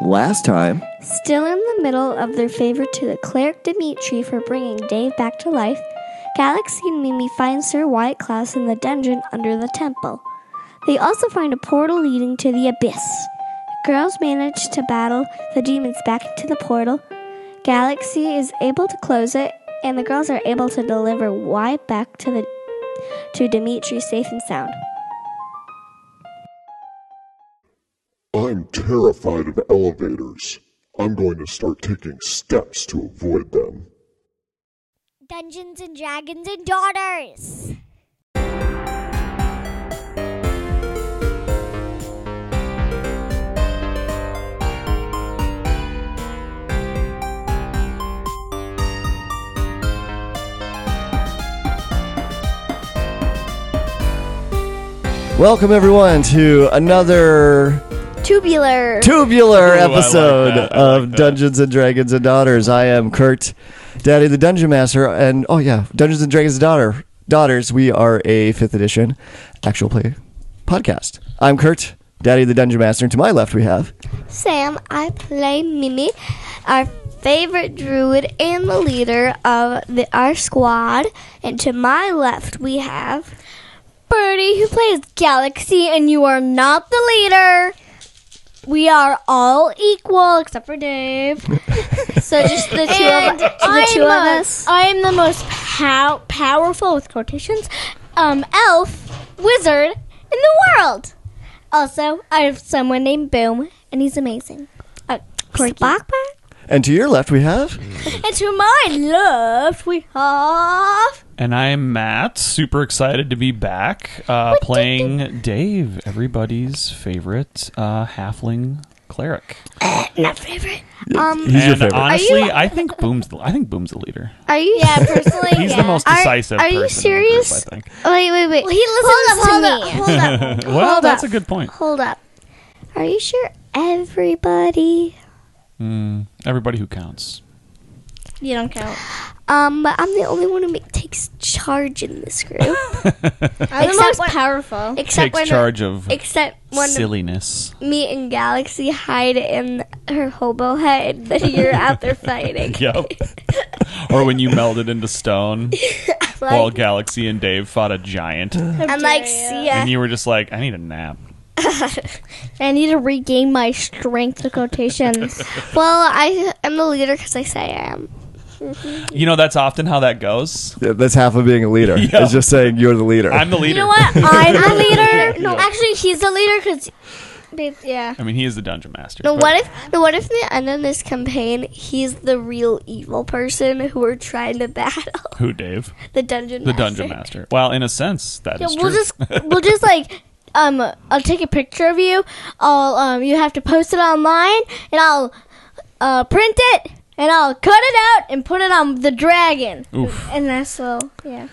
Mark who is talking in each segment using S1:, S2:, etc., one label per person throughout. S1: Last time,
S2: Still in the middle of their favor to the cleric Dimitri for bringing Dave back to life, Galaxy and Mimi find Sir White Klaus in the dungeon under the temple. They also find a portal leading to the abyss. Girls manage to battle the demons back into the portal. Galaxy is able to close it, and the girls are able to deliver Y back to the to Dimitri safe and sound.
S3: I'm terrified of elevators. I'm going to start taking steps to avoid them.
S4: Dungeons and Dragons and Daughters.
S1: welcome everyone to another
S2: Tubular.
S1: tubular
S5: I like
S1: episode
S5: that. I
S1: of
S5: like that.
S1: Dungeons and Dragons and Daughters. I am Kurt, Daddy the Dungeon Master, and oh yeah, Dungeons and Dragons and Daughter Daughters. We are a fifth edition actual play podcast. I'm Kurt, Daddy the Dungeon Master, and to my left we have
S2: Sam, I play Mimi, our favorite druid and the leader of the, our squad. And to my left, we have
S4: Birdie, who plays Galaxy, and you are not the leader. We are all equal except for Dave.
S2: so just the two, of,
S4: and
S2: the two of us.
S4: I'm the most pow- powerful with quotations um, elf wizard in the world. Also, I have someone named Boom, and he's amazing. Uh, Spock
S1: and to your left we have
S4: And to my left, we have.
S5: And I'm Matt, super excited to be back uh, playing Dave, everybody's favorite uh, halfling cleric.
S2: Um,
S1: he's your
S5: Mm-hmm. and
S1: favorite.
S5: honestly, I think Boom's the, I think Boom's the leader.
S2: are you?
S4: Yeah, personally,
S5: He's
S4: yeah.
S5: the most
S2: Are-
S5: decisive
S2: are
S5: person
S2: you serious?
S5: in the group,
S2: Wait, wait, wait.
S4: Well, he listens to me.
S2: Hold up,
S5: I
S2: hold
S5: think.
S2: up.
S5: well,
S2: hold
S5: that's
S2: up.
S5: a good point.
S2: Hold up. Are you sure everybody?
S5: Mm, everybody who counts.
S4: You don't count.
S2: Um, but I'm the only one who make, takes charge in this group.
S4: I'm
S2: Except when-
S4: powerful.
S2: except
S5: Takes
S2: when,
S5: charge of
S2: except when
S5: silliness.
S2: me and Galaxy hide in her hobo head that you're out there fighting.
S5: Yep. or when you melded into stone while Galaxy and Dave fought a giant.
S2: I'm like, see ya.
S5: And you were just like, I need a nap.
S4: I need to regain my strength. The quotations.
S2: Well, I am the leader because I say I am.
S5: You know, that's often how that goes.
S1: Yeah, That's half of being a leader.
S5: Yeah.
S1: It's just saying you're the leader.
S5: I'm the leader.
S4: you know what? I'm the leader. No, actually, he's the leader because. Yeah.
S5: I mean, he is the dungeon master.
S2: No,
S5: but-
S2: what if? No, what if the end of this campaign, he's the real evil person who we're trying to battle?
S5: Who, Dave?
S2: The dungeon.
S5: The dungeon master. Well, in a sense, that is
S4: we'll
S5: true.
S4: just we'll just like um I'll take a picture of you. I'll um you have to post it online and I'll uh print it and I'll cut it out and put it on the dragon.
S5: Oof.
S4: And that's so yeah.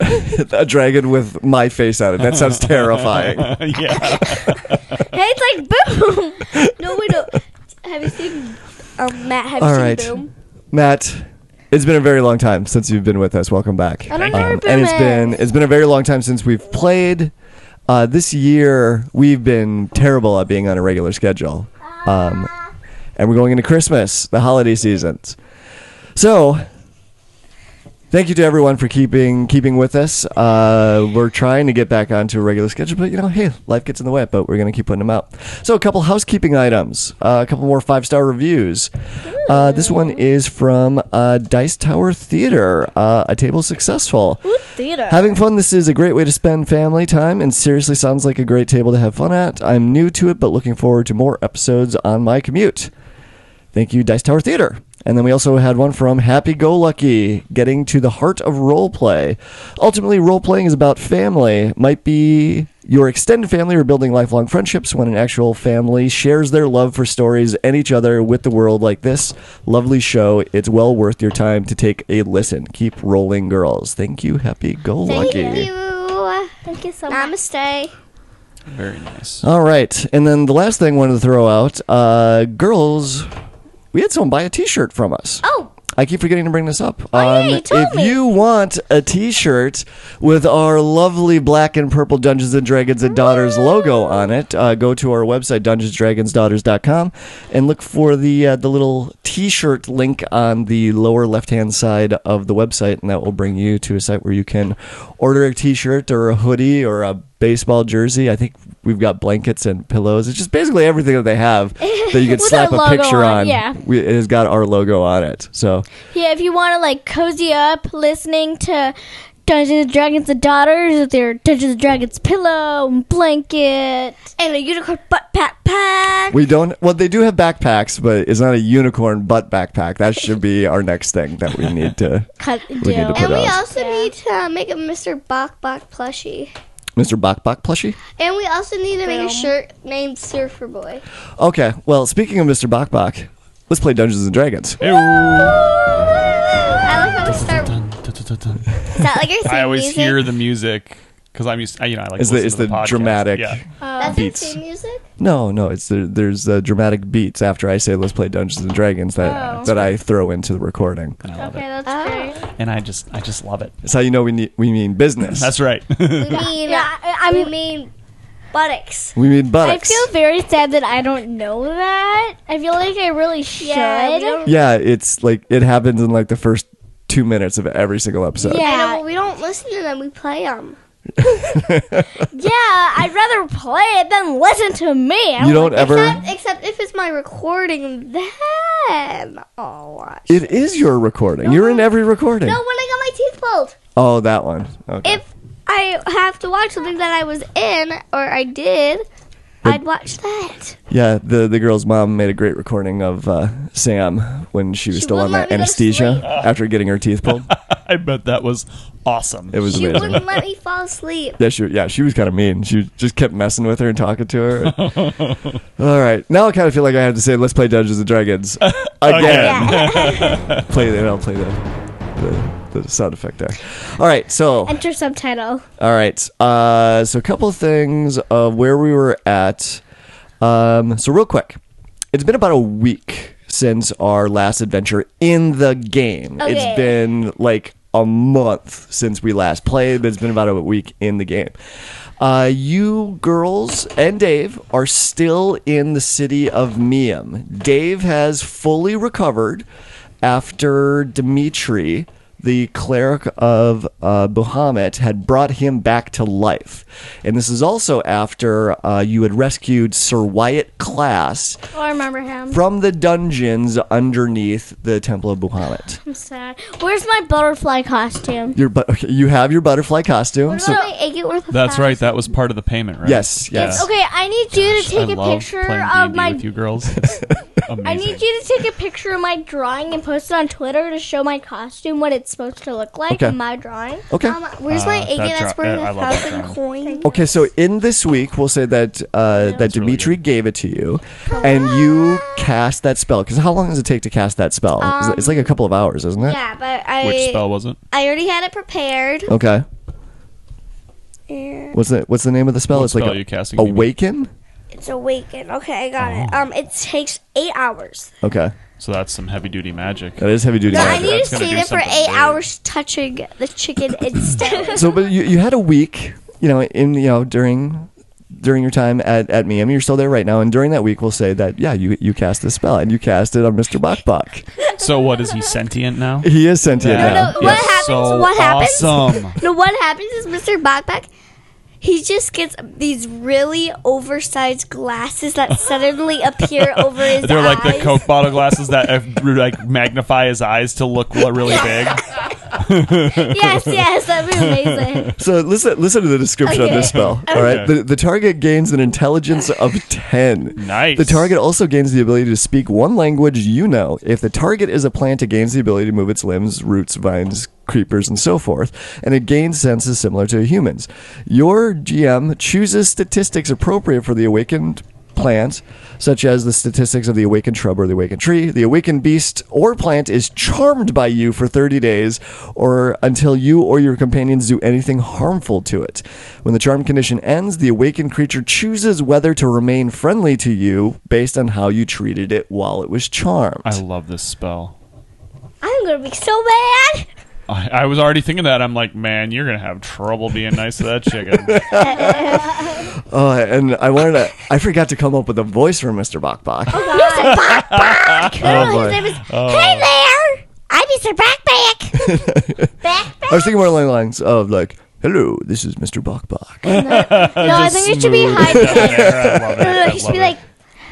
S1: a dragon with my face on it. That sounds terrifying.
S5: yeah.
S4: Hey, it's like boom.
S2: No, we don't. Have you seen? Um, Matt, have
S1: All
S2: you seen
S1: right.
S2: Boom?
S1: Matt, it's been a very long time since you've been with us. Welcome back. Um,
S4: I don't know where
S1: and
S4: Boom
S1: it's been it's been a very long time since we've played. Uh, this year we've been terrible at being on a regular schedule, um, and we're going into Christmas, the holiday seasons. So, thank you to everyone for keeping keeping with us. Uh, we're trying to get back onto a regular schedule, but you know, hey, life gets in the way. But we're gonna keep putting them out. So, a couple housekeeping items, uh, a couple more five star reviews. Uh, this one is from uh, Dice Tower Theater. Uh, a table successful.
S4: Theater.
S1: Having fun, this is a great way to spend family time and seriously sounds like a great table to have fun at. I'm new to it, but looking forward to more episodes on my commute. Thank you, Dice Tower Theater. And then we also had one from Happy Go Lucky, getting to the heart of role play. Ultimately, role playing is about family. Might be your extended family or building lifelong friendships when an actual family shares their love for stories and each other with the world like this. Lovely show. It's well worth your time to take a listen. Keep rolling, girls. Thank you, Happy Go Lucky.
S2: You.
S4: Thank you so
S2: Namaste.
S5: Very nice.
S1: All right. And then the last thing I wanted to throw out uh, girls, we had someone buy a t shirt from us.
S2: Oh,
S1: I keep forgetting to bring this up.
S4: Oh,
S1: Um,
S4: yeah, you told
S1: if
S4: me.
S1: you want a T-shirt with our lovely black and purple Dungeons and Dragons and Daughters logo on it, uh, go to our website dungeonsdragonsdaughters.com and look for the uh, the little T-shirt link on the lower left-hand side of the website, and that will bring you to a site where you can order a T-shirt or a hoodie or a baseball jersey. I think we've got blankets and pillows. It's just basically everything that they have that you can
S4: With
S1: slap
S4: our
S1: a
S4: logo
S1: picture
S4: on,
S1: on.
S4: yeah.
S1: We, it has got our logo on it. So
S4: Yeah, if you want to like cozy up listening to Dungeons and Dragons and Daughters with your Dungeons and Dragons pillow and blanket and a unicorn butt backpack.
S1: we don't. Well, they do have backpacks, but it's not a unicorn butt backpack. That should be our next thing that we need to.
S4: Cut,
S1: We need to
S4: do.
S1: put
S6: And we
S1: out.
S6: also need to uh, make a Mr. Bok Bok plushie.
S1: Mr. Bok Bok plushie.
S6: And we also need to make a shirt named Surfer Boy.
S1: Okay. Well, speaking of Mr. Bok Bok, let's play Dungeons and Dragons.
S6: I like how we start. Is that like our
S5: I
S6: theme
S5: always
S6: music?
S5: hear the music because I'm used. I, you know, I like.
S1: Is
S5: to
S1: the
S5: listen
S1: is
S5: to
S1: the,
S5: podcast.
S1: dramatic?
S5: Yeah.
S6: Uh, That's
S1: beats.
S6: our theme music.
S1: No, no. It's the, there's uh, dramatic beats after I say let's play Dungeons and Dragons that
S6: Oh.
S1: that I throw into the recording.
S5: I love
S4: Okay,
S5: it.
S4: that's great.
S5: And I just, I just love it.
S1: That's how you know we need, we mean business.
S5: That's right.
S6: We mean,
S4: Yeah, I, I
S6: we
S4: mean,
S6: mean buttocks.
S1: we mean
S4: I
S1: buttocks.
S4: feel very sad that I don't know that. I feel like I really should.
S6: Yeah, we don't,
S1: Yeah, it's like it happens in like the first two minutes of every single episode.
S6: I know,
S4: yeah,
S6: but we don't listen to them. We play them.
S4: yeah. I'd rather play it than listen to me. I
S1: You don't ever.
S6: Except, except if it's my recording, then I'll watch.
S1: It is your recording. You're in every recording.
S6: No, when I got my teeth pulled.
S1: Oh, that one. Okay.
S6: If I have to watch something that I was in or I did, I'd watch that.
S1: yeah, the the girl's mom made a great recording of uh, Sam when she was still on that
S6: wouldn't let me go to
S1: anesthesia
S6: sleep.
S1: after getting her teeth pulled.
S5: I bet that was awesome.
S1: It was
S6: She
S1: amazing.
S6: wouldn't let me fall asleep.
S1: Yeah, she yeah she was kind of mean. She just kept messing with her and talking to her. All right, now I kind of feel like I have to say, let's play Dungeons and Dragons again. play that. I'll play the, the the sound effect there. All right, so
S4: enter subtitle.
S1: All right. Uh, so a couple of things of where we were at. Um, so real quick, it's been about a week since our last adventure in the game. It's been like a month since we last played, but it's been about a week in the game. Uh, you girls and Dave are still in the city of Miam. Dave has fully recovered after Dimitri the cleric of uh, Bahamut had brought him back to life. And this is also after uh, you had rescued Sir Wyatt Class
S4: Oh, I remember him.
S1: from the dungeons underneath the Temple of Bahamut.
S4: I'm sad. Where's my butterfly costume?
S1: Your bu- okay, you have your butterfly costume.
S6: What
S1: So,
S6: about my egg it worth of
S5: That's
S6: flowers?
S5: right. That was part of the payment, right?
S1: yes, yes.
S4: Okay, I need you to
S5: I
S4: take a
S5: love
S4: picture
S5: playing
S4: of
S5: D&D
S4: my.
S5: with you girls. It's amazing.
S4: I need you to take a picture of my drawing and post it on Twitter to show my costume what it's supposed to look like
S1: Okay.
S4: in my drawing.
S1: Okay.
S6: Um, where's my
S5: Uh,
S6: egg
S5: that
S6: that's
S5: dro-
S6: worth
S5: I
S6: a
S5: love that
S6: thousand
S5: drawing.
S6: coins?
S1: Okay, so in this week, we'll say that uh, that
S5: really
S1: Dimitri gave it to you, and you cast that spell. Because how long does it take to cast that spell?
S6: Um,
S1: It's- it's like a couple of hours, isn't it?
S6: Yeah, but I
S5: Which spell was it?
S6: I already had it prepared.
S1: Okay.
S6: And
S1: What's the What's the name of the spell? Oh,
S5: What
S1: it's
S5: spell
S1: like
S5: are you casting, Mimi?
S1: Awaken.
S6: it's awaken. Okay, I got it.
S1: Oh.
S6: Um, it takes eight hours.
S1: Okay,
S5: So that's some heavy duty magic.
S1: that is heavy duty
S6: I
S1: magic.
S6: need to
S5: That's gonna
S6: stay
S5: do
S6: there for
S5: something
S6: eight
S5: big.
S6: hours, touching the chicken instead.
S1: So, but you, you had a week, you know, in you know during during your time at at Miami, you're still there right now, and during that week, we'll say that yeah, you you cast this spell and you cast it on Mister Bok Bok.
S5: So what is he sentient now?
S1: He is sentient
S5: Yeah.
S1: now.
S6: no, what
S5: It's
S6: happens-
S5: So
S6: what happens?
S5: Awesome.
S6: No, what happens is Mr. Backpack, he just gets these really oversized glasses that suddenly appear over his
S5: They're
S6: eyes.
S5: like the Coke bottle glasses that uh, like magnify his eyes to look li- really big.
S6: Yes, yes, that'd be amazing.
S1: So listen listen to the description of this spell. All right,
S5: Okay.
S1: the the target gains an intelligence of ten.
S5: Nice.
S1: The target also gains the ability to speak one language you know. If the target is a plant, it gains the ability to move its limbs, roots, vines, creepers, and so forth, and it gains senses similar to humans. Your GM chooses statistics appropriate for the awakened plant, such as the statistics of the awakened shrub or the awakened tree. The awakened beast or plant is charmed by you for 30 days or until you or your companions do anything harmful to it. When the charm condition ends, the awakened creature chooses whether to remain friendly to you based on how you treated it while it was charmed.
S5: I love this spell.
S6: I I'm gonna be so
S5: Oh,
S6: mad.
S5: I, I was already thinking that. I'm like, man, you're gonna have trouble being nice to that chicken.
S1: Oh, and I wanted to. I forgot to come up with a voice for Mr. Bok Bok.
S6: Literally, his name is, Hey there, I'm Mr. Backpack.
S1: I was thinking more along the lines of like, "Hello, this is Mr. Bok Bok."
S6: No, I think it should be high.
S5: I love it.
S6: No, no,
S5: I
S6: no, he should
S5: love
S6: be
S5: it.
S6: like,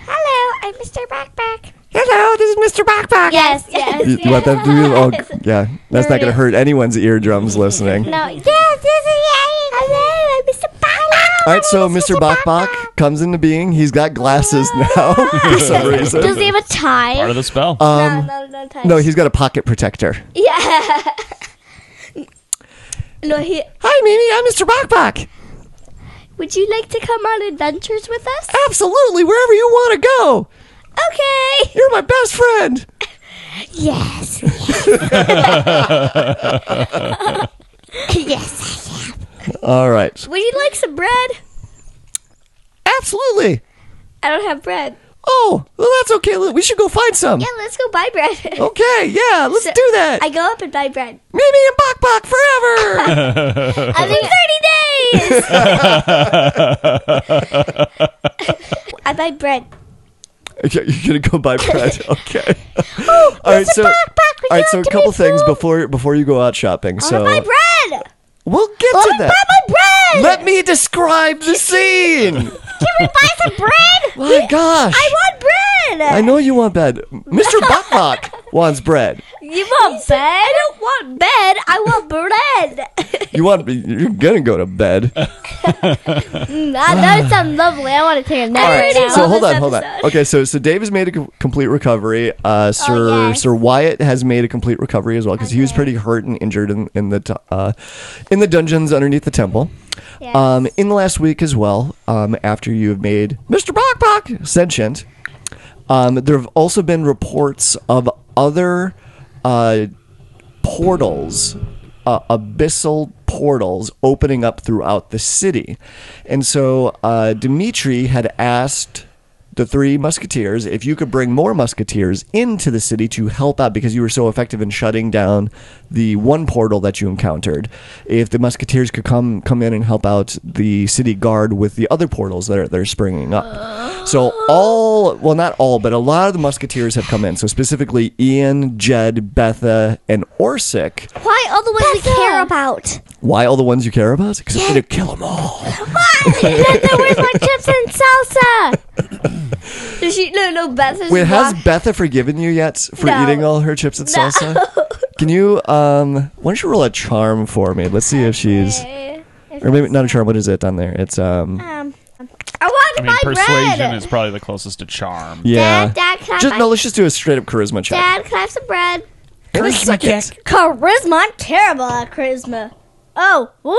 S6: Hello, I'm Mr. Backpack.
S1: Hello, this is Mr. Bok Bok.
S6: Yes, yes.
S1: You, you want that to be? Oh, g- yeah. That's not going to hurt anyone's eardrums listening.
S6: No, yes, yes, yes. Hello, I'm Mr. Backpack.
S1: All right, so Mr. Bok Bok comes into being. He's got glasses now for some
S6: Does
S1: reason.
S6: he have a tie?
S5: part of the spell.
S1: Um,
S6: no, no tie.
S1: no, he's got a pocket protector.
S6: Yeah. no, he.
S1: Hi, Mimi. I'm Mr. Bok Bok.
S6: Would you like to come on adventures with us?
S1: Absolutely, wherever you want to go.
S6: Okay.
S1: You're my best friend.
S6: Yes. yes.
S1: All right.
S6: Would you like some bread?
S1: Absolutely.
S6: I don't have bread.
S1: Oh, well, that's okay. Look, We should go find some.
S6: Yeah, let's go buy bread.
S1: Okay, yeah, let's
S6: So-
S1: do that.
S6: I go up and buy bread.
S1: Mimi and Bok Bok forever.
S6: I think 30 days. I buy bread.
S1: okay, you're gonna go buy bread. Okay.
S6: Oh,
S1: all right, so all
S6: Backpack,
S1: right, so a couple things before before you go out shopping. So
S6: buy bread.
S1: we'll get
S6: Let
S1: to
S6: me buy
S1: that.
S6: my bread.
S1: Let me describe the scene.
S6: Can we buy some bread?
S1: My gosh.
S6: I want bread.
S1: I know you want bed. Mr. Bok Bok wants bread.
S6: you want bed? I don't want bed. I want bread.
S1: You want? You're gonna go to bed.
S6: that, that sounds lovely. I want to take a nap
S1: Ah. All
S6: right,
S1: right.
S6: now.
S1: So hold on, hold on. Okay, so so Dave has made a co- complete recovery. Uh, Sir
S6: yes.
S1: Sir Wyatt has made a complete recovery as well because he was pretty hurt and injured in, in the t- uh, in the dungeons underneath the temple. Um, in the last week as well, um, after you have made Mr. Bok Bok sentient, um, there have also been reports of other uh, portals, uh, abyssal portals opening up throughout the city. And so uh, Dimitri had asked the three musketeers if you could bring more musketeers into the city to help out because you were so effective in shutting down the one portal that you encountered if the musketeers could come come in and help out the city guard with the other portals that are that are springing up so all well not all but a lot of the musketeers have come in so specifically ian jed betha and orsic
S6: Why all the ones we
S4: uh,
S6: care
S4: about.
S1: why all the ones you care about because i'm gonna kill them all
S6: Where's my chips and salsa? Does she? No, no, Beth is.
S1: Wait, has Betha forgiven you yet for
S6: No.
S1: eating all her chips and salsa? Can you um why don't you roll a charm for me? Let's see if she's or maybe not a charm, what is it on there? It's um
S6: Um, I want
S5: I
S6: to
S5: mean,
S6: buy
S5: persuasion
S6: bread.
S5: is probably the closest to charm.
S1: yeah.
S6: Dad, Dad, can I
S1: Just
S6: buy-
S1: no, let's just do a straight up charisma check.
S6: Dad, can I have some bread?
S1: In a second.
S6: Charisma? I'm terrible at charisma. Oh, ooh,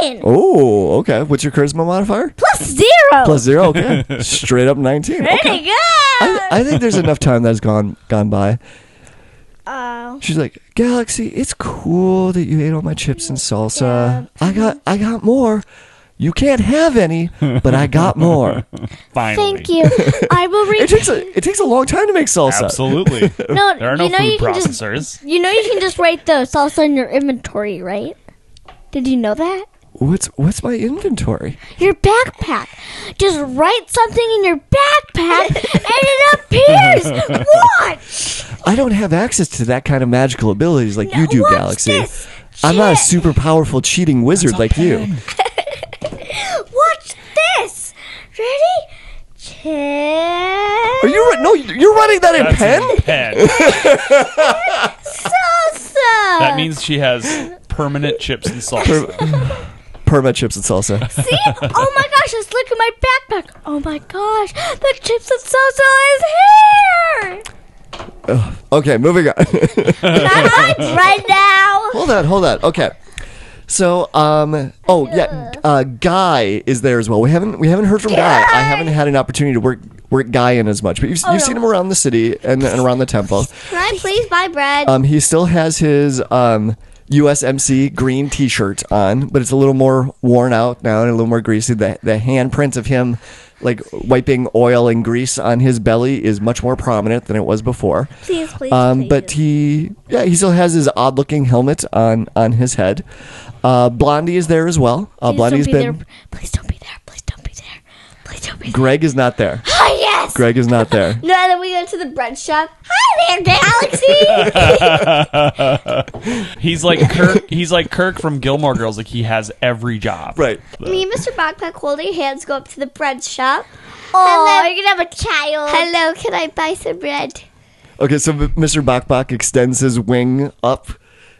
S6: 19.
S1: Oh, okay. What's your charisma modifier?
S6: Plus zero.
S1: Plus zero, okay. straight up nineteen.
S6: Pretty
S1: Okay.
S6: good.
S1: I, I think there's enough time that's gone gone by.
S6: Oh.
S1: She's like, Galaxy, it's cool that you ate all my chips and salsa. I got I got more. You can't have any, but I got more.
S5: Finally.
S6: Thank you. I will
S1: It
S6: read.
S1: takes a, it takes a long time to make salsa.
S5: Absolutely.
S6: No,
S5: There are no
S6: you know
S5: food
S6: you can just
S5: processors.
S6: you know you can just write the salsa in your inventory, right? Did you know that?
S1: What's what's my inventory?
S6: Your backpack. Just write something in your backpack and it appears. Watch.
S1: I don't have access to that kind of magical abilities like you do,
S6: Watch
S1: Galaxy.
S6: this.
S1: I'm not a
S6: Shit.
S1: super powerful cheating wizard like you.
S6: Watch this. Ready? Chip
S1: Are you ri- no? You're running that in
S5: That's
S1: pen.
S5: in pen.
S6: salsa.
S5: That means she has permanent chips and salsa.
S1: Perma chips and salsa.
S6: See? Oh my gosh, just look at my backpack. Oh my gosh, the chips and salsa is here!
S1: Okay, moving on.
S6: Not right now!
S1: hold on, hold on. Okay. So, um, oh yeah, uh, Guy is there as well. We haven't we haven't heard from Guy. I haven't had an opportunity to work work Guy in as much, but you've, you've seen him around the city and, and around the temple.
S6: Can I please buy bread?
S1: Um, he still has his um, USMC green T-shirt on, but it's a little more worn out now and a little more greasy. The the handprints of him like wiping oil and grease on his belly is much more prominent than it was before.
S4: Please, please,
S1: Um,
S4: please.
S1: but he, yeah, he still has his odd-looking helmet on on his head. Uh, Blondie is there as well. Uh,
S4: Please don't
S1: Blondie's
S4: be
S1: been.
S4: there. Please don't be there. Please don't be there. Please don't be there.
S1: Greg is not there.
S4: Oh, yes.
S1: Greg is not there.
S6: No, and then we go to the bread shop.
S4: Hi there, Galaxy.
S5: He's like Kirk. He's like Kirk from Gilmore Girls. Like he has every job.
S1: Right.
S6: Me and Mr. Backpack holding hands go up to the bread shop.
S4: oh, you're gonna have a child.
S6: Hello, can I buy some bread?
S1: Okay, so M- Mr. Bakbak extends his wing up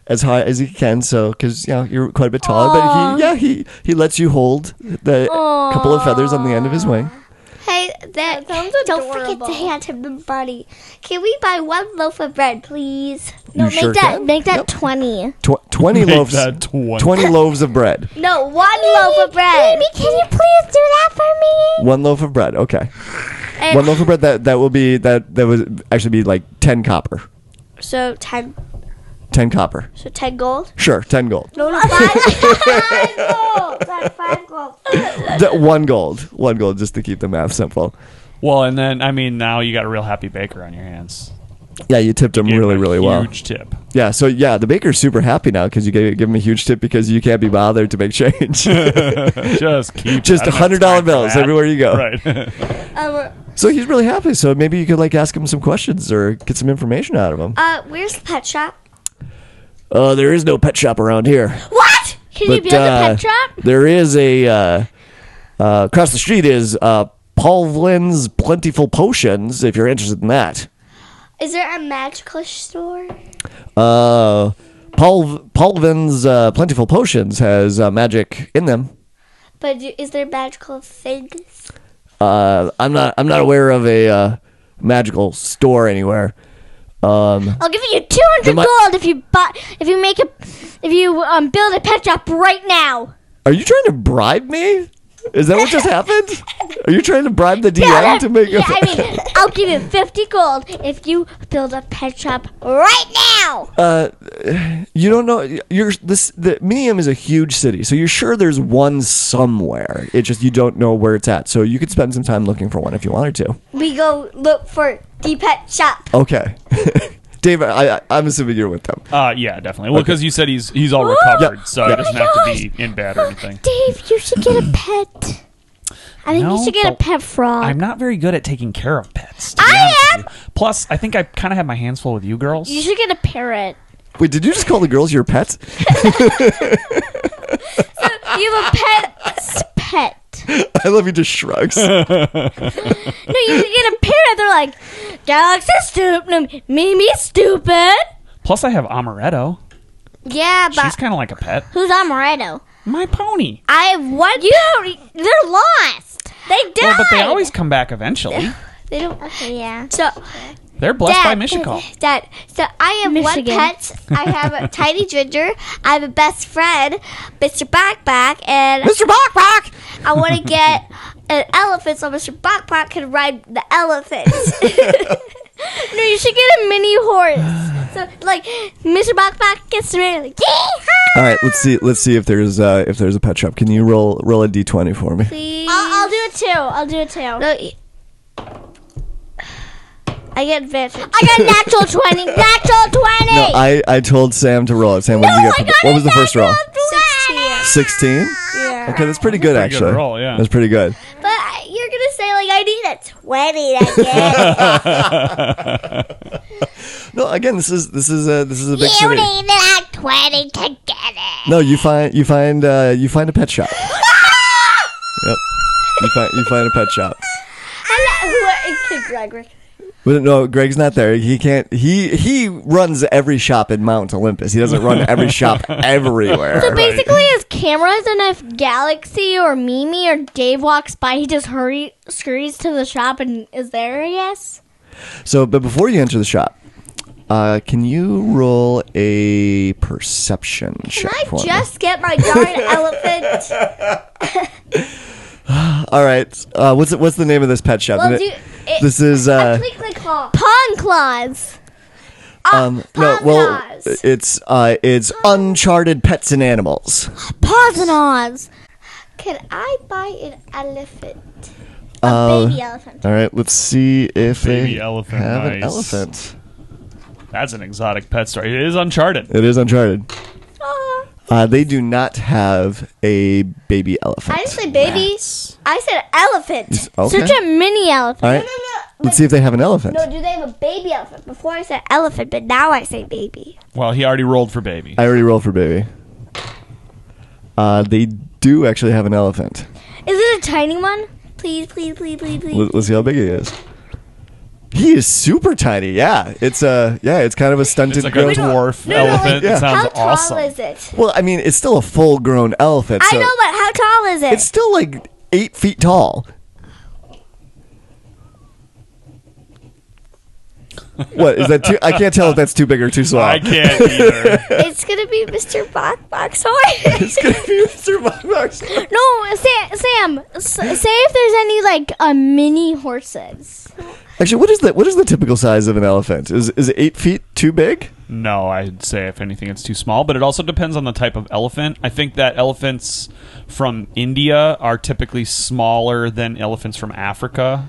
S1: as high as he can, so because you know you're quite a bit taller, but he yeah he he lets you hold the couple of feathers on the end of his wing.
S6: Hey, that, don't forget to hand him the money. Can we buy one loaf of bread, please?
S1: No, you
S4: make
S1: sure
S4: that
S1: can.
S4: make that
S1: Yep.
S4: twenty.
S1: Tw- twenty
S5: Make
S1: loaves.
S5: that 20.
S1: Twenty loaves of bread.
S6: No, one loaf of bread.
S4: Baby, can you please do that for me?
S1: One loaf of bread. Okay. One loaf of bread. That that will be that that would actually be like ten copper.
S6: So ten,
S1: Ten copper.
S6: so ten gold.
S1: Sure, ten gold.
S6: No, no, five, five gold. That's five gold.
S1: D- one gold. One gold, just to keep the math simple.
S5: Well, and then I mean, now you got a real happy baker on your hands.
S1: Yeah, you tipped him
S5: Gave him
S1: really,
S5: a
S1: really well.
S5: Huge tip.
S1: Yeah, so yeah, the baker's super happy now because you gave, give him a huge tip because you can't be bothered to make change.
S5: Just keep
S1: Just
S5: I don't have
S1: hundred dollar
S5: time for
S1: bills
S5: that.
S1: everywhere you go.
S5: Right.
S4: Uh,
S1: So he's really happy. So maybe you could like ask him some questions or get some information out of him.
S6: Uh, where's the pet shop?
S1: Oh, there is no pet shop around here.
S6: What?
S4: Can you build a pet shop?
S1: There is a uh, uh, across the street is uh, Paul Vlynn's Plentiful Potions. If you're interested in that,
S6: Is there a magical store?
S1: uh, Paul Paul Vlynn's uh, Plentiful Potions has uh, magic in them.
S6: But do- is there magical things?
S1: Uh, I'm not. I'm not aware of a uh, magical store anywhere. Um,
S4: I'll give you two hundred
S1: The mo-
S4: gold if you bought if you make a if you um build a pet shop right now.
S1: are you trying to bribe me? Is that what just happened? Are you trying to bribe the DM to make?
S4: yeah,
S1: a
S4: I mean, I'll give you fifty gold if you build a pet shop right now.
S1: uh, you don't know. You're this. The Medium is a huge city, so you're sure there's one somewhere. It's just you don't know where it's at. So you could spend some time looking for one if you wanted to.
S6: We go look for the pet shop.
S1: Okay, Dave. I, I, I'm assuming you're with them.
S5: Uh, yeah, definitely. Well, because you said he's he's all recovered, so
S1: Yeah.
S5: he doesn't have to be in bed
S6: Oh
S5: or anything.
S4: Dave, you should get a pet. I think
S5: No,
S4: you should get a
S5: but
S4: pet frog.
S5: I'm not very good at taking care of pets. to be honest with you. Plus, I think I kind of have my hands full with you girls.
S4: you should get a parrot.
S1: Wait, did you just call the girls your pets?
S4: You have a pet's pet.
S1: I love you. Just shrugs.
S4: No, you should get a parrot. They're like, Galaxy stupid, no, Mimi's stupid.
S5: Plus, I have Amaretto.
S4: Yeah, but
S5: She's kind of like a pet.
S4: who's Amaretto?
S5: My pony.
S4: I have one. You don't. e-, They're lost. They died.
S5: Well, but they always come back eventually.
S6: They don't.
S4: Yeah.
S6: So,
S5: They're blessed by
S6: Dad.
S5: Michiko.
S6: Dad. So I have
S4: Michigan.
S6: one pet. I have a tiny ginger. I have a best friend, Mr. Backpack, and Mr. Backpack. I want to get an elephant so Mr. Backpack can ride the elephant.
S4: No, you should get a mini horse. so, like, Mr. Backpack gets to me, like,
S1: All right, let's see. Let's see if there's uh, if there's a pet shop. Can you roll roll a d20 for me?
S4: I'll, I'll do it too. I'll do it too. I
S6: No, y- I get advantage.
S4: got a natural 20. Natural 20.
S1: No, I, I told Sam to roll it. Sam, what
S4: Oh
S1: did you get? For the, what was the first roll? Sixteen.
S6: Yeah.
S1: Okay, that's pretty good
S5: pretty good
S1: actually.
S5: roll, yeah.
S1: That's pretty good.
S6: But you're gonna say like I need a twenty to get
S1: No, again, this is this is a this is a big
S4: You
S1: city.
S4: need that 20 to get it.
S1: No, you find you find uh, you find a pet shop. yep. You find you find a pet shop.
S6: uh, Gregory.
S1: But no, Greg's not there. He can't. He he runs every shop in Mount Olympus. He doesn't run every shop everywhere.
S4: Basically, his cameras, and if Galaxy or Mimi or Dave walks by, he just hurry scurries to the shop and is there. Yes.
S1: So, but before you enter the shop, uh, can you roll a perception check for me?
S6: Just get my darn elephant.
S1: All right. Uh, what's it, what's the name of this pet shop?
S6: Well,
S1: The
S6: do
S1: na- this is uh,
S6: click click call.
S4: Pawn claws.
S1: um, no. Well, it's uh, it's Uncharted Pets and Animals.
S4: Paws and Oz.
S6: Can I buy an elephant?
S1: Uh,
S4: baby elephant.
S1: all right, let's see if
S5: Baby
S1: they
S5: elephant,
S1: have an
S5: nice.
S1: elephant.
S5: That's an exotic pet story. It is Uncharted.
S1: It is Uncharted.
S4: Aw.
S1: Uh, they do not have a baby elephant.
S6: I didn't say baby. I said elephant.
S1: okay.
S4: Such a mini elephant.
S1: all right, let's see if they have an elephant.
S6: No, do they have a baby elephant? Before I said elephant, but now I say baby.
S5: Well, he already rolled for baby.
S1: I already rolled for baby. Uh, they do actually have an elephant.
S4: Is it a tiny one?
S6: Please, please, please, please, please.
S1: Let- Let's see how big he is. He is super tiny. Yeah, it's a yeah, it's kind of a stunted
S5: It's like a
S1: grown
S5: dwarf
S6: no,
S5: elephant.
S6: like,
S1: yeah.
S5: It sounds
S6: How tall
S5: awesome.
S6: is it?
S1: Well, I mean, it's still a full-grown elephant.
S6: I
S1: so
S6: know, but how tall is it?
S1: It's still like eight feet tall. what is that? Too, I can't tell if that's too big or too small.
S5: I can't either.
S6: It's gonna be Mr. Bok Bok Soy.
S1: it's gonna be Mr. Box.
S4: No, Sam. Sam s- say if there's any like uh, mini horses.
S1: Actually, what is the what is the typical size of an elephant? Is is eight feet too big?
S5: no, I'd say if anything, it's too small. But it also depends on the type of elephant. I think that elephants from India are typically smaller than elephants from Africa.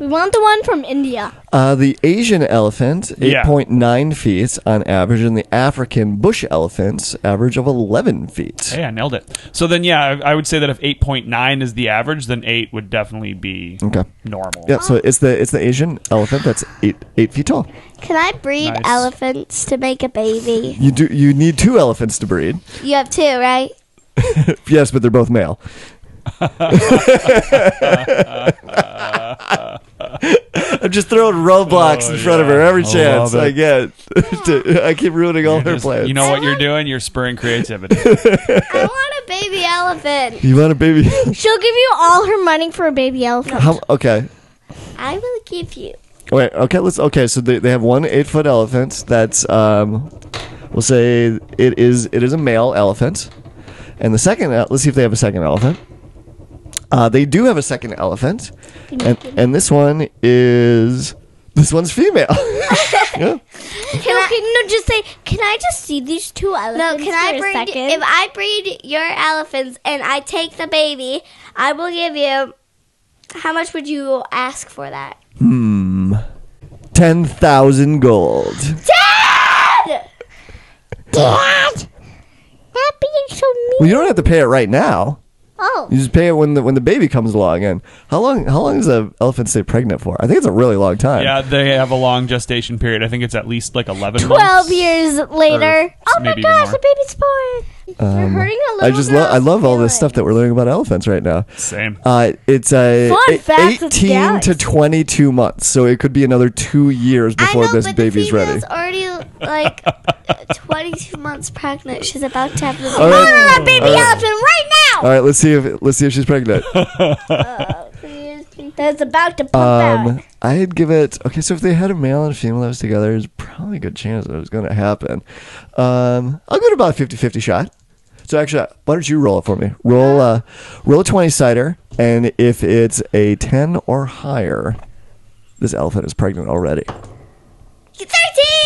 S4: We want the one from India.
S1: Uh, the Asian elephant,
S5: Yeah.
S1: 8.9 feet on average, and the African bush elephants, average of 11 feet.
S5: Hey, I nailed it. So then, yeah, I, I would say that if eight point nine is the average, then eight would definitely be
S1: Okay.
S5: normal.
S1: Yeah, so it's the it's the Asian elephant that's eight eight feet tall.
S6: Can I breed
S5: Nice.
S6: elephants to make a baby?
S1: You do you need two elephants to breed?
S6: You have two, right?
S1: Yes, but they're both male. I'm just throwing roadblocks in front of her every chance
S5: Oh, love it.
S1: I get. I keep ruining all
S5: You're
S1: her
S5: just-
S1: plans.
S5: you know what you're doing? You're spurring creativity.
S6: I want a baby elephant.
S1: you want a baby?
S4: She'll give you all her money for a baby elephant.
S1: How, okay,
S6: I will give you.
S1: Wait, okay, let's okay, so they, they have one eight foot elephant that's um we'll say it is it is a male elephant. And the second el- let's see if they have a second elephant. Uh, they do have a second elephant. And and this one is this one's female. yeah.
S4: Can I, no, just say. Can I just see these two
S6: No,
S4: elephants
S6: can I
S4: for a
S6: breed?
S4: second?
S6: If I breed your elephants and I take the baby, I will give you. How much would you ask for that?
S1: Ten thousand gold.
S4: Stop being so mean.
S1: Well you don't have to pay it right now.
S4: Oh,
S1: You just pay it when the when the baby comes along and how long how long does an elephant stay pregnant for? I think it's a really long time.
S5: yeah, they have a long gestation period. I think it's at least like eleven.
S4: twelve
S5: months.
S4: years later.
S5: Oh my gosh, the
S4: baby's born. You're hurting a little.
S1: Um, I just love I love all this stuff that we're learning about elephants right now.
S5: Same.
S1: Uh, it's a
S4: Fun facts with
S1: 18 to
S4: galaxies.
S1: 22 months, so it could be another two years before
S6: I know,
S1: this
S6: but
S1: baby's
S6: the
S1: ready.
S6: female's already like 22 months pregnant. She's about to have the
S1: All
S6: baby.
S1: right,
S6: baby elephant right now.
S1: all right. Let's see if let's see if she's pregnant.
S4: That's about to pump out.
S1: Um, I'd give it okay. So if they had a male and a female that was together, there's probably a good chance that it was going to happen. Um, I'll go to about a 50-50 shot. So actually, uh, why don't you roll it for me? Roll uh, roll a 20 cider, and if it's a 10 or higher, this elephant is pregnant already.
S6: 13.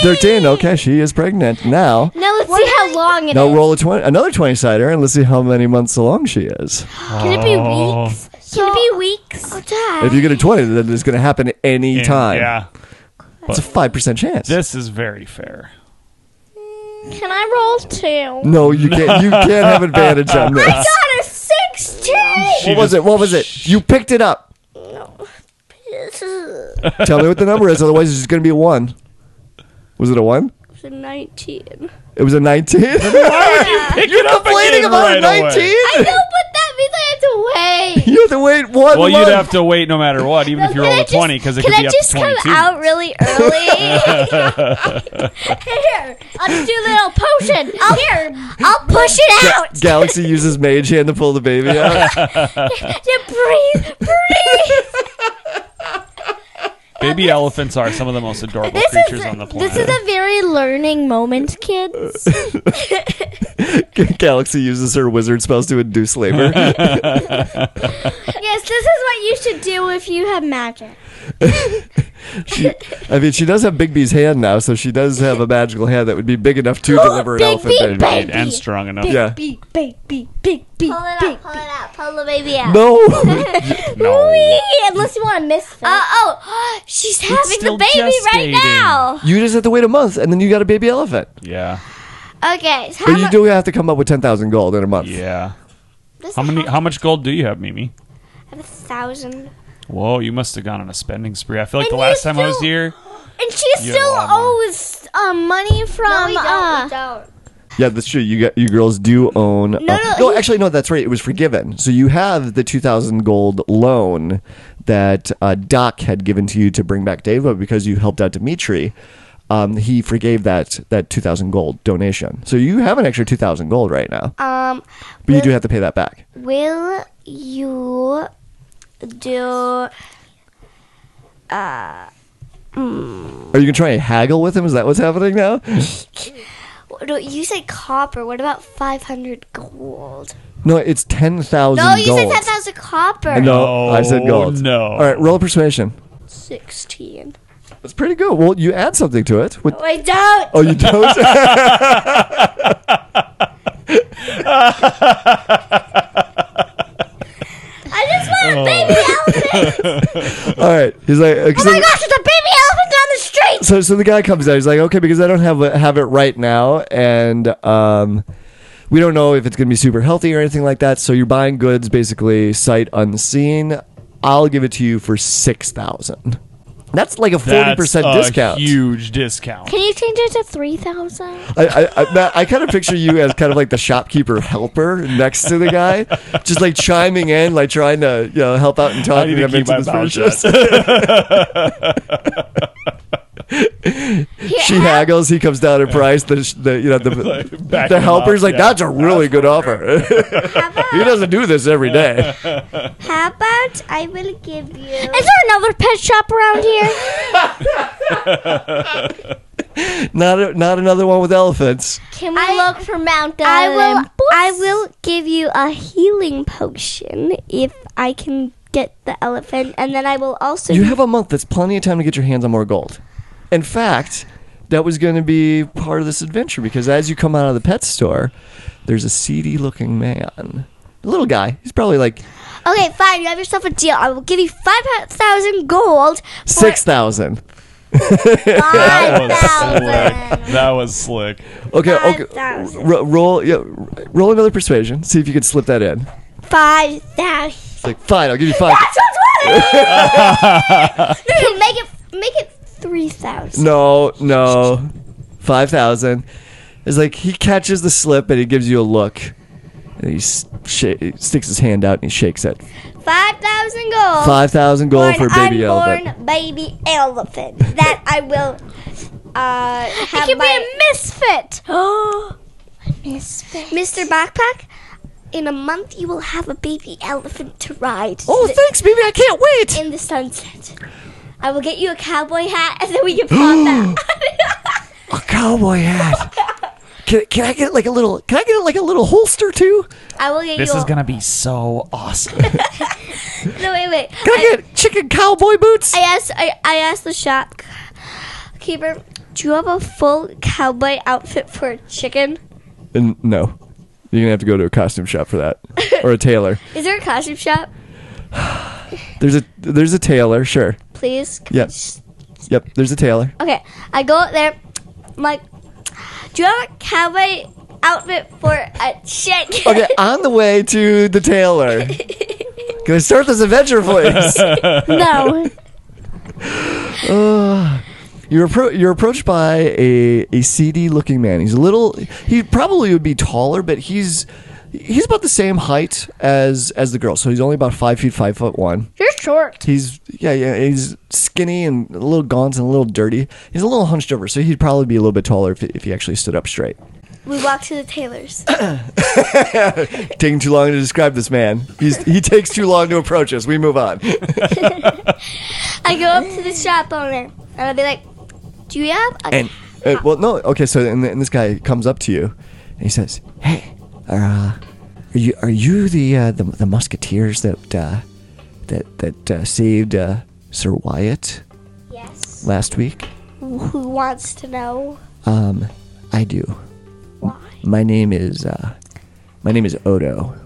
S1: 13. Okay, she is pregnant now.
S4: Now let's see how long it is.
S1: Now roll a twenty, another twenty cider, and let's see how many months along she is.
S4: Can it be weeks? Can it be weeks?
S6: Oh, Dad.
S1: If you get a twenty, then it's going to happen any
S5: And-
S1: time.
S5: Yeah,
S1: it's a five percent chance.
S5: this is very fair.
S4: Can I roll two?
S1: no, you can't. You can't have advantage on this.
S4: Got a sixteen.
S5: She
S1: What was
S5: just-
S1: it? What was it? You picked it up. Tell me what the number is, otherwise it's just going to be a one. Was it a one?
S6: It's a 19.
S1: It was a nineteen.
S5: Pick it up
S1: Complaining
S5: again
S1: about a
S5: right away.
S1: nineteen.
S6: No, but that means I have to wait.
S1: You have to wait one.
S5: Well,
S1: month.
S5: you'd have to wait no matter what, even if you roll a twenty, because it could
S6: Can
S5: be
S6: I
S5: up
S6: just
S5: to
S6: come
S5: twenty-two.
S6: out really early?
S4: Here, I'll just do a little potion. Here,
S6: I'll push it
S1: Ga-
S6: out.
S1: Galaxy uses mage hand to pull the baby out.
S6: Just breathe.
S5: Baby elephants are some of the most adorable creatures on the planet.
S4: this is a very learning moment, kids.
S1: Galaxy uses her wizard spells to induce labor.
S6: Yes, this is what you
S4: should do if you have magic.
S1: She, I mean, she does have Bigby's hand now, so she does have a magical hand that would be big enough to deliver an
S4: Big
S1: elephant
S4: bee,
S1: baby.
S4: big-
S5: and strong enough.
S1: Yeah.
S4: Big, big, big, big, big,
S6: Pull it
S4: big.
S6: out, pull it out, pull the baby out.
S1: No.
S5: No.
S4: Unless you want to miss it.
S6: Uh, oh, she's having the
S5: still
S6: baby right
S5: gestating.
S6: now.
S1: you just have to wait a month, and then you got a baby elephant.
S5: Yeah.
S6: Okay, so how
S1: But you
S6: mu-
S1: do have to come up with ten thousand gold in a month.
S5: Yeah.
S6: Does
S5: How
S6: it
S5: many?
S6: have-
S5: How much gold do you have, Mimi?
S6: I have a thousand.
S5: Whoa, you must have gone on a spending spree. I feel like
S4: And
S5: the last
S4: you
S5: time I was
S4: still-
S5: here.
S4: And she
S5: You
S4: still
S5: have a lot more.
S4: owes um, money from.
S6: no, we don't.
S4: uh,
S6: We don't.
S1: Yeah, that's true. You got you girls do own. No,
S4: no,
S1: no,
S4: he-
S1: actually, no. That's right. It was forgiven. So you have the two thousand gold loan that uh, Doc had given to you to bring back Dave, but because you helped out Dimitri, um, he forgave that that two thousand gold donation. So you have an extra two thousand gold right now,
S6: Um,
S1: but you do have to pay that back.
S6: will you do?
S1: Are
S6: Uh,
S1: you gonna try and haggle with him? Is that what's happening now?
S6: no, you said copper. What about five hundred gold?
S1: No, it's ten thousand.
S6: No, you
S1: gold.
S6: said ten thousand copper.
S1: No, I said gold.
S5: No.
S1: All right, roll persuasion.
S6: Sixteen.
S1: That's pretty good. Well, you add something to it. With,
S6: Wait, don't.
S1: oh, you don't.
S6: I just want a baby elephant.
S1: All right. He's like, uh, 'cause
S6: oh my
S1: then-
S6: gosh, there's a baby elephant down the street.
S1: so so the guy comes out. He's like, okay, because I don't have have it right now, and um, we don't know if it's gonna be super healthy or anything like that. So you're buying goods basically sight unseen. I'll give it to you for six thousand. That's like a forty
S5: That's
S1: percent
S5: a
S1: discount.
S5: Huge discount.
S4: Can you change it to 3,000?
S1: I I, I, Matt, I kind of picture you as kind of like the shopkeeper helper next to the guy, just like chiming in, like trying to you know help out and
S5: I
S1: talking
S5: need
S1: to
S5: to
S1: him
S5: keep
S1: into
S5: my
S1: this
S5: mouth
S1: purchase.
S5: shut.
S1: she haggles. He comes down in price. The, sh- the you know the
S5: back
S1: the
S5: him
S1: helper's
S5: up,
S1: like
S5: yeah.
S1: that's a really good offer. he doesn't do this every day.
S6: How about I will give you?
S4: Is there another pet shop around here?
S1: Not a, not another one with elephants.
S4: Can we
S6: I-
S4: look for Mount
S6: I will.
S4: Ellen? Boop.
S6: I will give you a healing potion if I can get the elephant, and then I will also.
S1: You have a month. That's plenty of time to get your hands on more gold. In fact, that was going to be part of this adventure because as you come out of the pet store, there's a seedy looking man. A little guy. He's probably like
S6: okay, fine. You have yourself a deal. I will give you five thousand gold.
S1: six thousand.
S5: That was slick. That was slick.
S1: Okay, okay.
S6: 5,000.
S1: R- roll, yeah, r- roll another persuasion. See if you can slip that in.
S6: Five thousand.
S1: It's like fine. I'll give you five.
S6: no, make it. Make it three thousand.
S1: No, no. 5,000. It's like he catches the slip and he gives you a look. And he s- sh- sticks his hand out and he shakes it.
S6: Five thousand gold.
S1: 5,000 gold for
S6: an
S1: a baby
S6: Oh, unborn
S1: elephant.
S6: baby elephant that I will. Uh,
S4: I
S6: have
S4: can
S6: my
S4: be a misfit.
S6: Oh, Mr. Backpack, in a month you will have a baby elephant to ride
S1: Oh, thanks, baby. I can't wait.
S6: in the sunset. I will get you a cowboy hat and then we can pop out.
S1: A cowboy hat. Can, can I get like a little? Can I get like a little holster too?
S6: I will get
S5: This
S6: you.
S5: is
S6: a-
S5: gonna be so awesome.
S6: no, wait, wait.
S1: Can I, get chicken cowboy boots?
S6: I asked. I, I asked the shopkeeper, "Do you have a full cowboy outfit for a chicken?
S1: And no, you're gonna have to go to a costume shop for that, or a tailor.
S6: Is there a costume shop?
S1: There's a there's a tailor, sure.
S6: Please."
S1: Yep, yep. There's a tailor.
S6: Okay, I go out there. I'm like, do you have a cowboy outfit for a chick?
S1: Okay, on the way to the tailor. Can I start this adventure, please?
S4: No.
S1: You're appro- you're approached by a a seedy looking man. He's a little. He probably would be taller, but he's he's about the same height as as the girl. So he's only about five feet five foot one.
S4: You're short.
S1: He's yeah yeah. He's skinny and a little gaunt and a little dirty. He's a little hunched over, so he'd probably be a little bit taller if, if he actually stood up straight.
S6: we walk to the tailor's.
S1: Taking too long to describe this man. He's, he takes too long to approach us. We move on.
S6: I go up to the shop owner and I'll be like, do you have a
S1: And uh, well, no, okay. So and, and this guy comes up to you, and he says, "Hey, are, uh, are you are you the uh, the, the musketeers that uh, that that uh, saved uh, Sir Wyatt
S6: Yes.
S1: last week?
S6: Who wants to know?
S1: Um, I do.
S6: Why?
S1: My name is uh, my name is Odo,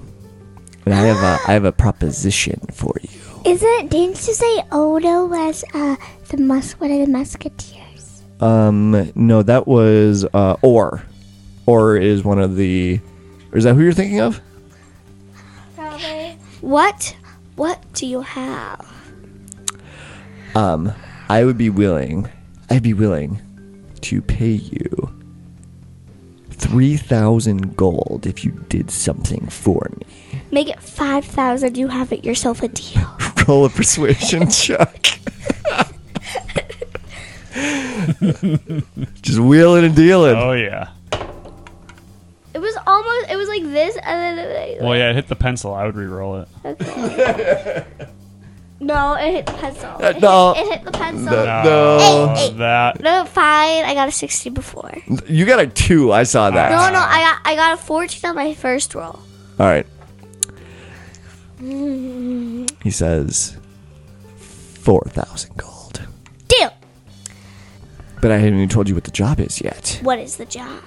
S1: and I have a I have a proposition for you.
S6: Isn't didn't you say Odo was uh the mus one of the musketeers?
S1: Um, no, that was uh, Or. Or is one of the. Or is that who you're thinking of?
S6: Probably. What? What do you have?
S1: Um, I would be willing. I'd be willing to pay you three thousand gold if you did something for me.
S6: Make it five thousand. You have it yourself a deal.
S1: Roll a persuasion check. Just wheeling and dealing.
S5: Oh yeah.
S6: It was almost. It was like this, and then it,
S5: Well, yeah. it Hit the pencil. I would re-roll it.
S6: no, it hit the pencil.
S1: Uh, no. Um,
S6: It hit the pencil.
S5: No,
S6: Hey, hey.
S5: that
S6: No, fine. I got a sixty before.
S1: You got a two. I saw that.
S6: No, no, I got I got a fourteen on my first roll.
S1: All right. He says 4,000 gold.
S6: Deal.
S1: But I haven't even told you what the job is yet.
S6: What is the job?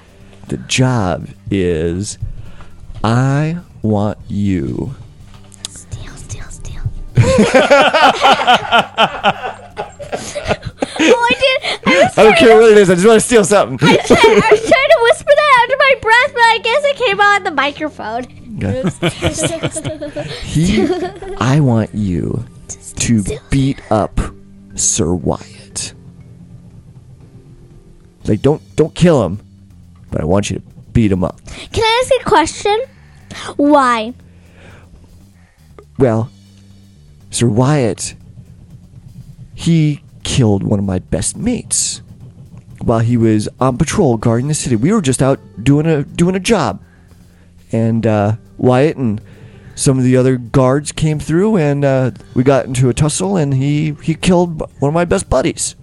S1: The job is I want you.
S6: Steal, steal, steal. oh, I did. I was,
S1: I don't care what it is. I just want to steal something.
S6: I was trying to whisper that under my breath, but I guess it came out on the microphone.
S1: he, I want you to beat up Sir Wyatt. Like, don't don't kill him, but I want you to beat him up.
S4: Can I ask a question? Why?
S1: Well, Sir Wyatt, he killed one of my best mates while he was on patrol guarding the city. We were just out doing a doing a job, and uh, Wyatt and some of the other guards came through, and uh, we got into a tussle, and he he killed one of my best buddies.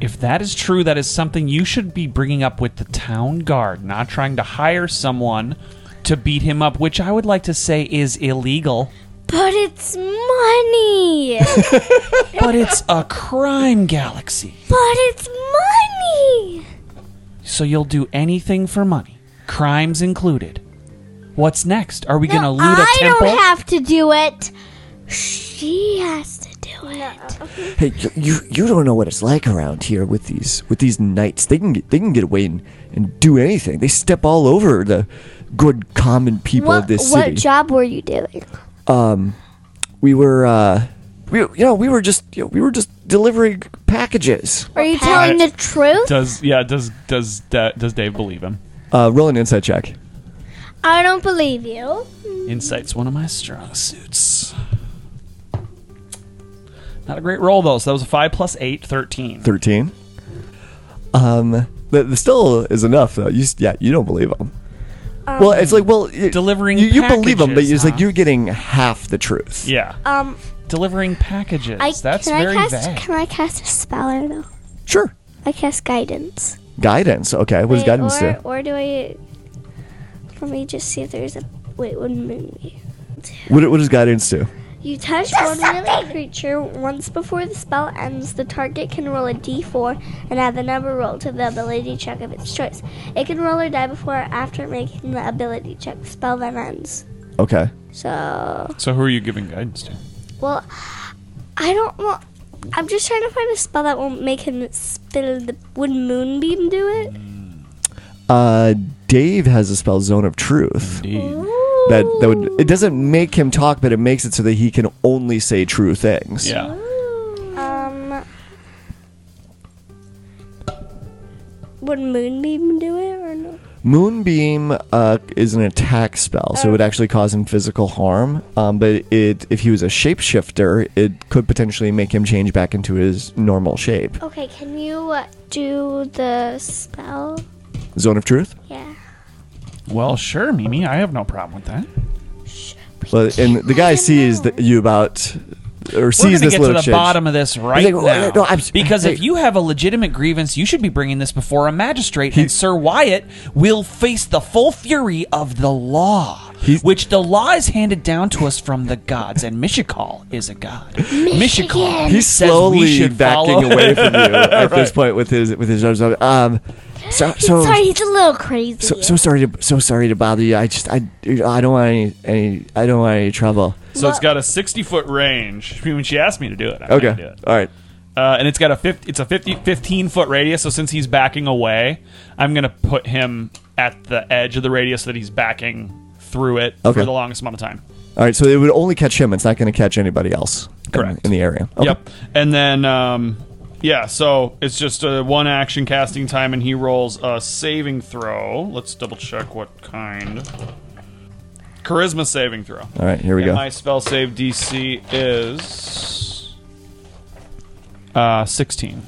S5: If that is true, that is something you should be bringing up with the town guard, not trying to hire someone to beat him up, which I would like to say is illegal.
S6: But it's money.
S5: But it's a crime galaxy.
S6: but it's money.
S5: So you'll do anything for money, crimes included. What's next? Are we going to loot a
S4: I
S5: temple?
S4: don't have to do it.
S6: She has to do it.
S1: Hey, you- you you don't know what it's like around here with these with these knights. They can get, they can get away and, and do anything. They step all over the good common people of
S6: What,
S1: this city.
S6: what job were you doing?
S1: we were uh we you know we were just you know, we were just delivering packages
S4: Are you telling the truth?
S5: Does yeah? Does does does Dave believe him?
S1: uh roll an insight check
S4: I don't believe you.
S5: Insight's one of my strong suits. Not a great roll though. So that was a five plus eight, thirteen.
S1: 13 um that that still is enough though you s- yeah you don't believe them well it's like well you,
S5: delivering
S1: you, you believe them but
S5: packages,
S1: it's like
S5: huh?
S1: you're getting half the truth
S5: Yeah.
S6: Um,
S5: delivering packages. That's
S6: can
S5: very
S6: I cast?
S5: vague.
S6: Can I cast a spell or no?
S1: sure
S6: I cast guidance.
S1: guidance okay what does guidance
S6: or,
S1: do
S6: or do I? Let me just see if there's a. Wait, what moon we?
S1: what, what does guidance do
S6: You touch one living creature once before the spell ends. The target can roll a d4 and add the number rolled to the ability check of its choice. It can roll or die before or after making the ability check. The spell then ends.
S1: okay
S6: So,
S5: So who are you giving guidance to?
S6: well, I don't want. I'm just trying to find a spell that won't make him spin the. Would Moonbeam do it?
S1: uh dave has a spell zone of truth that that would it doesn't make him talk but it makes it so that he can only say true things
S5: Yeah.
S6: Um. Would Moonbeam do it or no?
S1: Moonbeam uh, is an attack spell, so it would
S4: Oh.
S1: actually cause him physical harm. Um, but it, if he was a shapeshifter, it could potentially make him change back into his normal shape.
S4: Oh.
S6: Okay, can you uh, do the spell?
S1: Zone of Truth.
S6: Yeah.
S5: Well, sure, Mimi. I have no problem with that.
S1: Well, and the guy sees that you about or
S5: We're
S1: sees
S5: going to
S1: this
S5: get to
S1: little
S5: the
S1: change.
S5: bottom of this right
S1: like, well,
S5: now.
S1: no, I'm s-
S5: because if
S1: hey.
S5: you have a legitimate grievance, you should be bringing this before a magistrate, and Sir Wyatt will face the full fury of the law.
S1: He's-
S7: which the law is handed down to us from the gods, and Mishikal is a god. Mishikal.
S1: He's
S7: says we
S1: slowly
S7: should
S1: backing
S7: follow-
S1: away from you at this
S7: Right.
S1: point with his with his arms up. Um, so so
S4: Sorry, he's a little crazy.
S1: so, so sorry to so sorry to bother you. I just I I don't want any, any I don't want any trouble.
S5: So it's got a 60 foot range. I mean, when she asked me to do it, I'm
S1: Okay,
S5: gonna do it.
S1: all right.
S5: Uh, and it's got a 50, it's a 50, 15 foot radius. So since he's backing away, I'm gonna put him at the edge of the radius so that he's backing through it
S1: Okay.
S5: for the longest amount of time.
S1: All right, so it would only catch him. It's not going to catch anybody else in-
S5: Correct.
S1: in, the area. Okay.
S5: Yep. And then, um, yeah, so it's just a one action casting time, and he rolls a saving throw. Let's double check what kind. Charisma saving throw.
S1: All right, here we
S5: and
S1: go.
S5: My spell save DC is uh, 16.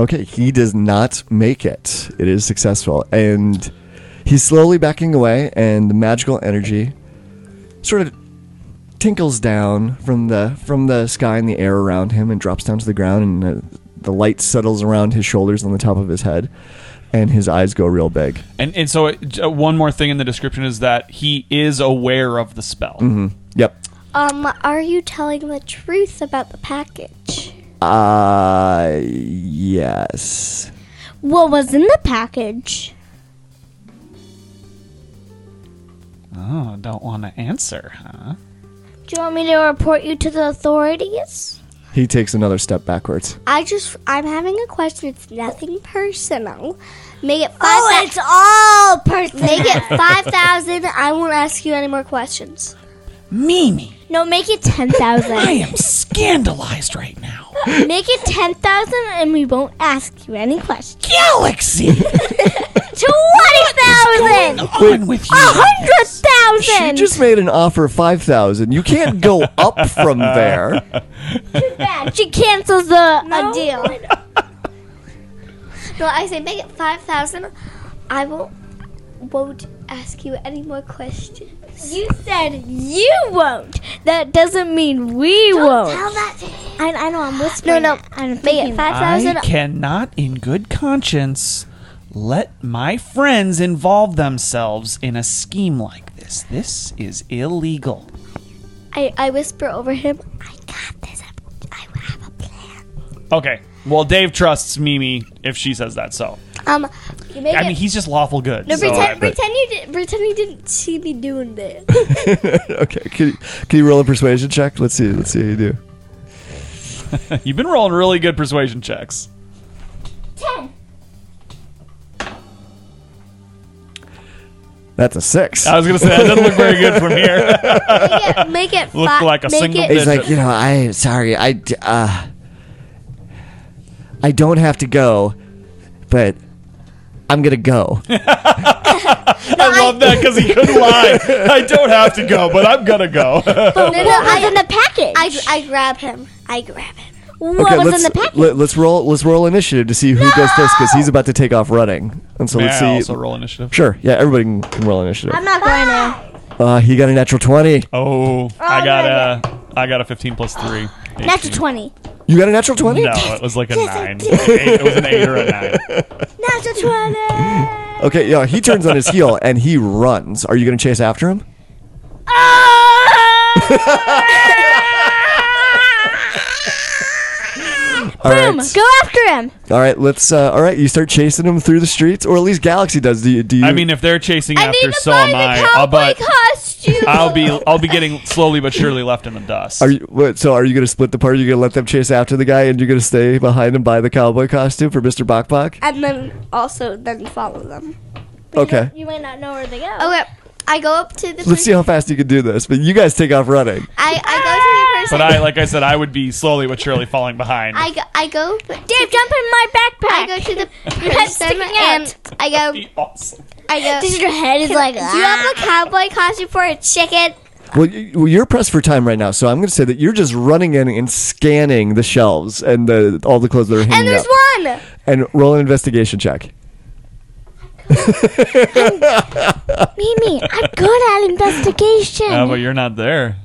S1: Okay, he does not make it. It is successful. And he's slowly backing away, and the magical energy sort of tinkles down from the from the sky and the air around him and drops down to the ground and uh, the light settles around his shoulders on the top of his head and his eyes go real big.
S5: And and so it, uh, one more thing in the description is that he is aware of the spell.
S1: Yep.
S6: Um, are you telling the truth about the package?
S1: Uh yes.
S4: What was in the package?
S5: Oh, don't want to answer, huh?
S6: Do you want me to report you to the authorities?
S1: He takes another step backwards.
S6: I just, I'm having a question. It's nothing personal. Make it five.
S4: Oh, it's all personal.
S6: Make it 5,000. I won't ask you any more questions.
S7: Mimi,
S4: No, make it ten thousand.
S7: I am scandalized right now.
S4: Make it 10,000 and we won't ask you any questions.
S7: Galaxy, going
S4: 20,000!
S7: on with you.
S4: 100,000!
S1: She just made an offer of 5,000. You can't go up from there.
S4: Yeah, she cancels the a deal.
S6: No, I say make it 5,000. I won't, won't ask you any more questions.
S4: You said you won't. That doesn't mean we won't.
S6: Tell that to him.
S4: I, I know, I'm whispering.
S6: No, no.
S4: it. I'm
S6: Make
S4: thinking.
S6: it
S7: I
S6: 5,000.
S7: cannot, in good conscience, let my friends involve themselves in a scheme like this. This is illegal.
S6: I, I whisper over him, I got this. I have a plan.
S5: Okay. Well, Dave trusts Mimi if she says that. So
S6: Um, you make
S5: I
S6: it.
S5: mean, he's just lawful good.
S6: no,
S5: so I-
S6: pretend, pretend you did, pretend you didn't see me doing this.
S1: okay, can you, can you roll a persuasion check? Let's see. Let's see how you do.
S5: You've been rolling really good persuasion checks.
S1: That's a six.
S5: I was gonna say that doesn't look very good from here.
S6: make it
S5: Looked
S6: fi-
S5: like a
S6: make
S5: single
S6: it,
S5: bit.
S1: He's like, you know, I sorry, I d- uh, I don't have to go, but I'm gonna go.
S5: I love that because he couldn't lie. I don't have to go, but I'm gonna go.
S6: No, no,
S4: What was in
S6: I,
S4: the package?
S6: I, I grab him. I grab him.
S4: what was in
S1: let's
S4: the package?
S1: let, us roll. Let's roll initiative to see who goes first because he's about to take off running. And so
S5: May
S1: let's
S5: I
S1: see.
S5: also roll initiative.
S1: Sure. Yeah, everybody can, can roll initiative.
S4: I'm not going to.
S1: Uh, he got a natural twenty.
S5: Oh, I got a I got a 15 plus three.
S4: Natural
S5: 18.
S4: 20.
S1: You got a natural twenty.
S5: No, it was like a nine. It was an eight or a nine.
S4: Natural 20!
S1: Okay. Yeah. He turns on his heel and he runs. Are you gonna chase after him?
S6: Um,
S1: All right.
S4: Boom! Go after him!
S1: All right, let's. Uh, all right, you start chasing him through the streets, or at least Galaxy does. Do you? Do you
S5: I mean, if they're chasing after, so
S6: buy
S5: am
S6: the
S5: I.
S6: cowboy
S5: Uh, but
S6: costume.
S5: I'll be I'll be getting slowly but surely left in the dust.
S1: are you what, so? Are you going to split the party? You're going to let them chase after the guy, and you're going to stay behind and buy the cowboy costume for Mister Bokbok?
S6: and then also then follow them.
S1: Okay,
S4: You might not know where they go.
S6: Okay, I go up to the.
S1: let's see how fast you can do this. But you guys take off running.
S6: I, I go to the person.
S5: But I, like I said, I would be slowly but surely falling behind.
S6: I go. I go.
S4: Dave, jump in my backpack!
S6: I go to the
S4: Head's
S6: person
S4: sticking
S6: and I go.
S5: Awesome.
S6: I go.
S4: Just your head is like,
S6: Do you have a cowboy costume for a chicken?
S1: Well, you, well, you're pressed for time right now, so I'm going to say that you're just running in and scanning the shelves and the all the clothes that are hanging
S6: And there's
S1: up.
S6: one.
S1: And roll an investigation check.
S4: Mimi, I'm good at investigation.
S5: Oh, but you're not there.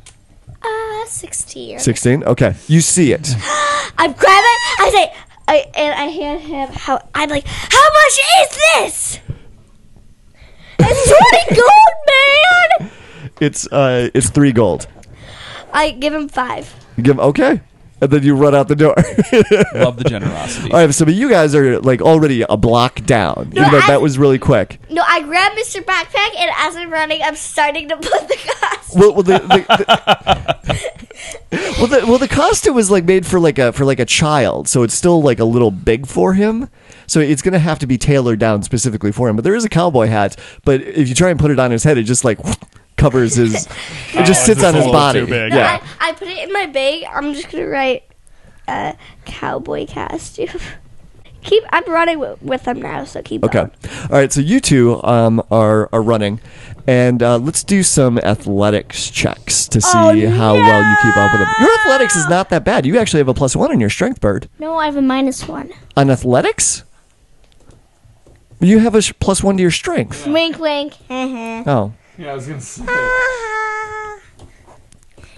S6: Uh, sixteen.
S1: Sixteen. Okay, you see it.
S6: I grab it. I say. I, and I hand him how I'm like, how much is this?
S4: It's 20 gold, man!
S1: It's uh, it's three gold.
S6: I give him five.
S1: You give okay, and then you run out the door.
S8: Love the generosity.
S1: All right, so but you guys are like already a block down. even though
S6: I-
S1: that was really quick.
S6: No, I grab Mr. Backpack, and as I'm running, I'm starting to put the costume.
S1: Well, well, the, the, the, well, the, well, the costume was like made for like a for like a child, so it's still like a little big for him. So it's gonna have to be tailored down specifically for him. But there is a cowboy hat. But if you try and put it on his head, it just like covers his. It just
S5: Oh,
S1: sits
S5: it's
S1: on
S5: a
S1: his
S5: little
S1: body.
S5: too big.
S1: Yeah.
S6: I, I put it in my bag. I'm just gonna write uh, cowboy costume. keep. I'm running wi- with them now, so keep.
S1: Okay.
S6: going.
S1: All right. So you two um, are are running, and uh, let's do some athletics checks to see
S5: Oh,
S1: how well you keep up with them. Your athletics is not that bad. You actually have a plus one on your strength bird.
S4: No, I have a minus one.
S1: On athletics, you have a sh- plus one to your strength.
S4: Wink, wink.
S5: Mm-hmm.
S1: Oh,
S5: Yeah, I was gonna say.
S6: Ah.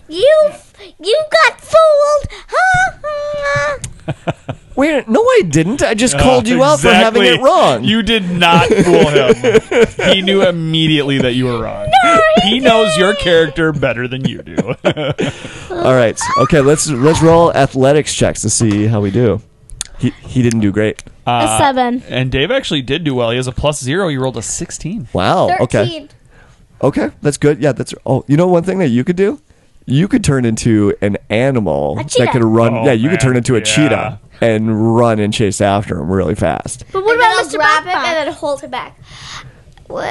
S4: You, you got fooled. Ha, ha.
S1: wait. No, I didn't. I just called you out for having it
S5: Oh, Exactly.
S1: wrong.
S5: You did not fool him. he knew immediately that you were wrong. he knows your character better than you do.
S1: All right. Okay. Let's let's roll athletics checks to see how we do. He he didn't do great.
S4: a seven.
S8: and Dave actually did do well. He has a plus zero. He rolled a 16.
S1: Wow. Okay. Okay, that's good. Yeah, that's. Oh, you know one thing that you could do? You could turn into an animal that
S4: cheetah.
S1: could run.
S5: Oh,
S1: yeah, you
S5: man,
S1: could turn into a
S5: yeah.
S1: cheetah and run and chase after him really fast.
S4: But what
S6: And then
S4: about
S6: I'll
S4: Mr.
S6: grab him
S4: Backpack?
S6: and then hold him back. Whoa,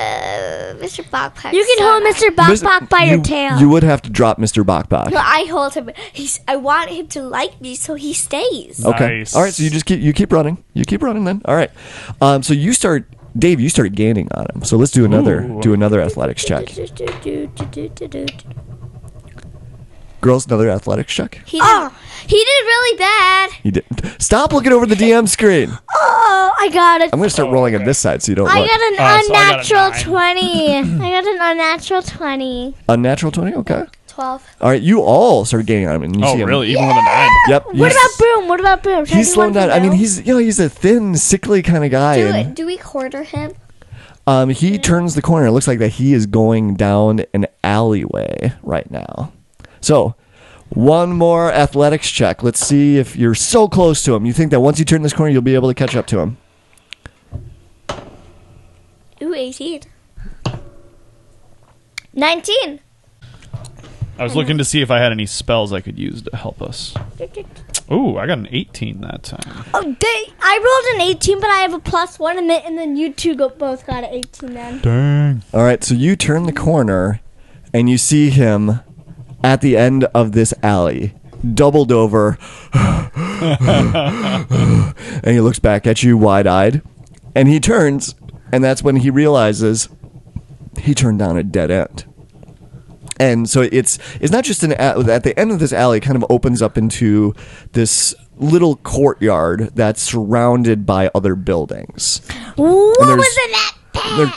S6: Mr. Backpack.
S4: You can hold Mr.
S1: Miss-
S4: Backpack by
S1: you-
S4: your tail.
S1: You would have to drop Mr. Bakbak.
S6: No, I hold him. He's, I want him to like me, so he stays.
S1: Okay.
S5: Nice.
S1: All right. So you just keep you keep running. You keep running then. All right. Um, so you start, Dave. You start gaining on him. So let's do another do another athletics check. Girls, another athletics check.
S6: He did,
S4: Ah.
S6: he did really bad.
S1: You did. Stop looking over the DM screen.
S4: oh, I got it.
S1: I'm gonna start rolling on this side so you don't
S4: I
S1: look.
S4: got an
S5: Oh, so I got a
S4: unnatural
S5: nine.
S4: 20. I got an unnatural 20.
S1: Unnatural twenty. Okay.
S6: Twelve.
S1: All right, you all started gaining on him. And you
S5: oh,
S1: see him.
S5: really? Even with a nine?
S1: Yep. you
S4: What
S1: s-
S4: about Boom? What about Boom? Should I
S1: He's
S4: do
S1: slowing
S4: one for
S1: down. I mean,
S4: Boom?
S1: he's you know he's a thin, sickly kind of guy,
S6: Do
S1: and
S6: do we quarter him?
S1: um, he turns the corner. It looks like that he is going down an alleyway right now. So, one more athletics check. Let's see if you're so close to him. You think that once you turn this corner, you'll be able to catch up to him?
S6: Ooh, eighteen. Nineteen.
S5: I was looking to see if I had any spells I could use to help us. Ooh, I got an 18 that time.
S4: Oh, they, I rolled an 18, but I have a plus one, and then, and then you two go, both got an 18 then.
S5: Dang.
S1: All right, so you turn the corner and you see him at the end of this alley, doubled over. and he looks back at you wide eyed. And he turns, and that's when he realizes he turned down a dead end. And so it's it's not just an a- at the end of this alley kind of opens up into this little courtyard that's surrounded by other buildings
S4: What
S1: there's-
S4: was in that?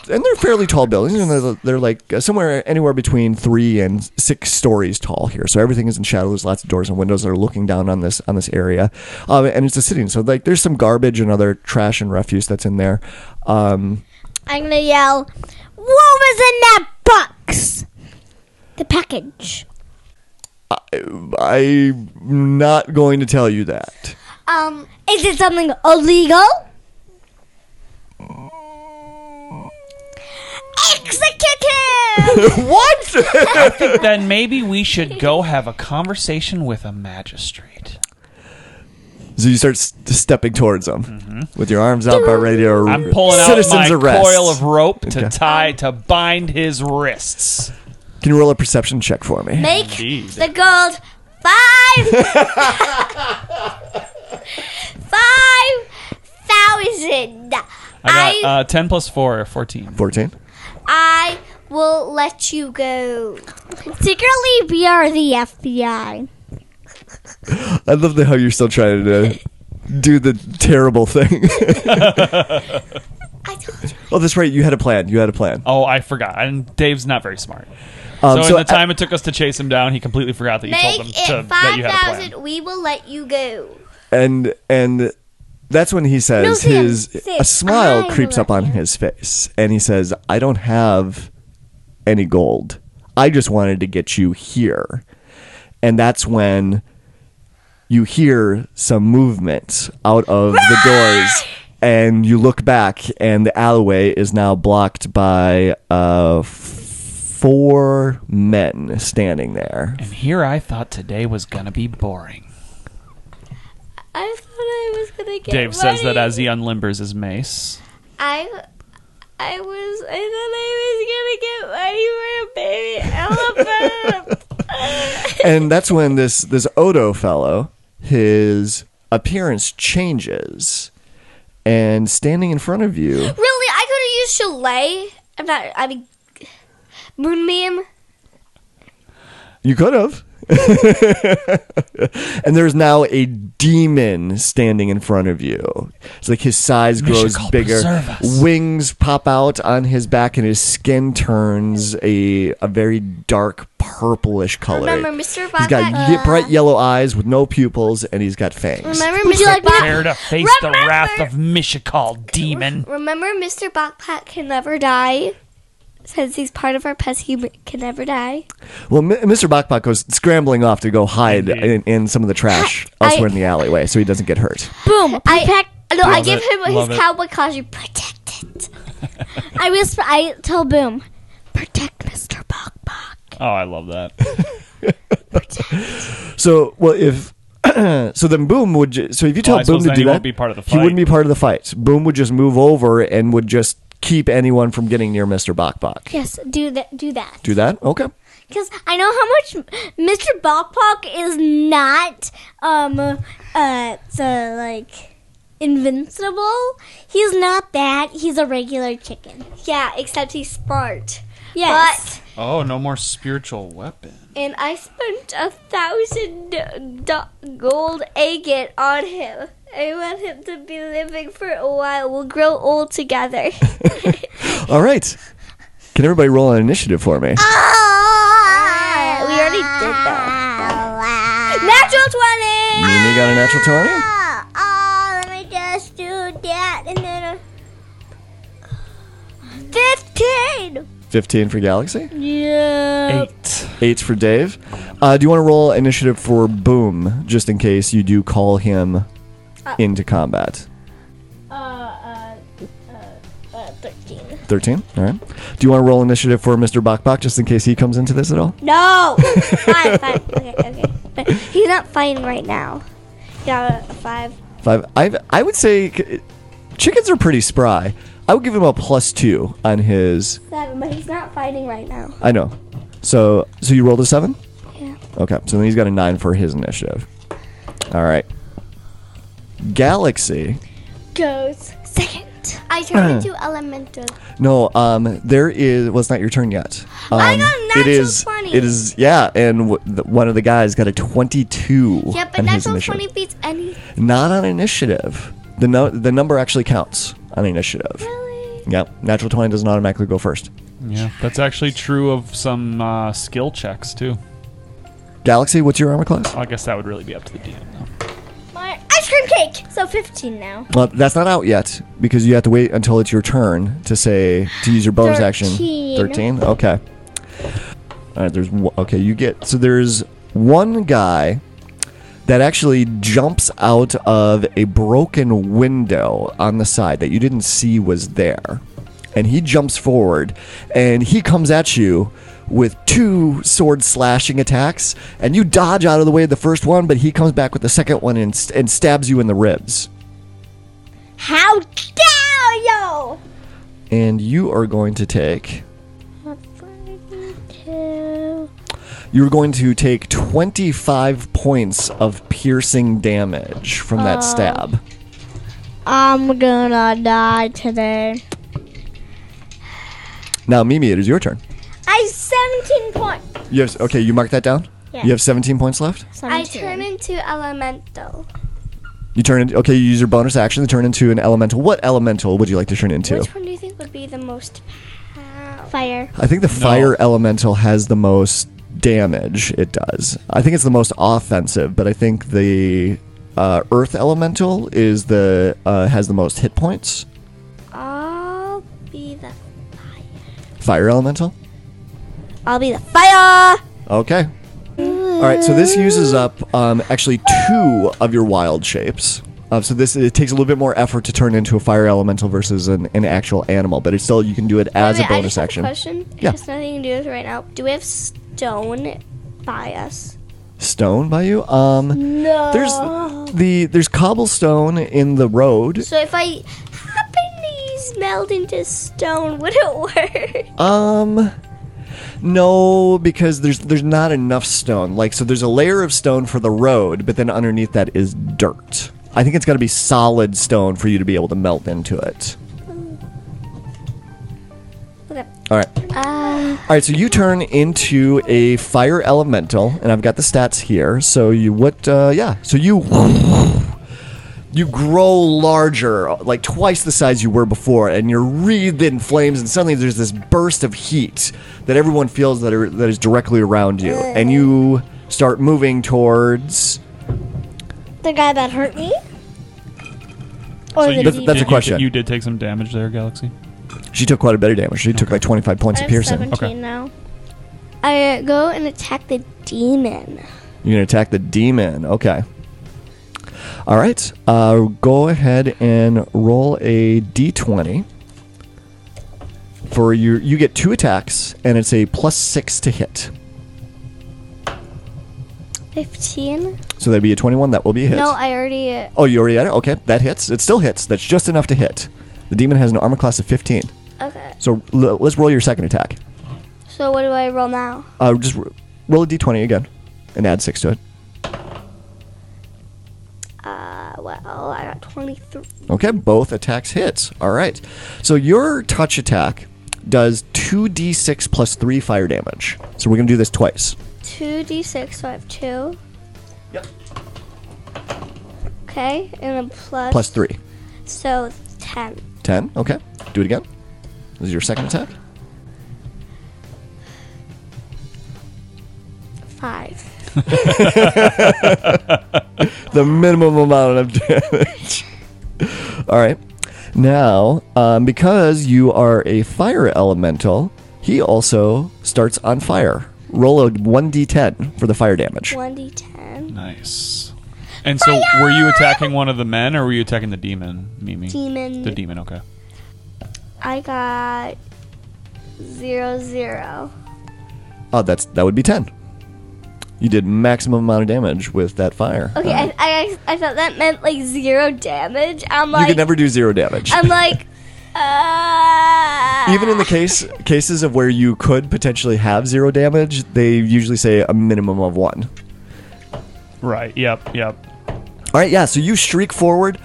S1: they're and they're fairly tall buildings. And they're, they're like uh, somewhere anywhere between three and six stories tall here. So everything is in shadow. There's lots of doors and windows that are looking down on this on this area, um, and it's a city. So like there's some garbage and other trash and refuse that's in there. Um,
S4: I'm gonna yell, What was in that box? The package.
S1: I'm not going to tell you that.
S4: Um, is it something illegal? Execute him!
S1: what?
S7: then maybe we should go have a conversation with a magistrate.
S1: so you start s- stepping towards them with your arms out, about ready to.
S7: Mm-hmm. I'm pulling out my
S1: citizens arrest.
S7: coil of rope to
S1: Okay.
S7: tie to bind his wrists.
S1: Can you roll a perception check for me?
S6: Make
S5: Indeed.
S6: the gold five. five thousand.
S7: I
S6: I
S7: got uh, 10 plus 4, 14.
S1: Fourteen.
S6: I will let you go.
S4: Secretly, we are the FBI.
S1: I love the, how you're still trying to do the terrible thing.
S6: I told you.
S1: Oh, that's right. You had a plan. You had a plan.
S7: Oh, I forgot. And Dave's not very smart.
S1: Um,
S7: So,
S1: so
S7: in the time it took us to chase him down, he completely forgot that you told him
S6: Make
S7: to, that
S6: it five
S7: you had a plan.
S6: thousand. We will let you go.
S1: and and that's when he says
S4: No, Sam,
S1: his
S4: Sam,
S1: a smile
S4: I
S1: creeps up on his face, and he says, "I don't have any gold. I just wanted to get you here. And that's when you hear some movement out of the doors and you look back and the alleyway is now blocked by uh, f- four men standing there.
S5: And here I thought today was gonna be boring.
S6: I thought I was gonna get.
S5: Dave says that
S6: ready.
S5: as he unlimbers his mace.
S6: I. I was. I thought I was gonna get ready for a baby elephant.
S1: and that's when this this Odo fellow, his appearance changes, and standing in front of you,
S6: really, I could have used Chalet. I'm not. I mean, Moon Meme.
S1: you could have. and there's now a demon standing in front of you. It's like his size grows
S5: Michael,
S1: bigger,
S5: preserve us.
S1: wings pop out on his back, and his skin turns a a very dark purplish color.
S6: Remember Mr.
S1: He's got
S6: Bobcat?
S1: ye- bright yellow eyes with no pupils, and he's got fangs.
S6: Remember Mr. Like
S5: Prepare to face the wrath of Mishakal, demon.
S6: Remember, Mr. Backpack can never die. Since he's part of our pets, he can never die.
S1: Well, M- Mr. Bakbak goes scrambling off to go hide in, in some of the trash elsewhere
S6: I-
S1: in the alleyway so he doesn't get hurt.
S6: Boom! I no, I give
S9: it,
S6: him
S9: love
S6: his
S9: it.
S6: cowboy costume. Protect it. I whisper. I tell Boom, protect Mr. Backpack.
S9: Oh, I love that.
S1: So, well, if. so then Boom would. Ju- so if you tell
S9: Well, I
S1: Boom
S9: suppose
S1: to
S9: then
S1: do
S9: he
S1: that.
S9: won't be part of the
S1: He wouldn't
S9: fight.
S1: be part of the fight. Boom would just move over and would just keep anyone from getting near Mr. Bakbak.
S6: Yes, do that. Do that.
S1: Do that? Okay.
S6: Because I know how much Mr. Backpack is not um uh so like invincible. He's not that. He's a regular chicken.
S4: Yeah, except he's smart.
S6: Yes.
S9: Oh, no more spiritual weapon.
S4: And I spent a thousand do- gold agate on him. I want him to be living for a while. We'll grow old together.
S1: All right. Can everybody roll an initiative for me?
S6: Ah!
S4: we already did that.
S1: Mimi got
S6: Natural twenty.
S1: a natural 20?
S6: Oh, let me just do that and then. Fifteen.
S1: 15 for Galaxy?
S6: Yeah.
S5: Eight.
S1: 8 for Dave. Uh, do you want to roll initiative for Boom just in case you do call him into combat?
S6: Uh, uh, uh, uh, thirteen.
S1: 13. All right. Do you want to roll initiative for Mr. Bakbak just in case he comes into this at all?
S6: No.
S4: Fine, fine. Okay, okay. But he's not fighting right now. Got a five.
S1: Five. I I would say c- chickens are pretty spry. I would give him a plus two on his.
S4: Seven, but he's not fighting right now.
S1: I know. So so you rolled a seven. Yeah. Okay. So then he's got a nine for his initiative. All right. Galaxy.
S4: Goes second. I turn into elemental.
S1: No. Um. There is. Well, it's not your turn yet. Um,
S4: I got a
S1: it
S4: natural
S1: is.
S4: 20.
S1: It is. Yeah. And w- the, one of the guys got a twenty-two.
S4: Yeah, but
S1: on his
S4: natural
S1: initiative.
S4: 20 beats anything.
S1: Not on initiative. The no- the number actually counts on initiative. Yep. Natural 20 doesn't automatically go first.
S10: Yeah, that's actually true of some uh, skill checks too.
S1: Galaxy, what's your armor class?
S10: I guess that would really be up to the DM
S6: Oh,
S10: though.
S6: My ice cream cake. So fifteen now.
S1: Well, that's not out yet because you have to wait until it's your turn to say to use your bonus
S6: Thirteen.
S1: action. 13. Okay. All right, there's one, okay, you get so there's one guy that actually jumps out of a broken window on the side that you didn't see was there. And he jumps forward and he comes at you with two sword slashing attacks and you dodge out of the way of the first one but he comes back with the second one and, st- and stabs you in the ribs.
S6: How dare you?
S1: and you are going to take
S6: Two.
S1: you're going to take 25 points of piercing damage from that stab
S6: I'm gonna die today.
S1: now mimi it is your turn
S6: I have seventeen points.
S1: you have, okay you mark that down you have 17 points left
S4: I turn into elemental.
S1: you turn in, okay you use your bonus action to turn into an elemental what elemental would you like to turn into
S4: Which one do you think would be the most powerful?
S6: fire.
S1: i think the fire elemental has the most damage it does i think it's the most offensive but i think the uh, earth elemental is the uh, has the most hit points
S4: I'll be the
S1: fire elemental
S6: I'll be the fire.
S1: Okay. All right, so this uses up um, actually two of your wild shapes. Uh, so this it takes a little bit more effort to turn into a fire elemental versus an, an actual animal, but it's still you can do it as a
S6: Wait, I
S1: bonus
S6: just have
S1: action.
S6: A question. It
S1: Yeah.
S6: has nothing to do with right now. Do we have stone by us?
S1: Stone by you? Um, no. There's the there's cobblestone in the road.
S6: So if I happen to meld into stone, would it work?
S1: Um, no, because there's there's not enough stone. Like so, there's a layer of stone for the road, but then underneath that is dirt. I think it's got to be solid stone for you to be able to melt into it.
S6: Okay.
S1: All right. All right. So you turn into a fire elemental, and I've got the stats here. So you what? Uh, yeah. So you you grow larger, like twice the size you were before, and you're wreathed in flames. And suddenly, there's this burst of heat that everyone feels that are that is directly around you, and you start moving towards.
S4: The guy that hurt me? Or
S5: So
S4: the
S5: you-
S1: That's,
S4: demon?
S1: that's a
S5: You-
S1: question.
S5: You did take some damage there, Galaxy.
S1: she took quite a bit of damage. She took like 25 points of
S6: I'm
S1: piercing.
S6: 17
S5: Okay.
S6: now. uh,
S4: I go and attack the demon.
S1: You're gonna attack the demon. Okay. All right. Uh, go ahead and roll a d20 for your. You get two attacks, and it's a plus six to hit.
S6: 15?
S1: So that'd be a 21. That will be a hit.
S6: No, I already. Uh,
S1: oh, you already had it. Okay, that hits. It still hits. That's just enough to hit. The demon has an armor class of 15.
S6: okay.
S1: So l- let's roll your second attack.
S6: So what do I roll now?
S1: Uh, just r- roll a d20 again, and add six to it.
S6: Uh, well, I got 23.
S1: Okay, both attacks hits. All right. So your touch attack does 2d6 plus 3 fire damage. So we're going to do this twice.
S6: 2d6, so I have 2.
S1: Yep.
S6: Okay, and a plus.
S1: Plus 3.
S6: So 10.
S1: 10. Okay. Do it again. This is your second attack.
S6: 5.
S1: The minimum amount of damage. All right. Now, um, because you are a fire elemental, he also starts on fire. Roll a 1d10 for the fire damage.
S6: 1d10.
S5: Nice. And so, were you attacking one of the men, or were you attacking the demon, Mimi?
S6: Demon.
S5: The demon. Okay.
S6: I got. 0, 0.
S1: Oh, that's that would be 10. You did maximum amount of damage with that fire.
S6: Okay, I, I, I thought that meant like 0 damage. I'm
S1: you
S6: like.
S1: could never do zero damage.
S6: I'm like. Uh,
S1: Even in the case cases of where you could potentially have zero damage, they usually say a minimum of one.
S5: Right. Yep. Yep.
S1: All right, yeah. So you shriek forward,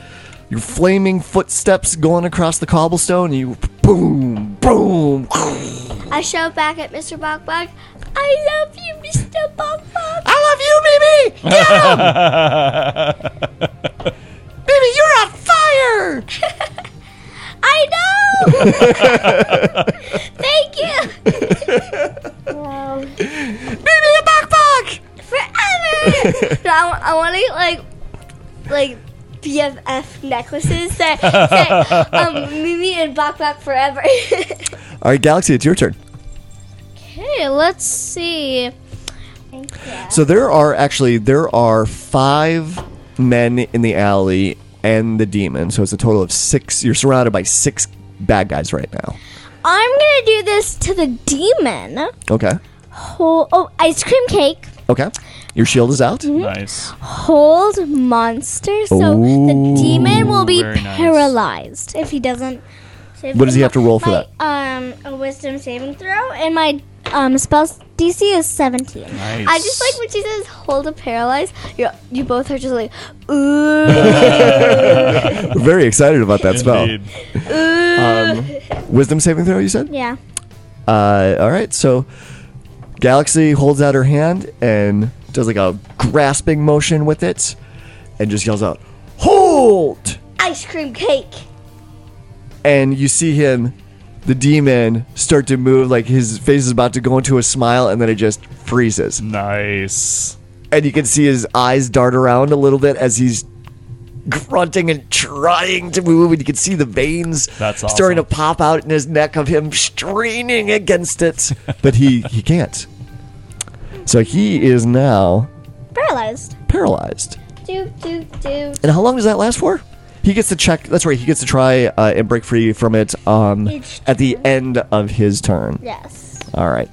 S1: your flaming footsteps going across the cobblestone. You boom, boom.
S6: I shout back at Mr. Bok Bok. I love you, Mr. Bok Bok.
S1: I love you, Mimi. Get him, Mimi. You're on fire.
S6: I know. Thank you
S1: Mimi, a buck buck.
S6: forever. No, I, wa- I want to like, like BFF necklaces that say um, Mimi and Bok Bok forever.
S1: All right, Galaxy, it's your turn.
S4: Okay, let's see.
S1: So there are actually there are five men in the alley and the demon. So it's a total of six. You're surrounded by six bad guys right now.
S4: I'm gonna do this to the demon.
S1: Okay.
S4: Hold, oh, ice cream cake.
S1: Okay. Your shield is out.
S6: Hmm?
S5: Nice.
S4: Hold monster. So
S1: Ooh.
S4: the demon will be
S5: Very nice.
S4: paralyzed if he doesn't. save
S1: What does he
S4: my-
S1: have to roll for
S4: my, Um, a wisdom saving throw, and my um spell DC is 17.
S5: Nice.
S6: I just like when she says hold a paralyze. You you both are just like ooh.
S1: We're very excited about that spell.
S5: Indeed.
S1: Um, wisdom saving throw, you said?
S4: Yeah.
S1: Uh, all right. So Galaxy holds out her hand and does like a grasping motion with it and just yells out, Hold!
S6: Ice cream cake.
S1: and you see him the demon start to move like his face is about to go into a smile and then it just freezes
S5: Nice.
S1: and you can see his eyes dart around a little bit as he's grunting and trying to move, and you can see the veins
S5: That's awesome.
S1: starting to pop out in his neck of him straining against it, but he he can't. So he is now
S6: Paralyzed.
S1: paralyzed.
S6: Do, do, do.
S1: And how long does that last for? He gets to check. That's right. He gets to try uh, and break free from it um, at the end of his turn.
S6: Yes.
S1: All right.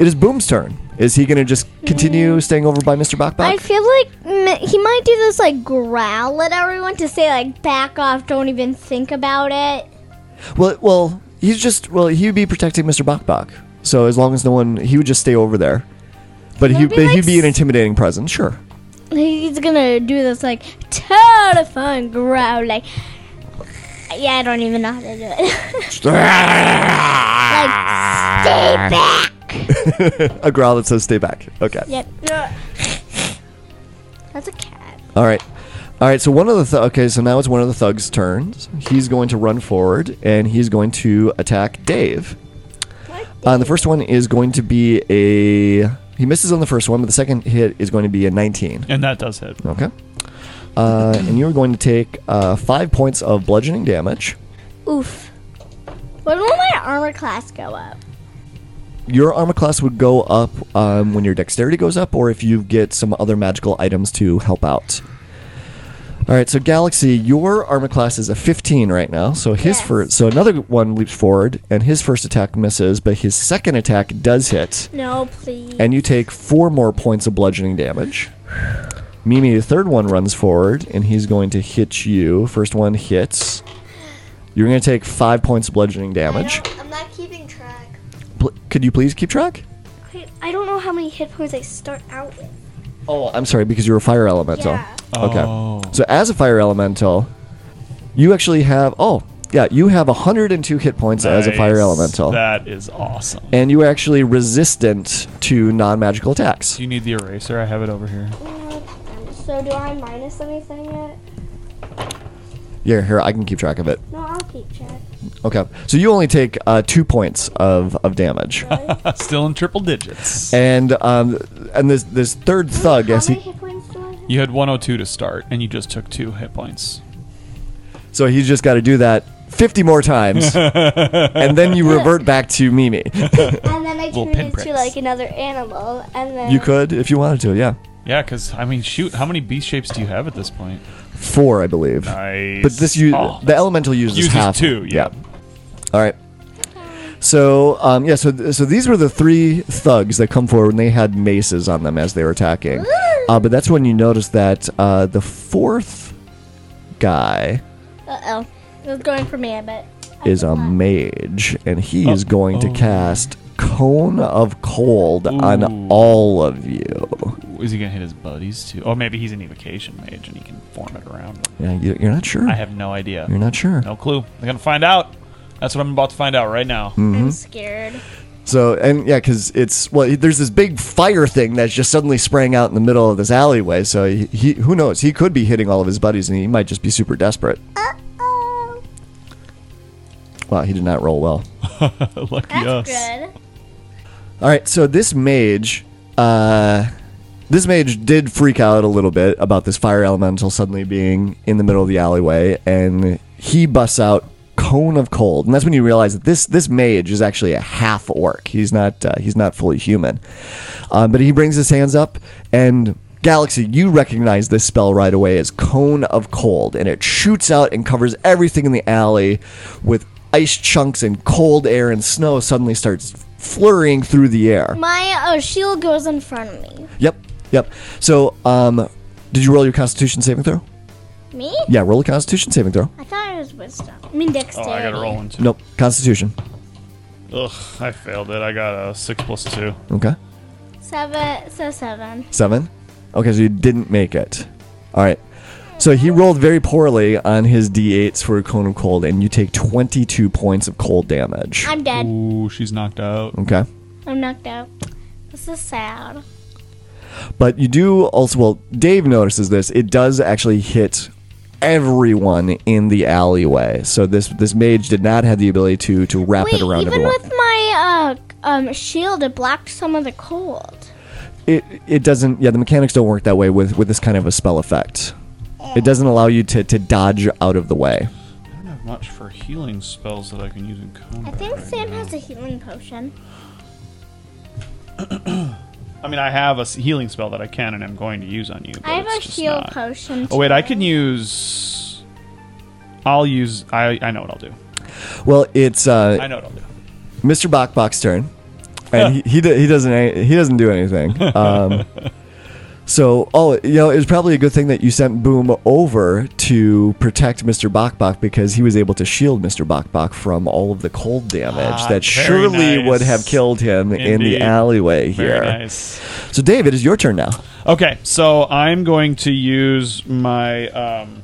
S1: It is Boom's turn. Is he going to just continue staying over by Mr.
S6: I
S1: Bachbach?
S6: feel like m- he might do this, like, growl at everyone to say, like, back off, don't even think about it.
S1: well, well, he's just well, he would be protecting Mr. Bachbach. So as long as no one, he would just stay over there. But he,
S6: It'd
S1: but
S6: be like
S1: he'd be an
S6: s-
S1: intimidating presence, sure.
S6: He's gonna do this, like, terrifying growl, like, yeah, I don't even know how to do it.
S5: Ah.
S6: like, stay back!
S1: A growl that says "Stay back." Okay.
S6: Yep. That's a cat.
S1: All right. All right. So one of the th- okay. So now it's one of the thugs' turns. He's going to run forward and he's going to attack Dave. Uh, the first one is going to be a he misses on the first one, but the second hit is going to be a 19.
S5: And that does hit.
S1: Okay. Uh, and you're going to take uh, five points of bludgeoning damage.
S6: Oof. When will my armor class go up?
S1: Your armor class would go up um, when your dexterity goes up, or if you get some other magical items to help out. All right, so Galaxy, your armor class is a 15 right now. So his first, so another one leaps forward, and his first attack misses, but his second attack does hit,
S6: No, please.
S1: and you take four more points of bludgeoning damage. Mimi, the third one runs forward, and he's going to hit you. First one hits. You're going to take five points of bludgeoning damage.
S4: I'm not keeping track.
S1: Pl- could you please keep track?
S4: Wait, I don't know how many hit points I start out with.
S1: Oh, I'm sorry, because you're a fire elemental. Okay. So as a fire elemental, you actually have oh yeah, you have 102 hit points as a fire
S5: Nice.
S1: elemental,
S5: That is awesome.
S1: and you are actually resistant to non-magical attacks.
S5: Do you need the eraser? I have it over here.
S4: So do I minus anything yet?
S1: Yeah, here I can keep track of it.
S4: No, I'll keep track.
S1: Okay, so you only take uh, two points of of damage,
S5: Still in triple digits.
S1: and um, and this this third thug
S4: How
S1: as
S4: many
S1: he
S4: hit points do I have?
S5: You had 102 to start, and you just took two hit points.
S1: so he's just got to do that 50 more times, and then you revert back to Mimi.
S4: And then I turned into
S5: pinpricks.
S4: like another animal, and then
S1: You could if you wanted to, yeah.
S5: Yeah, because, I mean, shoot, how many beast shapes do you have at this point?
S1: Four, I believe.
S5: Nice.
S1: But this you
S5: Oh,
S1: the elemental uses,
S5: uses
S1: half.
S5: two, yeah.
S1: All right. So um, yeah, so th- so these were the three thugs that come forward, and they had maces on them as they were attacking. Uh, but that's when you notice that uh, the fourth guy
S6: Uh oh. It was going for me, I bet.
S1: is a mage, and he is going to cast Cone of Cold on
S5: Ooh.
S1: all of you.
S5: is he going to hit his buddies, too? Or maybe he's an evocation mage, and he can form it around.
S1: Yeah, you, you're not sure.
S5: I have no idea.
S1: You're not sure.
S5: No clue. They're going to find out. That's what I'm about to find out right now.
S1: Hmm. Mm-hmm.
S6: I'm scared.
S1: So and yeah, because it's well, there's this big fire thing that's just suddenly sprang out in the middle of this alleyway. So he, he who knows? He could be hitting all of his buddies, and he might just be super desperate.
S6: Uh-oh.
S1: Wow, he did not roll well.
S5: Lucky
S6: That's
S5: us.
S6: good.
S1: All right, so this mage, uh, this mage did freak out a little bit about this fire elemental suddenly being in the middle of the alleyway, and he busts out cone of cold, and that's when you realize that this this mage is actually a half orc. He's not uh, he's not fully human, um, but he brings his hands up and. Galaxy, you recognize this spell right away as Cone of Cold, and it shoots out and covers everything in the alley with ice chunks and cold air and snow suddenly starts flurrying through the air.
S6: My uh, shield goes in front of me.
S1: Yep, yep. So, um, did you roll your Constitution saving throw?
S6: Me?
S1: Yeah, roll a Constitution saving throw.
S6: I thought it was wisdom. I mean dexterity.
S11: Oh, I got to roll one too.
S1: Nope, Constitution.
S11: Ugh, I failed it. I got a six plus two.
S1: Okay,
S6: Seven. So seven.
S1: seven. Okay, so you didn't make it. All right. So he rolled very poorly on his d8s for a cone of cold, and you take 22 points of cold damage.
S6: I'm dead.
S5: Ooh, she's knocked out.
S1: Okay.
S6: I'm knocked out. This is sad.
S1: But you do also, well, Dave notices this. It does actually hit everyone in the alleyway. So this this mage did not have the ability to to wrap
S6: Wait,
S1: it around
S6: even
S1: everyone.
S6: with my uh, um, shield, it blocked some of the cold.
S1: it it doesn't yeah the mechanics don't work that way with with this kind of a spell effect It doesn't allow you to, to dodge out of the way.
S5: I don't have much for healing spells that I can use in
S4: I
S5: combat.
S4: think
S5: right
S4: Sam
S5: now.
S4: has a healing potion.
S5: I mean, I have a s- healing spell that I can and I'm going to use on you. but
S4: I have
S5: it's
S4: a
S5: just
S4: heal
S5: not-
S4: potion.
S5: Oh wait, I can use. I'll use. I I know what I'll do.
S1: Well, it's
S5: I
S1: uh,
S5: know what I'll do.
S1: Mr. Bachbach's turn, and he, he do- he doesn't a- he doesn't do anything. Um, so, oh, you know, it was probably a good thing that you sent Boom over to protect Mr. Bachbach because he was able to shield Mr. Bachbach from all of the cold damage
S5: Ah,
S1: that
S5: very
S1: surely
S5: nice.
S1: would have killed him in the
S5: Indeed.
S1: alleyway here.
S5: Very nice.
S1: So, Dave, it is your turn now.
S5: Okay, so I'm going to use my um,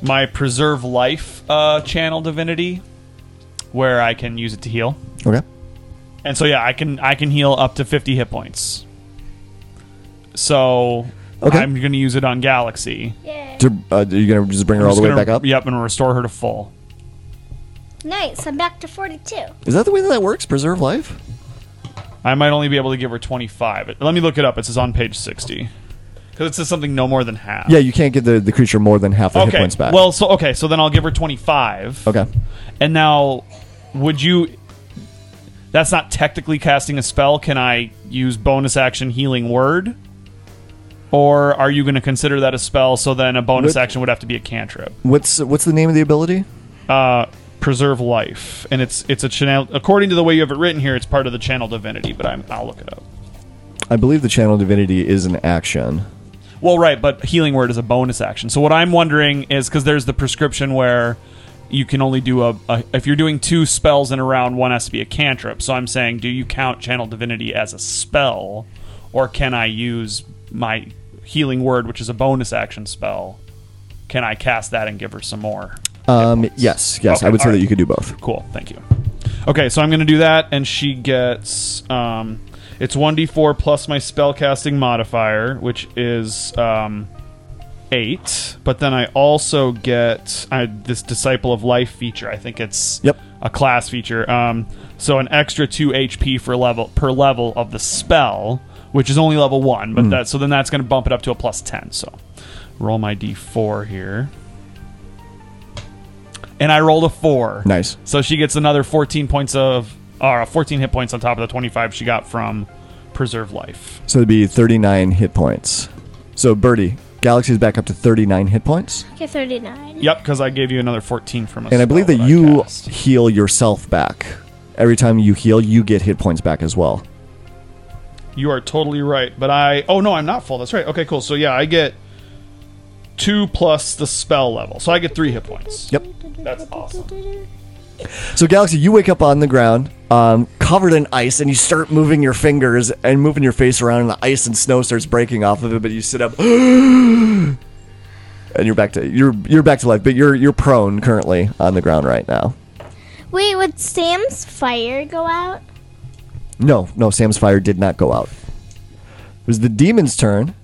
S5: my preserve life uh, channel divinity, where I can use it to heal.
S1: Okay.
S5: And so yeah, I can I can heal up to 50 hit points. So
S1: Okay.
S5: I'm going to use it on Galaxy.
S1: To, uh, are you gonna just bring her
S5: I'm
S1: all the
S5: just
S1: way
S5: gonna-
S1: back up?
S5: Yep, and restore her to full.
S4: Nice. I'm back to 42.
S1: Is that the way that that works? Preserve life.
S5: I might only be able to give her 25. Let me look it up. It says on page 60. Cuz it says something no more than half.
S1: Yeah, you can't give the, the creature more than half the hit
S5: Okay.
S1: points back.
S5: Well, so okay, so then I'll give her 25.
S1: okay.
S5: And now would you That's not technically casting a spell. Can I use bonus action healing word? Or are you going to consider that a spell? So then a bonus
S1: Would-
S5: action would have to be a cantrip.
S1: What's what's the name of the ability?
S5: uh, preserve life, and it's it's a channel. According to the way you have it written here, it's part of the channel divinity. But I'm, I'll look it up.
S1: I believe the channel divinity is an action.
S5: Well, right, but healing word is a bonus action. So what I'm wondering is because there's the prescription where you can only do a, a if you're doing two spells in a round, one has to be a cantrip. So I'm saying, do you count channel divinity as a spell, or can I use my healing word, which is a bonus action spell? Can I cast that and give her some more?
S1: Um, yes, yes,
S5: Okay,
S1: I would say
S5: all
S1: that
S5: right.
S1: you could do both.
S5: Cool. Thank you. Okay, so I'm going to do that, and she gets um, it's one d4 plus my spellcasting modifier, which is um, eight. But then I also get uh, this Disciple of Life feature. I think it's
S1: Yep.
S5: a class feature. Um, so an extra two HP for level per level of the spell, which is only level one.
S1: Hmm.
S5: But that so then that's going to bump it up to a plus ten. So roll my d4 here. And I rolled a four.
S1: Nice.
S5: So she gets another 14 points of, or 14 hit points on top of the 25 she got from Preserve Life.
S1: So it'd be 39 hit points. So Birdie, Galaxy's back up to 39 hit points,
S4: Okay, 39.
S5: Yep, because I gave you another 14 from a
S1: and I believe
S5: spell
S1: that you
S5: cast.
S1: heal yourself back. Every time you heal, you get hit points back as well.
S5: You are totally right, but I. Oh no, I'm not full. That's right. Okay, cool. So yeah, I get two plus the spell level, so I get three hit points.
S1: Yep.
S5: That's awesome.
S1: So Galaxy, you wake up on the ground, um, covered in ice, and you start moving your fingers and moving your face around, and the ice and snow starts breaking off of it. But you sit up, and you're back to you're you're back to life. But you're you're prone currently on the ground right now.
S4: Wait, would Sam's fire go out?
S1: No, no, Sam's fire did not go out. It was the demon's turn,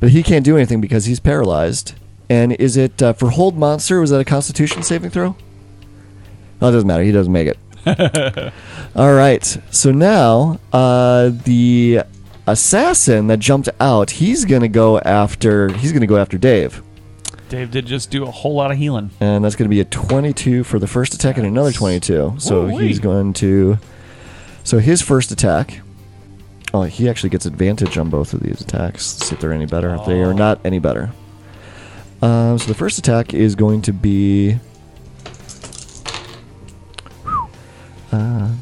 S1: but he can't do anything because he's paralyzed. And is it uh, for hold monster? Was that a Constitution saving throw? Well, it doesn't matter. He doesn't make it. All right. So now uh, the assassin that jumped out, he's gonna go after. He's gonna go after Dave,
S5: Dave did just do a whole lot of healing.
S1: and that's gonna be a twenty-two for the first attack and another twenty-two. So
S5: Ooh-wee.
S1: he's going to. So his first attack. Oh, he actually gets advantage on both of these attacks. Let's see if they're any better. If They are not any better. Um, so the first attack is going to be. Uh,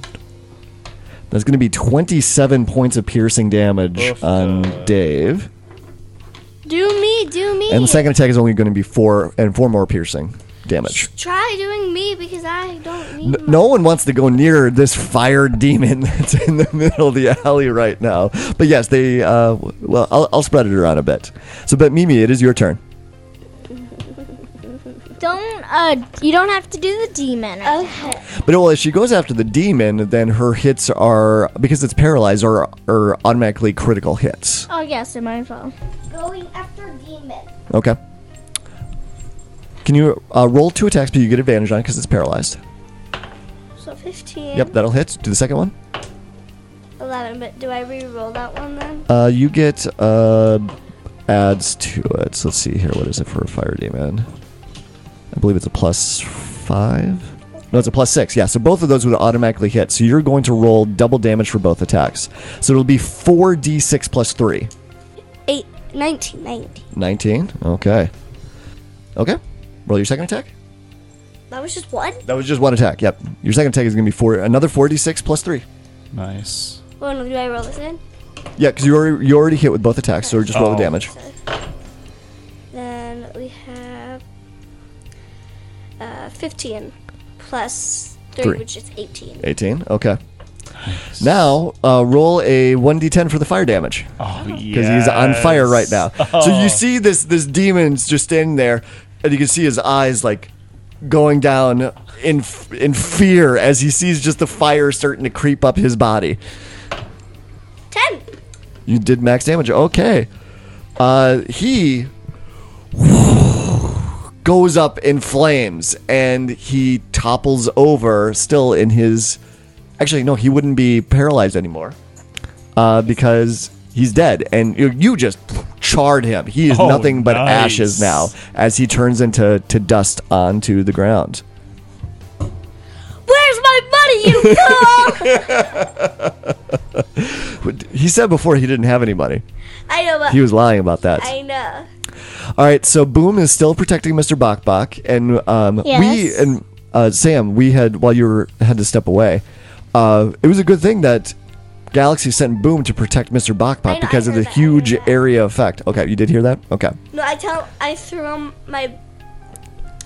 S1: that's going to be 27 points of piercing damage on Dave.
S4: Do me, do me.
S1: And the second attack is only going to be four and four more piercing damage.
S4: Try doing me because I don't need
S1: N- no one wants to go near this fire demon that's in the middle of the alley right now. But yes, they. Uh, w- well, I'll, I'll spread it around a bit. So, but Mimi, it is your turn.
S4: Don't uh you don't have to do the demon.
S6: Oh.
S4: Okay.
S1: But well, if she goes after the demon, then her hits are because it's paralyzed are are automatically critical hits.
S4: Oh yes, in my phone.
S6: Going after demon.
S1: Okay. Can you uh, roll two attacks, but you get advantage on it because it's paralyzed?
S6: So 15.
S1: Yep, that'll hit. Do the second one.
S6: 11, but do I re-roll that one then?
S1: Uh, you get uh, adds to it. So let's see here. What is it for a fire demon? I believe it's a plus five. No, it's a plus six. Yeah, so both of those would automatically hit. So you're going to roll double damage for both attacks. So it'll be 4d6 plus 3.
S6: Eight, 19, 19.
S1: 19. Okay. Okay. Roll your second attack.
S4: That was just one.
S1: That was just one attack. Yep. Your second attack is going to be four, another 4d6 plus 3.
S5: Nice.
S6: Well, no, do I roll this in?
S1: Yeah, because you already, you already hit with both attacks, so just roll the
S5: Oh.
S1: damage.
S6: Then we have uh, 15 plus 3,
S1: Three.
S6: which is 18.
S1: 18. Okay. Now, uh, roll a 1d10 for the fire damage.
S5: Oh,
S1: because he's on fire right now. So you see this this demon's just standing there, and you can see his eyes like going down in f- in fear as he sees just the fire starting to creep up his body.
S6: 10!
S1: You did max damage. Okay, uh, he goes up in flames and he topples over, still in his. Actually, no, he wouldn't be paralyzed anymore uh, because he's dead, and you, you just charred him. He is
S5: Oh,
S1: nothing but
S5: nice.
S1: ashes now, as he turns into to dust onto the ground.
S4: Where's my money, you fool?
S1: But He said before he didn't have any money.
S6: I know, but
S1: He was lying about that.
S6: I know.
S1: All right, so Boom is still protecting Mr. Bachbach, and um, we
S4: Yes.
S1: and uh, Sam, we had while you were, had to step away. Uh, it was a good thing that Galaxy sent Boom to protect Mr. Bachbach
S6: know,
S1: because
S6: I
S1: of the
S6: heard that, I
S1: huge
S6: heard that.
S1: area effect. Okay, you did hear that. Okay,
S6: No, I tell I threw him my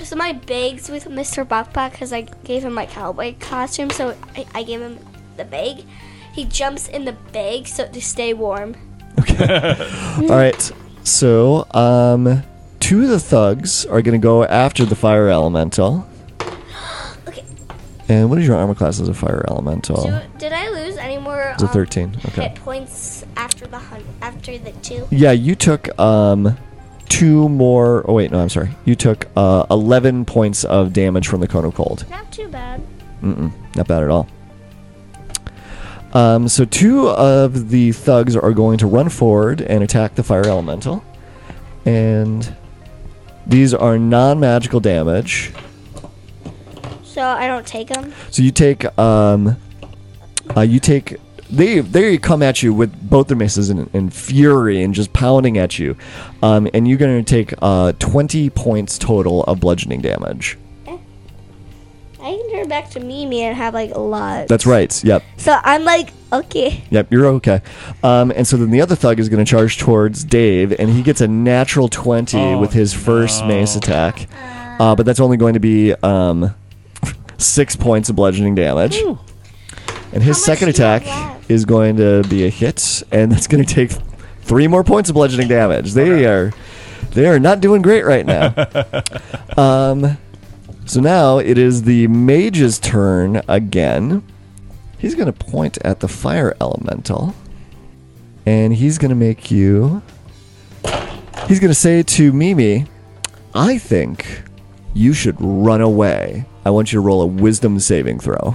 S6: so my bags with Mr. Backpack because I gave him my cowboy costume, so I, I gave him the bag. He jumps in the bag so to stay warm. Mm-hmm.
S1: all right. So um, two of the thugs are going to go after the fire elemental.
S6: Okay.
S1: And what is your armor class as a fire elemental?
S6: Do, did I lose any more?
S1: It's a
S6: um,
S1: thirteen. Okay.
S6: Hit points after the hun- after the two.
S1: Yeah, you took um two more. Oh wait, no, I'm sorry. You took uh, eleven points of damage from the cone of cold.
S6: Not too bad.
S1: Mm-mm, not bad at all. Um, so two of the thugs are going to run forward and attack the fire elemental, and these are non-magical damage.
S6: So I don't take them.
S1: So you take um, uh, you take they they come at you with both their maces in, in fury and just pounding at you, um, and you're gonna take uh, twenty points total of bludgeoning damage.
S6: I can turn back to Mimi and have like a lot.
S1: That's right. Yep,
S6: So I'm like, okay.
S1: yep, you're okay. Um, and so then the other thug is gonna charge towards Dave, and he gets a natural twenty with his first mace attack, uh, but that's only going to be um, six points of bludgeoning damage. And his second attack is going to be a hit, and that's going to take three more points of bludgeoning damage. They are they are not doing great right now. um, so now it is the mage's turn again. He's going to point at the fire elemental, and he's going to make you. He's going to say to Mimi, "I think you should run away. I want you to roll a wisdom saving throw.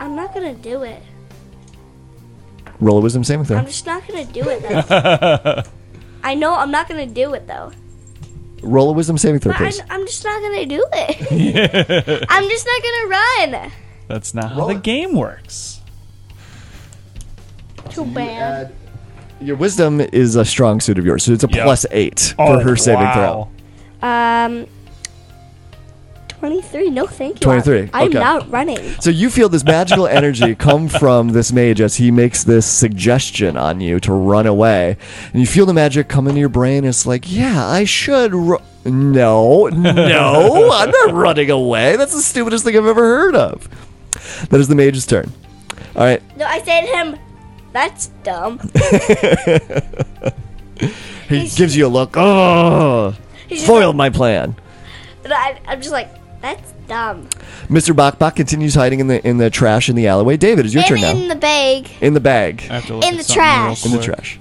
S6: I'm not gonna do it.
S1: Roll a wisdom saving throw."
S6: I'm just not gonna do it though. I know I'm not gonna do it though.
S1: Roll a wisdom saving throw,
S6: But I'm,
S1: please.
S6: I'm just not gonna do it. I'm just not gonna run.
S5: That's not how the game works.
S4: Too bad.
S1: Your wisdom is a strong suit of yours, so it's a
S5: Yeah. Oh,
S1: plus eight for her saving
S5: wow.
S6: Um, 23. No, thank you.
S1: 23,
S6: I'm
S1: okay.
S6: not running.
S1: throw. So you feel this magical energy come from this mage as he makes this suggestion on you to run away, and you feel the magic come into your brain. It's like, yeah, I should. Ru- no, no, I'm not running away. That's the stupidest thing I've ever heard of. That is the mage's turn. All right,
S6: No, I said to him. That's dumb.
S1: he gives you a look. Oh,
S6: He's just
S1: foiled my plan.
S6: Like, and I, I'm just like, that's dumb.
S1: Mr. Bachbach continues hiding in the in the trash in the alleyway. David, it's your turn
S4: And
S1: now.
S4: in the bag.
S1: in the bag.
S5: I have to look
S4: In
S5: at
S4: the
S5: something real
S4: trash.
S1: in the
S5: quick.
S1: trash.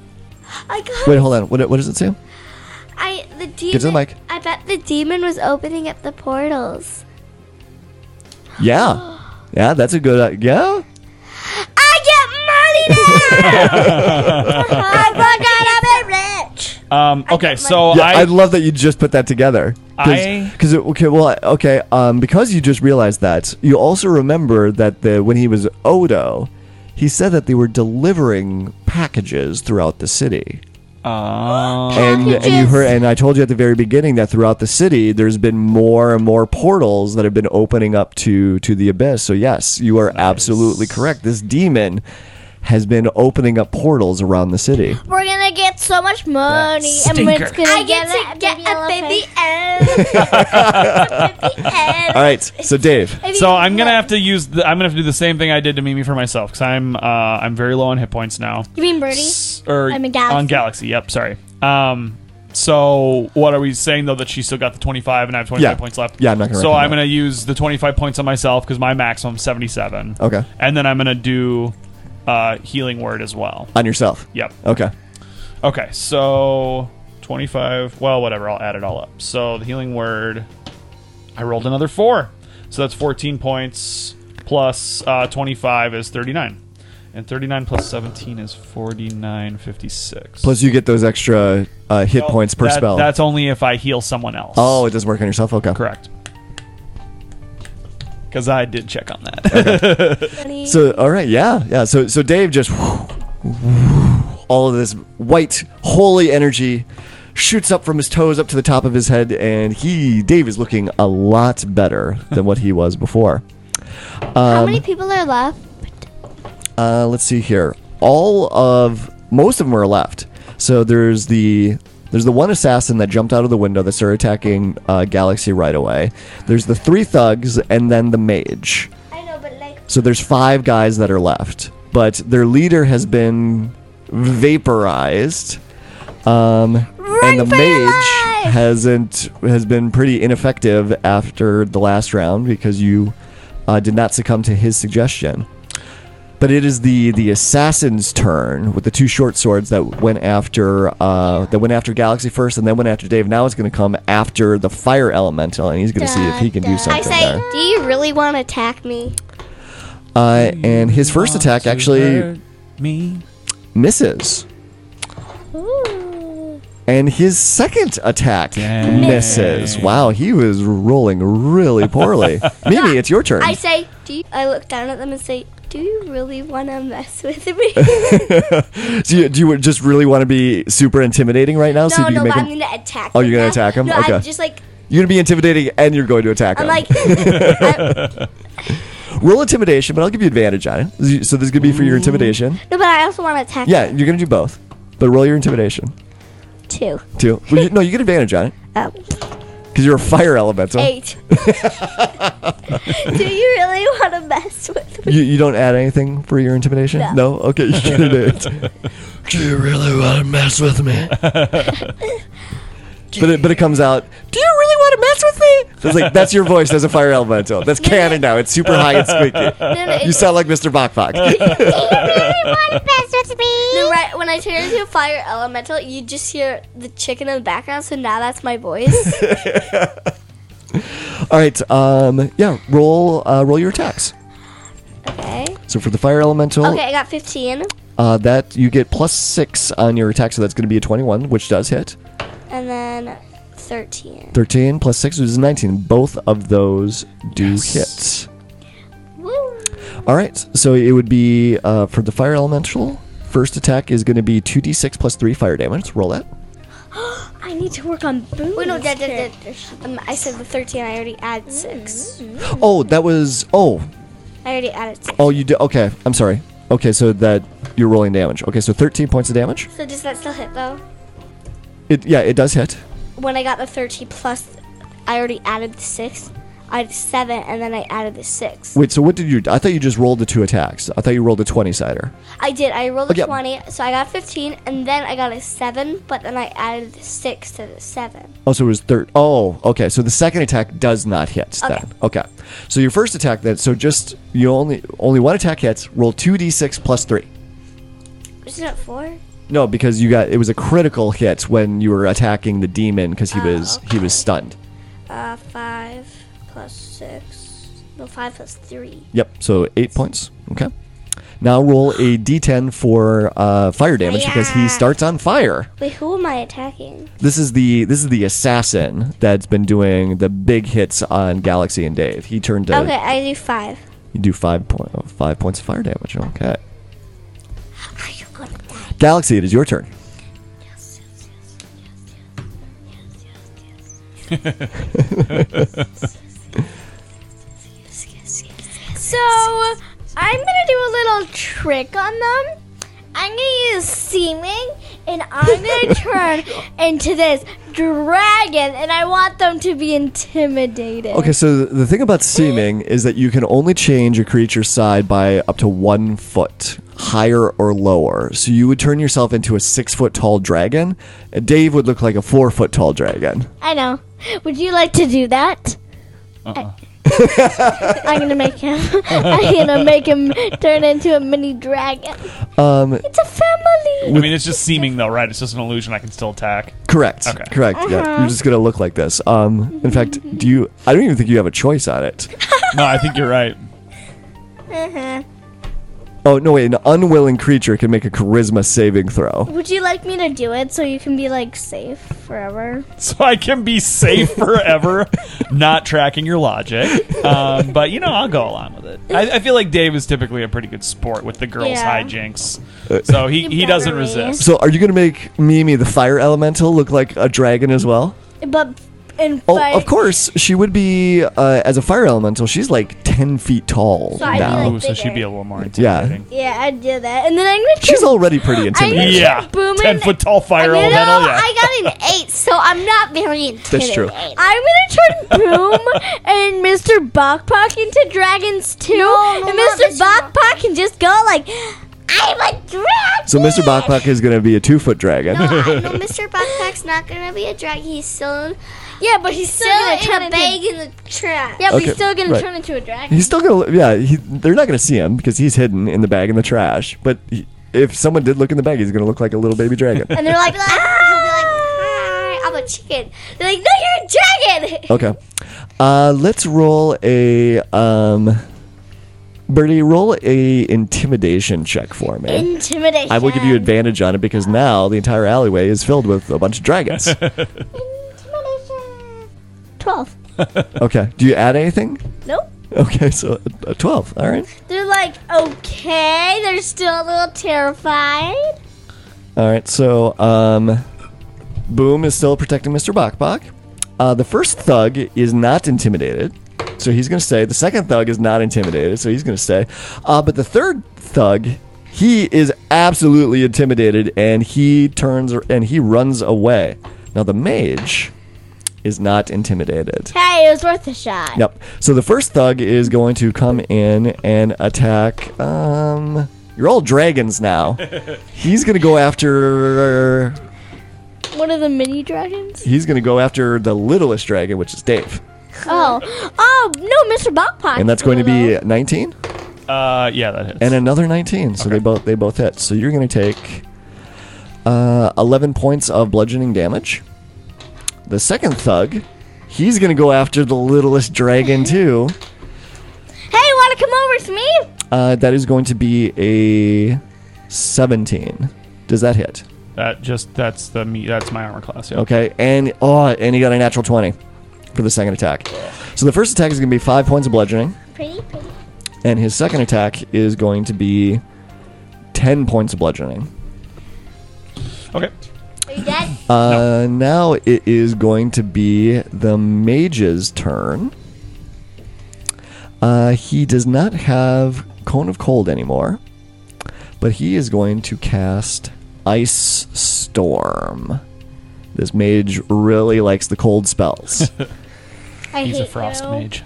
S6: I got.
S1: Wait, hold on. What, what does it say?
S6: I the demon.
S1: Get to the mic.
S6: I bet the demon was opening up the portals.
S1: Yeah. Yeah, that's a good. Uh, yeah.
S6: I get money now. I forgot I'm rich.
S5: Um, okay, so
S1: Yeah, I,
S5: I,
S1: love that you just put that together.
S5: I-
S1: Because okay, well, I- okay, um, because you just realized that, you also remember that the when he was Odo, he said that they were delivering packages throughout the city. and and you heard and I told you at the very beginning that throughout the city there's been more and more portals that have been opening up to to the abyss. So yes, you are absolutely correct. This demon has been opening up portals around the city.
S4: We're gonna get so much money, and we're
S7: stinker.
S4: just gonna
S6: I
S4: get,
S6: get to
S4: a
S6: get
S4: baby
S6: a baby
S4: elephant.
S6: egg.
S1: All right, so Dave,
S5: so I'm gonna have to use. The, I'm gonna have to do the same thing I did to Mimi for myself because I'm uh, I'm very low on hit points now.
S4: You mean Birdie?
S5: Or
S4: I'm a Galaxy.
S5: on Galaxy. Yep, sorry. Um, so what are we saying though that she still got the 25 and I have 25
S1: Yeah.
S5: points left?
S1: Yeah, I'm not gonna
S5: So
S1: reckon
S5: I'm
S1: that.
S5: gonna use the 25 points on myself because my maximum 77.
S1: Okay.
S5: And then I'm gonna do uh, healing word as well.
S1: on yourself.
S5: Yep.
S1: Okay.
S5: Okay, so 25. Well, whatever. I'll add it all up. So the healing word, I rolled another four. So that's 14 points plus uh, 25 is 39. And 39 plus 17 is 49, 56.
S1: Plus, you get those extra uh, hit points per
S5: That-
S1: spell.
S5: That's only if I heal someone else.
S1: oh, it doesn't work on yourself. Okay.
S5: correct. Because I did check on that.
S1: So, all right, yeah, yeah. So, so Dave just all of this white holy energy shoots up from his toes up to the top of his head, and he Dave is looking a lot better than what he was before. Um,
S4: How many people are left?
S1: Uh, let's see here. All of most of them are left. So there's the there's the one assassin that jumped out of the window that started attacking uh, Galaxy right away. There's the three thugs, and then the mage.
S6: I know, but like,
S1: So there's five guys that are left, but their leader has been vaporized. Um, and the mage hasn't has been pretty ineffective after the last round because you uh, did not succumb to his suggestion. But it is the the assassin's turn with the two short swords that went after uh, that went after Galaxy first and then went after Dave. Now it's going to come after the fire elemental, and he's going to see if he can do something
S6: I say,
S1: there.
S6: do you really want to attack me?
S1: Uh, and his
S5: Oh,
S1: first attack actually
S7: me.
S1: misses. And his second attack misses. Wow, he was rolling really poorly. Mimi, it's your turn.
S6: I say, do you? I look down at them and say, do you really want to mess with me?
S1: do, you, do you just really want to be super intimidating right now?
S6: no,
S1: you
S6: no,
S1: make
S6: but I'm
S1: him-
S6: gonna attack.
S1: Oh,
S6: them
S1: you're gonna
S6: now.
S1: attack him?
S6: No,
S1: Okay.
S6: I'm just like,
S1: You're going to be intimidating and you're going to attack
S6: I'm
S1: him.
S6: like,
S1: Roll intimidation, but I'll give you advantage on it. So this is going to be for your intimidation.
S6: no, but I also want to attack.
S1: Yeah,
S6: them
S1: you're going to do both. But roll your intimidation,
S6: too.
S1: too. Well, you, no, you get advantage on it
S6: Oh,
S1: because you're a fire elemental.
S6: eight. do you really want to mess with me?
S1: You, you don't add anything for your intimidation? No. Okay, you can do it. Do you really want to mess with me? but it, but it comes out. Do you really want to mess with me? So it's like that's your voice as a fire elemental. That's canon now. It's super high and squeaky.
S6: No, no,
S1: You sound like Mr. Bokbok.
S6: No, right when I turn into a fire elemental, you just hear the chicken in the background. So now that's my voice.
S1: All right. Um. Yeah. Roll. Uh, roll your attacks.
S6: okay.
S1: So for the fire elemental,
S6: Okay, I got 15,
S1: uh, that you get plus six on your attack, so that's going to be a twenty-one, which does hit.
S6: and then 13.
S1: 13 plus 6 which is 19 both of those do hit all right so it would be uh, for the fire elemental first attack is going to be 2d6 plus 3 fire damage roll that
S4: I need to work on booze.
S6: Wait, no, that, that, that, um, I said the 13. I already add 6.
S1: oh that was oh
S6: I already added 6.
S1: oh you did okay i'm sorry okay so that you're rolling damage okay so 13 points of damage
S6: So does that still hit, though?
S1: it yeah it does hit
S6: When I got the 13 plus, I already added the 6. I had 7, and then I added the 6.
S1: wait so what did you i thought you just rolled the two attacks i thought you rolled a 20 sider
S6: I did. I rolled a
S1: Okay.
S6: 20, so I got 15, and then I got a 7, but then I added the 6 to the 7.
S1: Oh, so it was third. Oh, okay. So the second attack does not hit. Okay. Then. Okay. So your first attack then. So just you only only one attack hits. Roll two d six plus three.
S6: Isn't it 4?
S1: No, because you got it was a critical hit when you were attacking the demon because he was he was stunned.
S6: Uh, 5 plus 6. No, 5 plus 3.
S1: Yep. So eight points. Okay. Now roll a d10 for uh, fire damage because he starts on fire.
S6: Wait, who am I attacking?
S1: This is the this is the assassin that's been doing the big hits on Galaxy and Dave. He turned to
S6: Okay, I do five.
S1: you do five point oh, five points of fire damage. Okay. Galaxy, it is your turn.
S4: So I'm gonna do a little trick on them. I'm gonna use seeming, and I'm gonna turn into this dragon, and I want them to be intimidated.
S1: Okay, so th- the thing about seeming is that you can only change a creature's side by up to one foot, higher or lower. So you would turn yourself into a six foot tall dragon. Uh, Dave would look like a four foot tall dragon.
S4: I know. Would you like to do that?
S1: Uh-uh.
S4: I- I'm gonna make him. I'm gonna make him turn into a mini dragon.
S1: Um,
S4: It's a family.
S5: I mean, it's just seeming though, right? It's just an illusion. I can still attack.
S1: correct.
S5: Okay.
S1: Correct. Yeah, you're just gonna look like this. Um, in fact, do you? I don't even think you have a choice on it.
S5: No, I think you're right.
S1: Oh no! Wait, an unwilling creature can make a charisma saving throw.
S4: Would you like me to do it so you can be like safe forever?
S5: So I can be safe forever, not tracking your logic. Um, but you know, I'll go along with it. I, I feel like Dave is typically a pretty good sport with the girls'
S4: Yeah.
S5: hijinks,
S1: Uh,
S5: so he, he doesn't resist.
S1: So, are you gonna make Mimi the fire elemental look like a dragon as well?
S4: But in
S1: Oh,
S4: fight,
S1: of course. She would be uh, as a fire elemental. She's like ten feet tall
S4: I'd be
S1: now.
S4: like-
S5: Ooh, so she'd be a little more
S1: Yeah.
S5: intimidating.
S4: yeah, I do that, and then I'm gonna.
S1: She's already pretty
S4: I
S1: intimidating.
S4: knew-
S5: Yeah,
S4: Booming-
S5: ten foot tall fire
S4: You know,
S5: elemental. Yeah.
S4: I got an eight, so I'm not very
S1: That's true.
S4: I'm gonna turn Boom and Mr. Bokpak into dragons too,
S6: no,
S4: and
S6: not
S4: Mr.
S6: Mr.
S4: Bokpak can just go like, "I'm a dragon."
S1: So Mr. Bakpak is going to be a two foot dragon.
S6: No, I know Mr. Backpack's not gonna be a dragon. He's still,
S4: Yeah, but he's still,
S6: still
S4: gonna turn
S6: in a
S4: into.
S6: bag in the trap.
S4: Yeah, but
S1: Okay,
S4: he's still gonna
S1: right.
S4: turn into a dragon.
S1: He's still going to, yeah, he, they're not going to see him because he's hidden in the bag in the trash. But he, if someone did look in the bag, he's going to look like a little baby dragon.
S6: And they're like, ah! he'll be like, hi, I'm a chicken. They're like, no, you're a dragon.
S1: okay. Uh, let's roll a. Um, Bertie, roll a intimidation check for me.
S4: Intimidation.
S1: I will give you advantage on it because now the entire alleyway is filled with a bunch of dragons.
S4: twelve.
S1: okay. Do you add anything?
S4: Nope.
S1: Okay, so a, a 12. All right.
S4: They're like, okay, they're still a little terrified.
S1: All right, so um, Boom is still protecting Mr. Bakbak. Uh, the first thug is not intimidated, so he's going to stay. The second thug is not intimidated, so he's going to stay. Uh, but the third thug, he is absolutely intimidated, and he turns and he runs away. Now the mage is not intimidated.
S4: Hey, it was worth a shot.
S1: Yep. So the first thug is going to come in and attack. Um, you're all dragons now. He's gonna go after.
S4: One of the mini dragons.
S1: He's gonna go after the littlest dragon, which is Dave,
S4: Oh, oh no, Mr. Buckpocket.
S1: and that's going to be 19
S5: Uh, yeah, that hits.
S1: and another 19. So they both they both hit. So you're gonna take uh, 11 points of bludgeoning damage. The second thug, he's gonna go after the littlest dragon too.
S4: Hey, want to come over to me?
S1: Uh, that is going to be a 17. Does that hit?
S5: that just that's the me. That's my armor class. Yeah.
S1: Okay, and oh, and he got a natural 20 for the second attack. So the first attack is going to be five points of bludgeoning,
S4: Pretty, pretty.
S1: and his second attack is going to be 10 points of bludgeoning.
S5: Okay.
S4: Are you dead?
S1: Uh, Now it is going to be the mage's turn. Uh, he does not have Cone of Cold anymore, but he is going to cast Ice Storm. This mage really likes the cold spells.
S4: I
S5: He's a
S4: hate
S5: frost
S4: you.
S5: mage.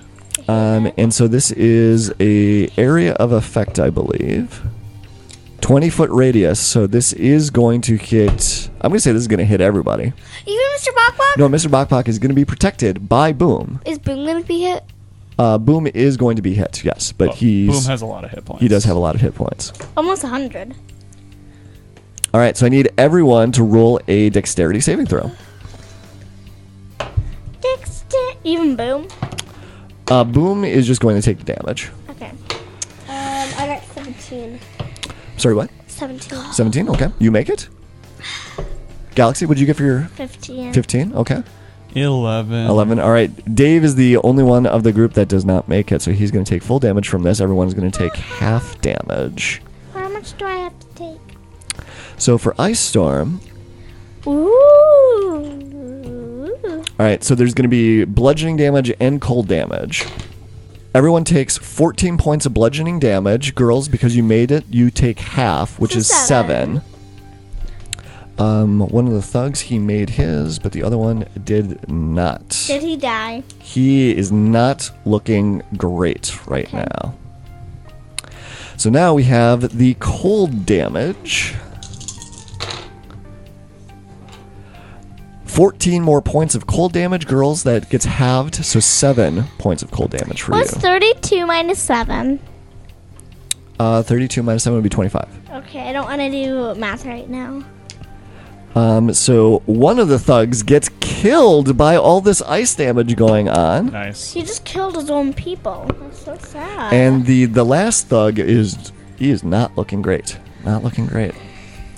S1: Um, and so this is a area of effect, I believe. 20 foot radius. So this is going to hit. I'm going to say this is going to hit everybody.
S4: Even Mr. Buckpocket
S1: No, Mr. Bakpak is going to be protected by Boom.
S6: Is Boom gonna be hit?
S1: Uh, Boom is going to be hit, yes, but
S5: Oh, Boom
S1: he's
S5: has a lot of hit points.
S1: he does have a lot of hit points.
S4: almost hundred.
S1: All right, so I need everyone to roll a dexterity saving throw.
S4: Dexter. Even boom.
S1: Uh, Boom is just going to take the damage.
S4: Okay. Um, I got
S6: 17.
S1: Sorry, what?
S6: 17.
S1: 17? Okay. You make it? Galaxy, what'd you get for your
S6: 15.
S1: 15? Okay.
S5: 11.
S1: 11. All right. Dave is the only one of the group that does not make it, so he's going to take full damage from this. Everyone's going to take half damage.
S4: How much do I have to take?
S1: So for Ice Storm,
S4: Ooh.
S1: all right, so there's going to be bludgeoning damage and cold damage. Everyone takes 14 points of bludgeoning damage. Girls, because you made it, you take half, which
S4: So
S1: is
S4: seven.
S1: seven. Um, one of the thugs, he made his, but the other one did not.
S4: Did he die?
S1: He is not looking great right now. So now we have the cold damage. 14 more points of cold damage, girls. That gets halved, so 7 points of cold damage for
S4: What's
S1: you.
S4: 32 minus 7?
S1: Uh, 32 minus 7 would be 25.
S4: Okay, I don't want to do math right now.
S1: Um, so one of the thugs gets killed by all this ice damage going on.
S5: Nice.
S4: He just killed his own people. That's so sad.
S1: And the, the last thug is. He is not looking great. Not looking great.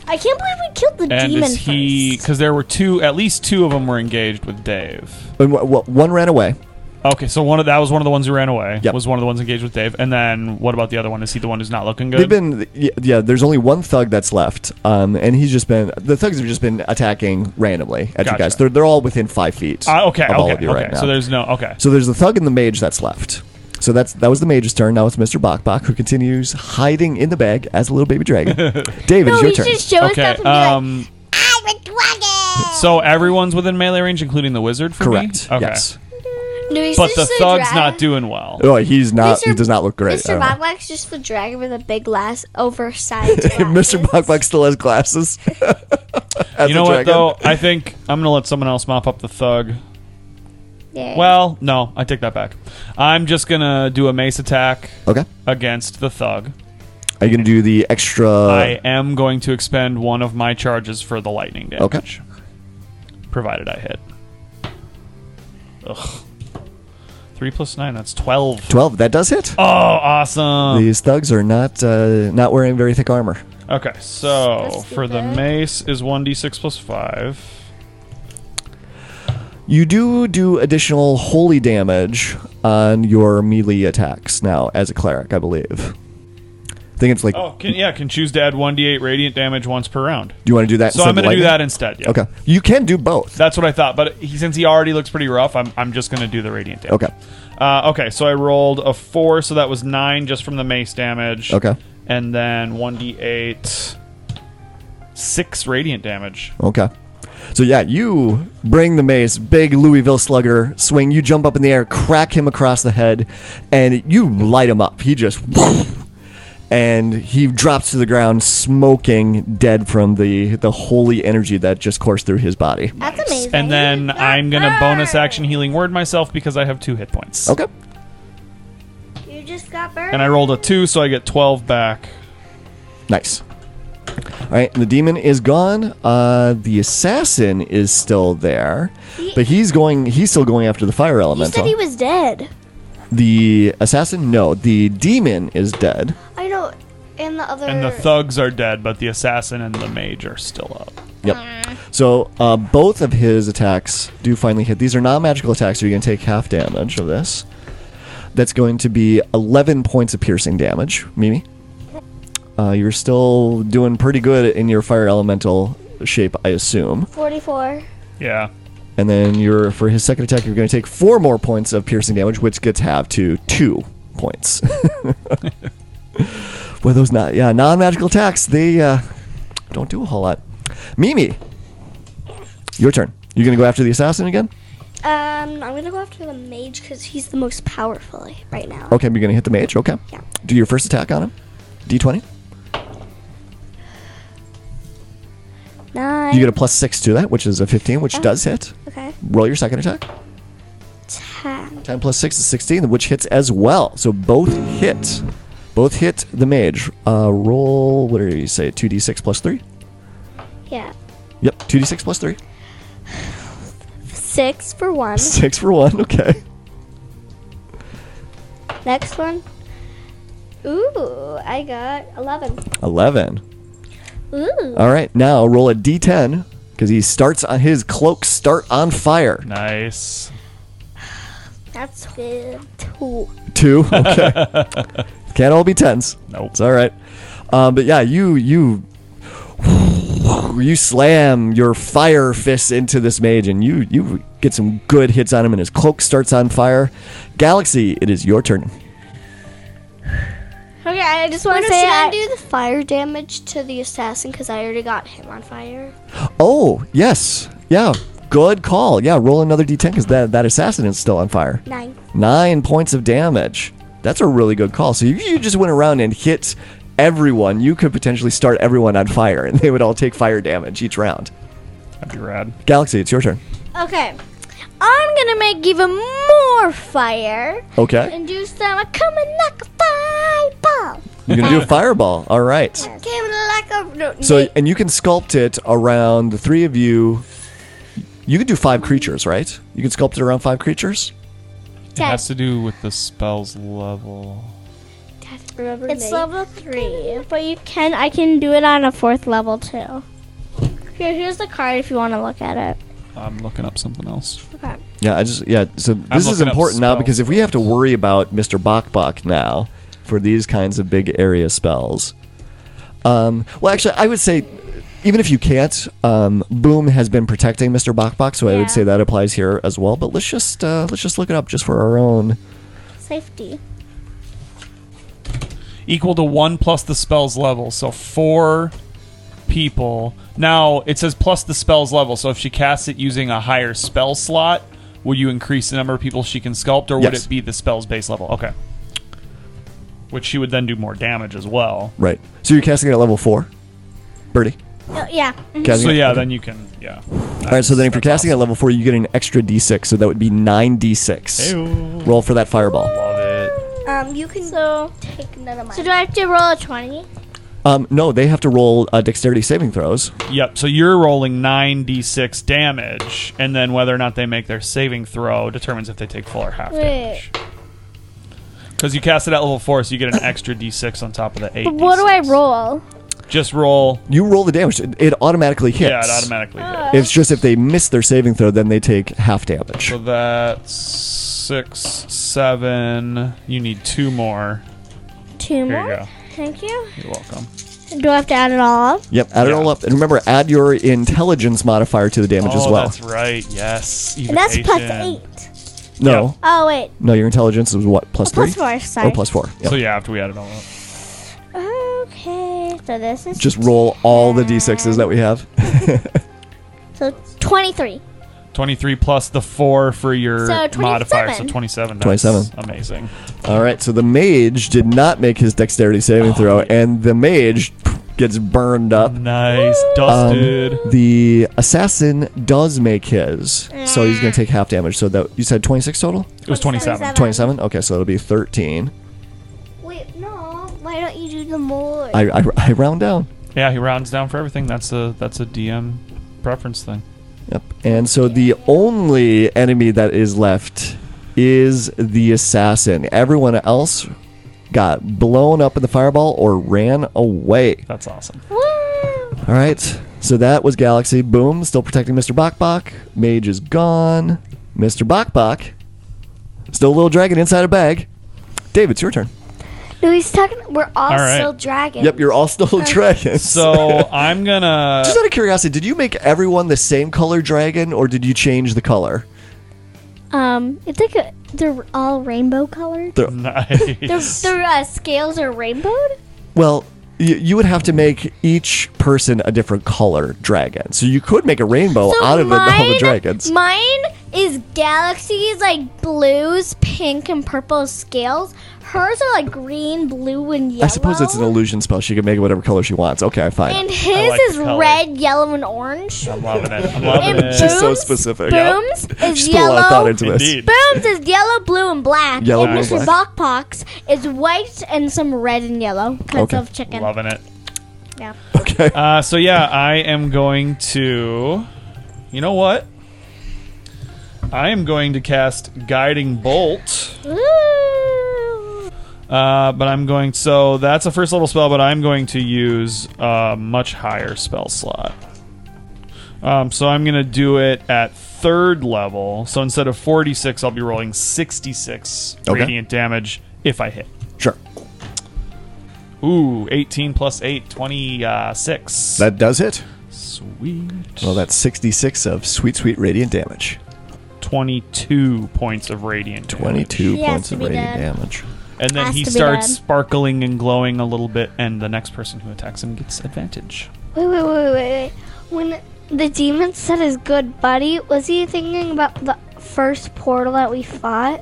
S4: I can't believe we killed the
S5: And
S4: demon
S5: is he.
S4: first.
S5: Because there were two, at least two of them were engaged with Dave.
S1: And wh- wh- one ran away.
S5: Okay, so one of that was one of the ones who ran away.
S1: Yep.
S5: Was one of the ones engaged with Dave. And then what about the other one? Is he the one who's not looking good?
S1: They've been y- yeah. There's only one thug that's left, um, and he's just been the thugs have just been attacking randomly at you
S5: Gotcha.
S1: guys. They're they're all within five feet.
S5: Ah, okay,
S1: of
S5: okay,
S1: all of you
S5: okay.
S1: right now.
S5: so there's no. Okay.
S1: So there's the thug and the mage that's left. So that's that was the mage's turn. Now it's Mr. Bokbok who continues hiding in the bag as a little baby dragon. David, it's
S4: no, he
S1: your turn.
S4: should show
S5: Okay.
S4: us up and
S5: Um.
S4: be like, I'm a dragon!
S5: So everyone's within melee range, including the wizard. For me?
S1: Correct.
S5: Okay.
S1: Yes.
S6: No, he's
S5: But
S6: just
S5: the
S6: the
S5: thug's
S6: dra-
S5: not doing well.
S1: Oh, he's not. He
S6: Mr.
S1: does not look great.
S6: Mr.
S1: I
S6: Bogbog's just the dragon with a big glass oversized
S1: don't know. Mr. Bokbok still has glasses. As a
S5: You know what
S1: dragon.
S5: though? I think I'm gonna let someone else mop up the thug.
S4: Yeah.
S5: Well, no, I take that back. I'm just gonna do a mace attack
S1: Okay.
S5: against the thug.
S1: Are you gonna do the extra?
S5: I am going to expend one of my charges for the lightning damage,
S1: okay.
S5: provided I hit. Ugh. Three plus nine, that's twelve.
S1: Twelve. That does hit.
S5: Oh, awesome.
S1: These thugs are not uh, not wearing very thick armor.
S5: Okay, so
S6: That's
S5: for the
S6: stupid.
S5: mace is one d six plus five.
S1: You do do additional holy damage on your melee attacks now as a cleric, I believe. I think it's like.
S5: Oh, can yeah, can choose to add one d8 radiant damage once per round.
S1: Do you want to do that?
S5: So I'm
S1: instead of
S5: going to do
S1: lightning?
S5: that instead. Yeah.
S1: Okay, you can do both.
S5: That's what I thought, but he, since he already looks pretty rough, I'm, I'm just going to do the radiant damage.
S1: Okay,
S5: Uh, okay, so I rolled a 4, so that was 9 just from the mace damage.
S1: Okay.
S5: And then 1d8 6 radiant damage.
S1: okay. So yeah, you bring the mace, big Louisville Slugger swing. You jump up in the air, crack him across the head, and you light him up. He just. And he drops to the ground, smoking dead from the the holy energy that just coursed through his body.
S4: That's amazing.
S5: And then I'm going to bonus action healing word myself because I have 2 hit points.
S1: Okay.
S4: You just got burned.
S5: And I rolled a 2, so I get 12 back.
S1: Nice. All right, the demon is gone. Uh, the assassin is still there, but he's going. He's still going after the fire
S4: you
S1: elemental.
S4: said he was dead.
S1: the assassin, no, the demon is dead.
S6: I know. And the other.
S5: And the thugs are dead, but the assassin and the mage are still up.
S1: Yep. So uh, both of his attacks do finally hit. These are non-magical attacks, so you're going to take half damage of this. That's going to be 11 points of piercing damage, Mimi. Uh, you're still doing pretty good in your fire elemental shape, I assume.
S6: 44.
S5: Yeah.
S1: And then you're for his second attack, you're going to take four more points of piercing damage, which gets halved to two points. Were those not? Yeah, non-magical attacks. They uh, don't do a whole lot. Mimi, your turn. You're going to go after the assassin again.
S6: Um, I'm gonna go after the mage because he's the most powerful right now.
S1: Okay, you're going to hit the mage. Okay.
S6: Yeah.
S1: Do your first attack on him. D20.
S6: Nine.
S1: You get a plus six to that, which is a 15, which does hit.
S6: okay.
S1: Roll your second attack.
S6: Ten.
S1: 10 plus 6 is 16, which hits as well. So both hit. Both hit the mage. Uh, roll, what do you say, 2d6 plus 3?
S6: Yeah.
S1: Yep, 2d6 plus 3.
S6: Six for one.
S1: 6 for 1, okay.
S6: Next one. Ooh, I got 11.
S1: 11.
S6: Ooh.
S1: All right, now roll a d10 because he starts on his cloak start on fire.
S5: Nice.
S6: That's good. Two.
S1: Two. Okay. Can't all be tens.
S5: Nope.
S1: It's all right. Um, but yeah, you you you slam your fire fists into this mage, and you you get some good hits on him, and his cloak starts on fire. Galaxy, it is your turn.
S4: Okay, I just want
S6: Wonder,
S4: to
S6: should
S4: say
S6: I
S4: I,
S6: do the fire damage to the assassin because I already got him on fire?
S1: Oh yes, yeah, good call. Yeah, roll another d10 because that that assassin is still on fire.
S6: Nine.
S1: Nine points of damage. That's a really good call. So you, you just went around and hit everyone. You could potentially start everyone on fire, and they would all take fire damage each round.
S5: That'd be rad.
S1: Galaxy, it's your turn.
S4: okay. I'm gonna make even more fire
S1: Okay.
S4: and do some coming like a fireball.
S1: You're going to do a fireball. All right.
S4: Coming like a no,
S1: So,
S4: Nate,
S1: and you can sculpt it around the three of you. You can do five creatures, right? You can sculpt it around five creatures?
S5: It has to do with the spell's level.
S6: Remember
S4: it's
S6: Nate?
S4: level three, but you can I can do it on a fourth level too. Here, here's the card if you want to look at it.
S5: I'm looking up something else.
S1: Yeah, I just, yeah. So this is
S5: looking up
S1: important now
S5: spells.
S1: because if we have to worry about Mr. Bok Bok now for these kinds of big area spells. Um, well, actually, I would say even if you can't, um, Boom has been protecting Mr. Bok Bok, so I
S4: Yeah.
S1: would say that applies here as well. But let's just uh, let's just look it up just for our own.
S4: Safety.
S5: Equal to one plus the spell's level. So four people. Now it says plus the spell's level. So if she casts it using a higher spell slot, will you increase the number of people she can sculpt, or would
S1: Yes.
S5: it be the spell's base level? Okay. Which she would then do more damage as well.
S1: Right. So you're casting it at level four, Birdie.
S4: Oh, yeah.
S5: So yeah, then you can yeah.
S1: All right. So then, if you're casting at level four, you get an extra d6. So that would be nine d6. Roll for that fireball.
S5: Love it.
S6: Um, you can
S4: So,
S6: take none of mine.
S4: so do I have to roll a twenty?
S1: Um, no, they have to roll uh, dexterity saving throws.
S5: Yep. So you're rolling nine d6 damage, and then whether or not they make their saving throw determines if they take full or half damage. Because you cast it at level four, so you get an extra d6 on top of the eight.
S4: But what do I
S5: D6.
S4: roll?
S5: Just roll.
S1: You roll the damage; it, it automatically hits.
S5: Yeah, it automatically
S4: Uh.
S5: hits.
S1: It's just if they miss their saving throw, then they take half damage.
S5: So that's six, seven. You need two more.
S4: Two
S5: Here
S4: more.
S5: you go.
S4: Thank you.
S5: You're welcome.
S4: Do I have to add it all up?
S1: Yep, add it all up, and remember, add your intelligence modifier to the damage as
S5: oh,
S1: well.
S5: that's right. Yes.
S4: And that's plus
S5: Evocation.
S4: eight.
S1: No,
S5: Yep.
S4: Oh wait,
S1: no, your intelligence is what plus three?
S4: plus four. Sorry.
S1: Oh, plus four. Yep.
S5: So yeah, after we add it all up.
S4: Okay, so this is
S1: just roll all the d6s that we have.
S4: so twenty-three.
S5: 23 plus the 4 for your
S4: So, 27.
S5: modifier. So 27. That's
S1: 27.
S5: Amazing.
S1: All right, so the mage did not make his dexterity saving
S5: Oh.
S1: throw, and the mage gets burned up.
S5: Nice.
S1: Um,
S5: Dusted.
S1: the assassin does make his, so he's going to take half damage. So that you said 26 total,
S5: it was 27.
S1: 27. Okay, so it'll be 13.
S6: Wait, no. Why don't you do the more?
S1: I, I, I round down.
S5: Yeah, he rounds down for everything. That's a that's a DM preference thing.
S1: Yep. And so the only enemy that is left is the assassin. Everyone else got blown up in the fireball or ran away.
S5: That's awesome.
S1: All right. So that was Galaxy. Boom. Still protecting Mr. Bok Bok. Mage is gone. Mr. Bok Bok. Still a little dragon inside a bag. David, it's your turn.
S6: No, he's talking. We're all,
S5: All right.
S6: still dragons.
S1: Yep, you're all still dragons.
S5: So I'm gonna.
S1: just out of curiosity, did you make everyone the same color dragon, or did you change the color?
S4: Um, it's like a, they're all rainbow colored.
S5: Nice.
S4: Their uh, scales are rainbowed.
S1: Well, you, you would have to make each person a different color dragon. So you could make a rainbow out of it, all the dragons.
S4: Mine is galaxies like blues, pink, and purple scales. Hers are like green, blue, and yellow.
S1: I suppose it's an illusion spell. She can make it whatever color she wants. Okay, fine.
S4: And his
S5: like
S4: is
S5: the color.
S4: red, yellow, and orange.
S1: Oh,
S5: I'm loving it. I'm loving
S4: And
S5: it.
S1: She's so
S4: Booms-
S1: specific.
S4: Booms is
S1: She put a lot of thought
S4: yellow.
S1: into this.
S5: Indeed.
S4: Booms is yellow, blue, and black.
S1: Yellow,
S4: and
S1: blue,
S4: Mr.
S1: and
S4: Bok Bok's is white and some red and yellow because
S1: Okay.
S4: of chicken.
S5: Loving it.
S1: Okay.
S5: Uh, so yeah, I am going to. You know what? I am going to cast Guiding Bolt.
S4: Ooh.
S5: Uh, but I'm going. So that's a first level spell, but I'm going to use a much higher spell slot. Um, so I'm going to do it at third level. So instead of 46, I'll be rolling 66
S1: Okay.
S5: radiant damage if I hit.
S1: Sure.
S5: Ooh, 18 plus 8, 26.
S1: That does it.
S5: Sweet.
S1: Well, that's 66 of sweet, sweet radiant damage.
S5: 22 points of radiant. damage.
S1: 22
S4: He has
S1: points
S4: to
S1: of
S4: be
S1: radiant
S4: dead.
S1: damage.
S5: And then
S4: Has
S5: he
S4: to be
S5: starts
S4: dead.
S5: sparkling and glowing a little bit, and the next person who attacks him gets advantage.
S6: Wait, wait, wait, wait, wait. When the demon said his good buddy, was he thinking about the first portal that we fought?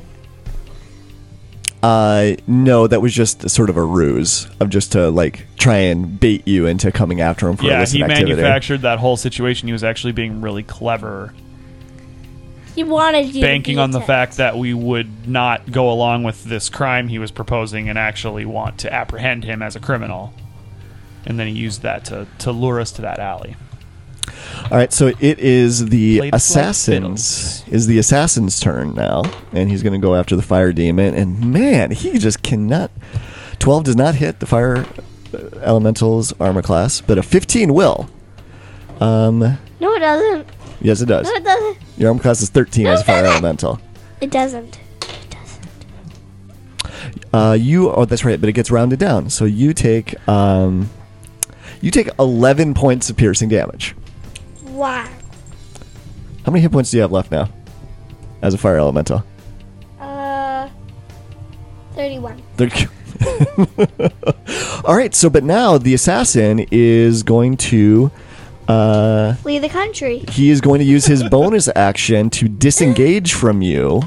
S1: Uh, no, that was just sort of a ruse of just to like try and bait you into coming after him for
S5: yeah,
S1: illicit
S5: he
S1: activity.
S5: manufactured that whole situation. He was actually being really clever,
S4: He wanted you. to
S5: banking
S4: be
S5: on the
S4: atta-
S5: fact that we would not go along with this crime he was proposing and actually want to apprehend him as a criminal. And then he used that to, to lure us to that alley.
S1: All right, so it is the
S5: Played us like
S1: assassin's is the assassin's turn now, and he's going to go after the fire demon. And man, he just cannot. Twelve does not hit the fire uh, elemental's armor class, but a fifteen will. Um,
S6: No, it doesn't.
S1: yes, it does.
S6: No, it doesn't.
S1: Your armor class is thirteen as a fire elemental.
S6: It doesn't.
S1: Uh, you oh that's right, but it gets rounded down. So you take um, you take eleven points of piercing damage.
S6: Wow.
S1: How many hit points do you have left now? As a fire elemental.
S6: Uh, 31.
S1: The- All right, so but now the assassin is going to uh,
S6: Leave the country.
S1: he is going to use his bonus action to disengage from you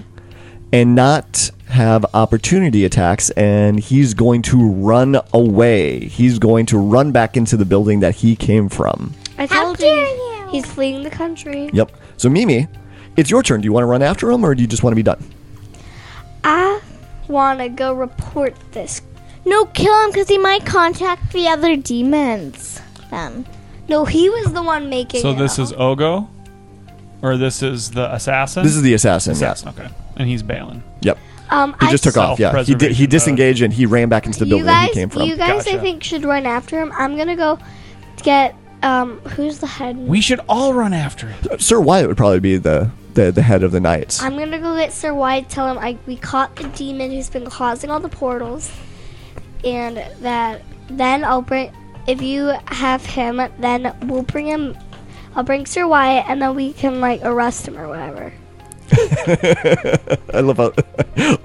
S1: and not have opportunity attacks and he's going to run away. He's going to run back into the building that he came from.
S6: I
S4: How
S6: told
S4: dare
S6: you.
S4: you.
S6: He's fleeing the country.
S1: Yep. So Mimi, it's your turn. Do you want to run after him or do you just want to be done?
S6: I want to go report this.
S4: No, kill him because he might contact the other demons. Um,
S6: No, he was the one making
S5: So
S6: it
S5: this
S6: up.
S5: is Ogo, or this is the assassin.
S1: This is the assassin.
S5: assassin.
S1: Yes.
S5: Okay, and he's bailing.
S1: Yep.
S6: Um,
S1: He
S6: I
S1: just took off. Yeah. He di-
S5: Self-preservation
S1: he
S5: mode.
S1: disengaged and he ran back into the
S6: you
S1: building
S6: guys,
S1: he came from.
S6: You guys, I
S5: Gotcha.
S6: think, should run after him. I'm gonna go get um, who's the head?
S7: We should all run after him.
S1: Sir Wyatt would probably be the, the, the head of the knights.
S6: I'm gonna go get Sir White. Tell him I we caught the demon who's been causing all the portals, and that then I'll bring. If you have him, then we'll bring him. I'll bring Sir Wyatt, and then we can like arrest him or whatever.
S1: I love how,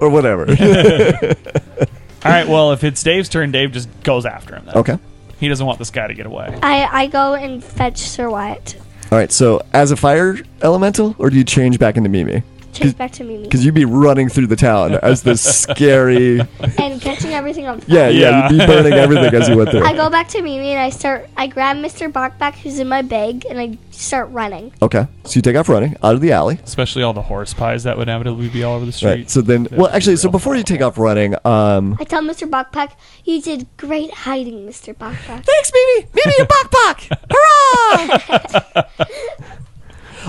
S1: or whatever.
S5: All right. Well, if it's Dave's turn, Dave just goes after him. Then.
S1: okay.
S5: He doesn't want this guy to get away.
S6: I I go and fetch Sir Wyatt.
S1: All right. So, as a fire elemental, or do you change back into Mimi?
S6: Change back to Mimi
S1: Because you'd be running through the town as this scary.
S6: and catching everything on
S1: Yeah,
S6: fire.
S1: yeah, You'd be burning everything as you went through.
S6: I go back to Mimi and I start. I grab Mr. Bachback who's in my bag and I start running.
S1: Okay. So you take off running out of the alley.
S5: Especially all the horse pies that would inevitably be all over the street.
S1: Right. So then,
S5: That'd
S1: well,
S5: be
S1: actually, so
S5: real.
S1: before you take off running, um,
S6: I tell Mr. Bachback, "You did great hiding, Mr. Bachback."
S1: thanks, Mimi. Mimi, you bok bok. Hurrah!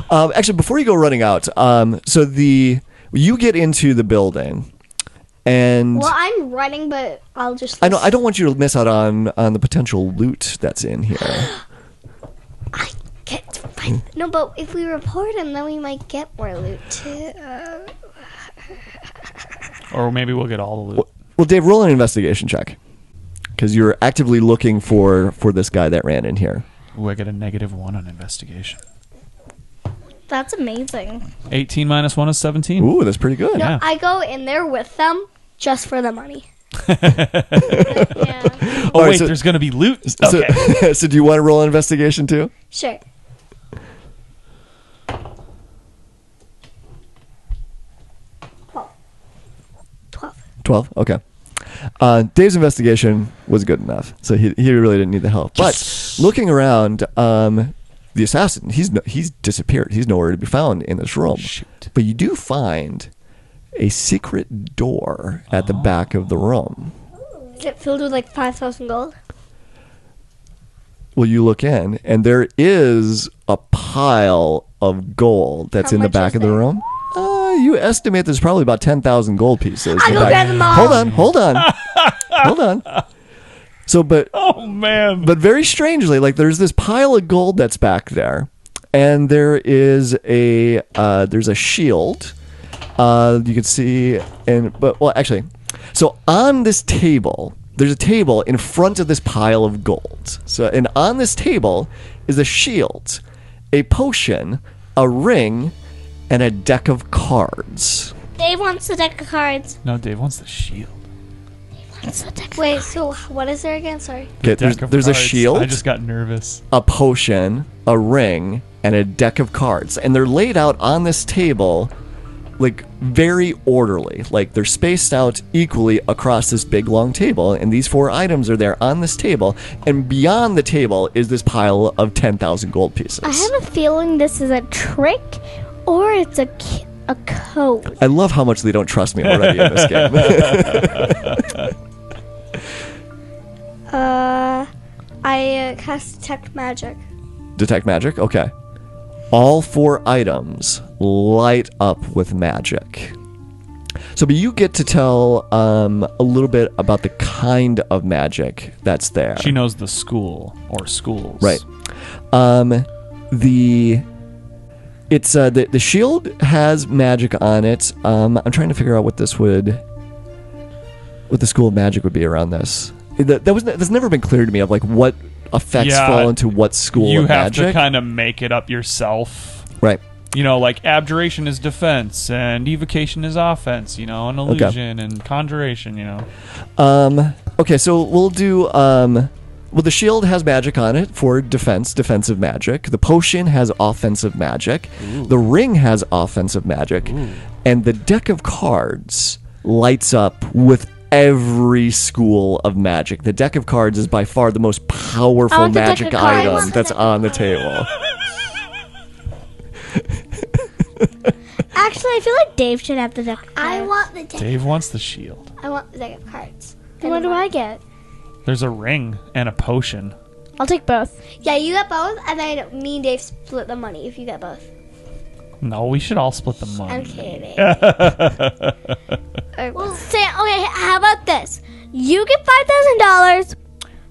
S1: um, actually, before you go running out, um, so the you get into the building, and
S6: Well, I'm running, but I'll just.
S1: I know I don't want you to miss out on on the potential loot that's in here.
S6: Get to find- no, but if we report him, then we might get more loot too. Uh,
S5: Or maybe we'll get all the loot.
S1: well, Dave, roll an investigation check because you're actively looking for for this guy that ran in here.
S5: Ooh, I get a negative one on investigation.
S4: that's amazing.
S5: 18 minus one is 17.
S1: Ooh, that's pretty good.
S5: Yeah.
S6: I go in there with them just for the money.
S5: Oh,
S1: All right,
S5: wait,
S1: so-
S5: there's going to be loot.
S1: So,
S5: Okay.
S1: so do you want to roll an investigation too?
S6: Sure. Twelve. Twelve.
S1: Twelve. Okay. Uh, Dave's investigation was good enough, so he, he really didn't need the help. But looking around, um, the assassin he's no, he's disappeared. He's nowhere to be found in this room.
S5: Shoot.
S1: But you do find a secret door at the back of the room.
S6: Is it filled with like five thousand gold?
S1: Well, you look in, and there is a pile of gold that's
S6: How
S1: in the
S6: much
S1: back
S6: is
S1: of the
S6: it?
S1: room. Uh, you estimate there's probably about 10,000 gold pieces. in
S6: I
S1: the
S6: go
S1: back.
S6: grab them all.
S1: Hold on, hold on. Hold on. So, but
S5: Oh man.
S1: but very strangely, like there's this pile of gold that's back there, and there is a uh, there's a shield. Uh, you can see, and but well, actually, so on this table, there's a table in front of this pile of gold. So, and on this table is a shield, a potion, a ring, and a deck of cards.
S4: Dave wants the deck of cards.
S5: No, Dave wants the shield.
S6: Wait, so what is there again? Sorry.
S1: Okay, there's
S5: Deck of
S1: there's a
S5: cards.
S1: shield.
S5: I just got nervous.
S1: a potion, a ring, and a deck of cards. And they're laid out on this table like very orderly. Like they're spaced out equally across this big long table. And these four items are there on this table. And beyond the table is this pile of 10,000 gold pieces.
S4: I have a feeling this is a trick or it's a, ki- a code.
S1: I love how much they don't trust me already in this game.
S6: Uh, I uh, cast detect magic.
S1: Detect magic? Okay. All four items light up with magic. So, but you get to tell um, a little bit about the kind of magic that's there.
S5: She knows the school or schools.
S1: Right. Um, the it's uh, the the shield has magic on it. Um, I'm trying to figure out what this would, what the school of magic would be around this. That, that was that's never been clear to me of like what effects
S5: Yeah,
S1: fall into what school
S5: you
S1: of
S5: have
S1: magic.
S5: to kind of make it up yourself.
S1: right.
S5: You know, like abjuration is defense and evocation is offense. You know, and illusion and conjuration. You know,
S1: Um, okay, so we'll do. Um, well, the shield has magic on it for defense, defensive magic. The potion has offensive magic. The ring has offensive magic. And the deck of cards lights up with every school of magic. The deck of cards is by far the most
S4: I
S1: powerful
S4: want Oh, the deck
S1: magic
S4: of cards. I
S1: item
S4: want the
S1: that's
S4: deck
S1: on the table.
S4: Actually, I feel like Dave should have the deck of cards.
S6: I want the deck.
S5: Dave wants the shield.
S6: I want the deck of cards.
S4: Then what do I get?
S5: There's a ring and a potion.
S4: I'll take both.
S6: Yeah, you get both, and then me and Dave split the money if you get both.
S5: No, we should all split the money.
S6: I'm kidding. Or-
S4: Say, okay, how about this? You get $5,000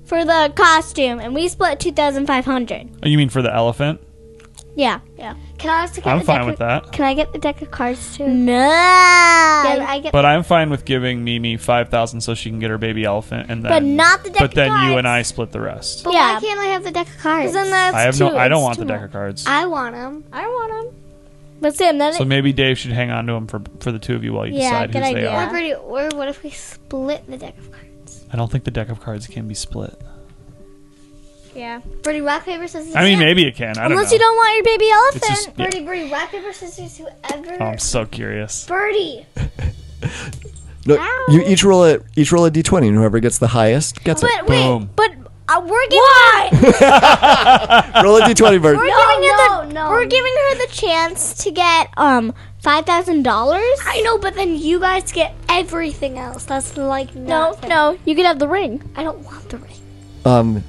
S4: for the costume, and we split 2500
S5: Oh, You mean for the elephant?
S4: Yeah. Yeah.
S6: can I also get
S5: I'm
S6: the deck
S5: fine with
S6: of-
S5: that.
S6: Can I get the deck of cards too?
S4: No.
S6: Yeah, I get.
S5: But I'm fine with giving Mimi five thousand so she can get her baby elephant, and then
S4: But not the deck
S5: but
S4: of
S5: then you
S4: cards.
S5: and I split the rest.
S6: But
S4: yeah.
S6: why can't I have the deck of cards?
S4: Then that's
S5: I have
S4: two.
S5: no. I don't
S4: it's
S5: want
S4: two
S5: the
S4: more.
S5: deck of cards.
S6: I want them.
S4: I want them. But Sam, then
S5: so maybe Dave should hang on to them for for the two of you while you
S4: Yeah,
S5: decide
S4: good
S5: who they
S4: idea.
S5: are.
S6: Or, pretty, or what if we split the deck of cards?
S5: I don't think the deck of cards can be split.
S4: yeah.
S6: Birdie, rock, paper, scissors.
S5: I mean, maybe it can. I don't
S4: Unless
S5: know.
S4: you don't want your baby elephant.
S5: It's just- yeah.
S6: Birdie, Birdie, rock, paper, scissors, whoever.
S5: Oh, I'm so curious.
S6: Birdie!
S1: No, you each roll a each roll a d20, and whoever gets the highest gets it.
S4: But wait,
S5: Boom.
S4: but uh, we're giving Why? Her,
S1: Roll a d20, bird.
S4: we're
S6: No,
S4: giving her
S6: no,
S4: the,
S6: no.
S4: we're giving her the chance to get um five thousand dollars.
S6: I know, but then you guys get everything else. That's like
S4: No,
S6: nothing.
S4: no, you could have the ring.
S6: I don't want the ring.
S1: Um,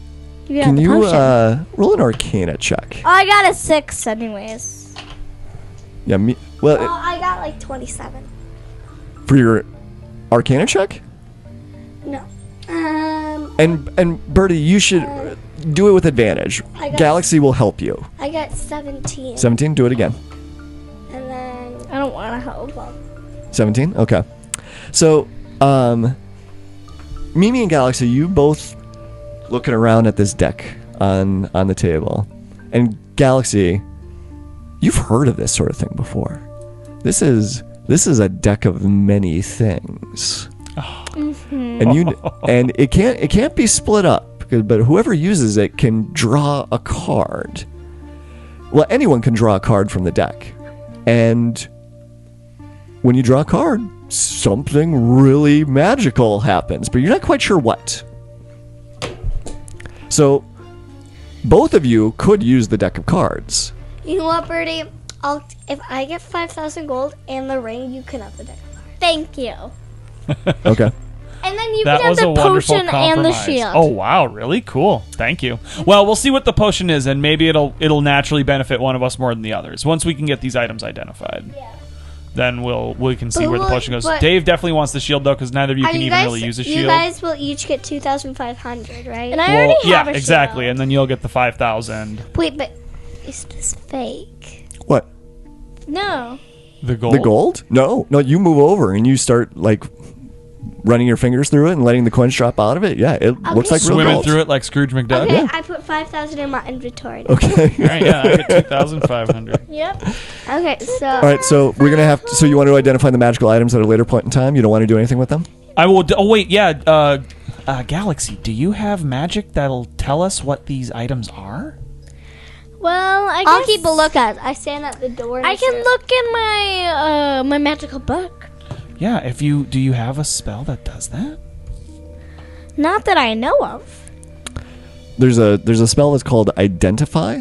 S4: You could have
S1: can
S4: the
S1: you
S4: potion. Uh, Oh,
S1: uh, roll an Arcana check?
S4: I got a six, anyways.
S1: Yeah, me. Well,
S4: uh,
S6: Oh, I got like 27.
S1: for your arcana check
S6: No. Um,
S1: and and bertie you should do it with advantage
S6: I got-
S1: galaxy will help you
S6: I got 17.
S1: 17 do it again
S6: and then.
S4: I don't want to help.
S6: Well,
S1: 17 okay so um mimi and galaxy you both looking around at this deck on on the table and galaxy you've heard of this sort of thing before this is this is a deck of many things and you and it can't it can't be split up because- but whoever uses it can draw a card well anyone can draw a card from the deck and when you draw a card something really magical happens but you're not quite sure what so both of you could use the deck of cards
S6: you know what, Birdie? I'll, if I get 5,000 gold and the ring, you can have the deck.
S4: Thank you.
S1: okay
S4: And then you
S5: That
S4: could have
S5: was a
S4: the potion
S5: wonderful
S4: and the
S5: compromise.
S4: shield.
S5: Oh wow, really cool. Thank you. Well, we'll see what the potion is, and maybe it'll it'll naturally benefit one of us more than the others once we can get these items identified. then we'll we can see
S6: But
S5: where the
S6: what-
S5: potion goes.
S6: what-
S5: Dave definitely wants the shield though, because neither of you
S6: Are
S5: can even
S6: guys,
S5: really use a
S6: You
S5: shield.
S6: guys will each get 2,500, right?
S4: And I
S5: Well,
S4: already
S5: yeah,
S4: have a shield.
S5: exactly, and then you'll get the five thousand.
S6: Wait, but is this fake?
S1: What?
S4: No.
S5: The gold.
S1: The gold? No, no. You move over and you start like running your fingers through it and letting the coins drop out of it. Yeah, it looks like real
S5: Swimming
S1: gold.
S5: through it like Scrooge McDuck.
S6: Okay,
S1: Yeah.
S6: I put 5,000 in my inventory.
S1: Okay.
S5: All right, yeah, I get two thousand five hundred.
S4: Yep.
S6: Okay, so
S1: All right, so we're gonna have. To, so you want to identify the magical items at a later point in time. You don't want to do anything with them.
S5: I will. D- oh wait, yeah. Uh,
S7: Uh, Galaxy, do you have magic that'll tell us what these items are?
S4: Well, I
S6: I'll
S4: guess
S6: keep a lookout. I stand at the door. and
S4: I can
S6: sit.
S4: look in my uh my magical book.
S7: Yeah, if you do, you have a spell that does that.
S4: Not that I know of.
S1: There's a there's a spell that's called identify,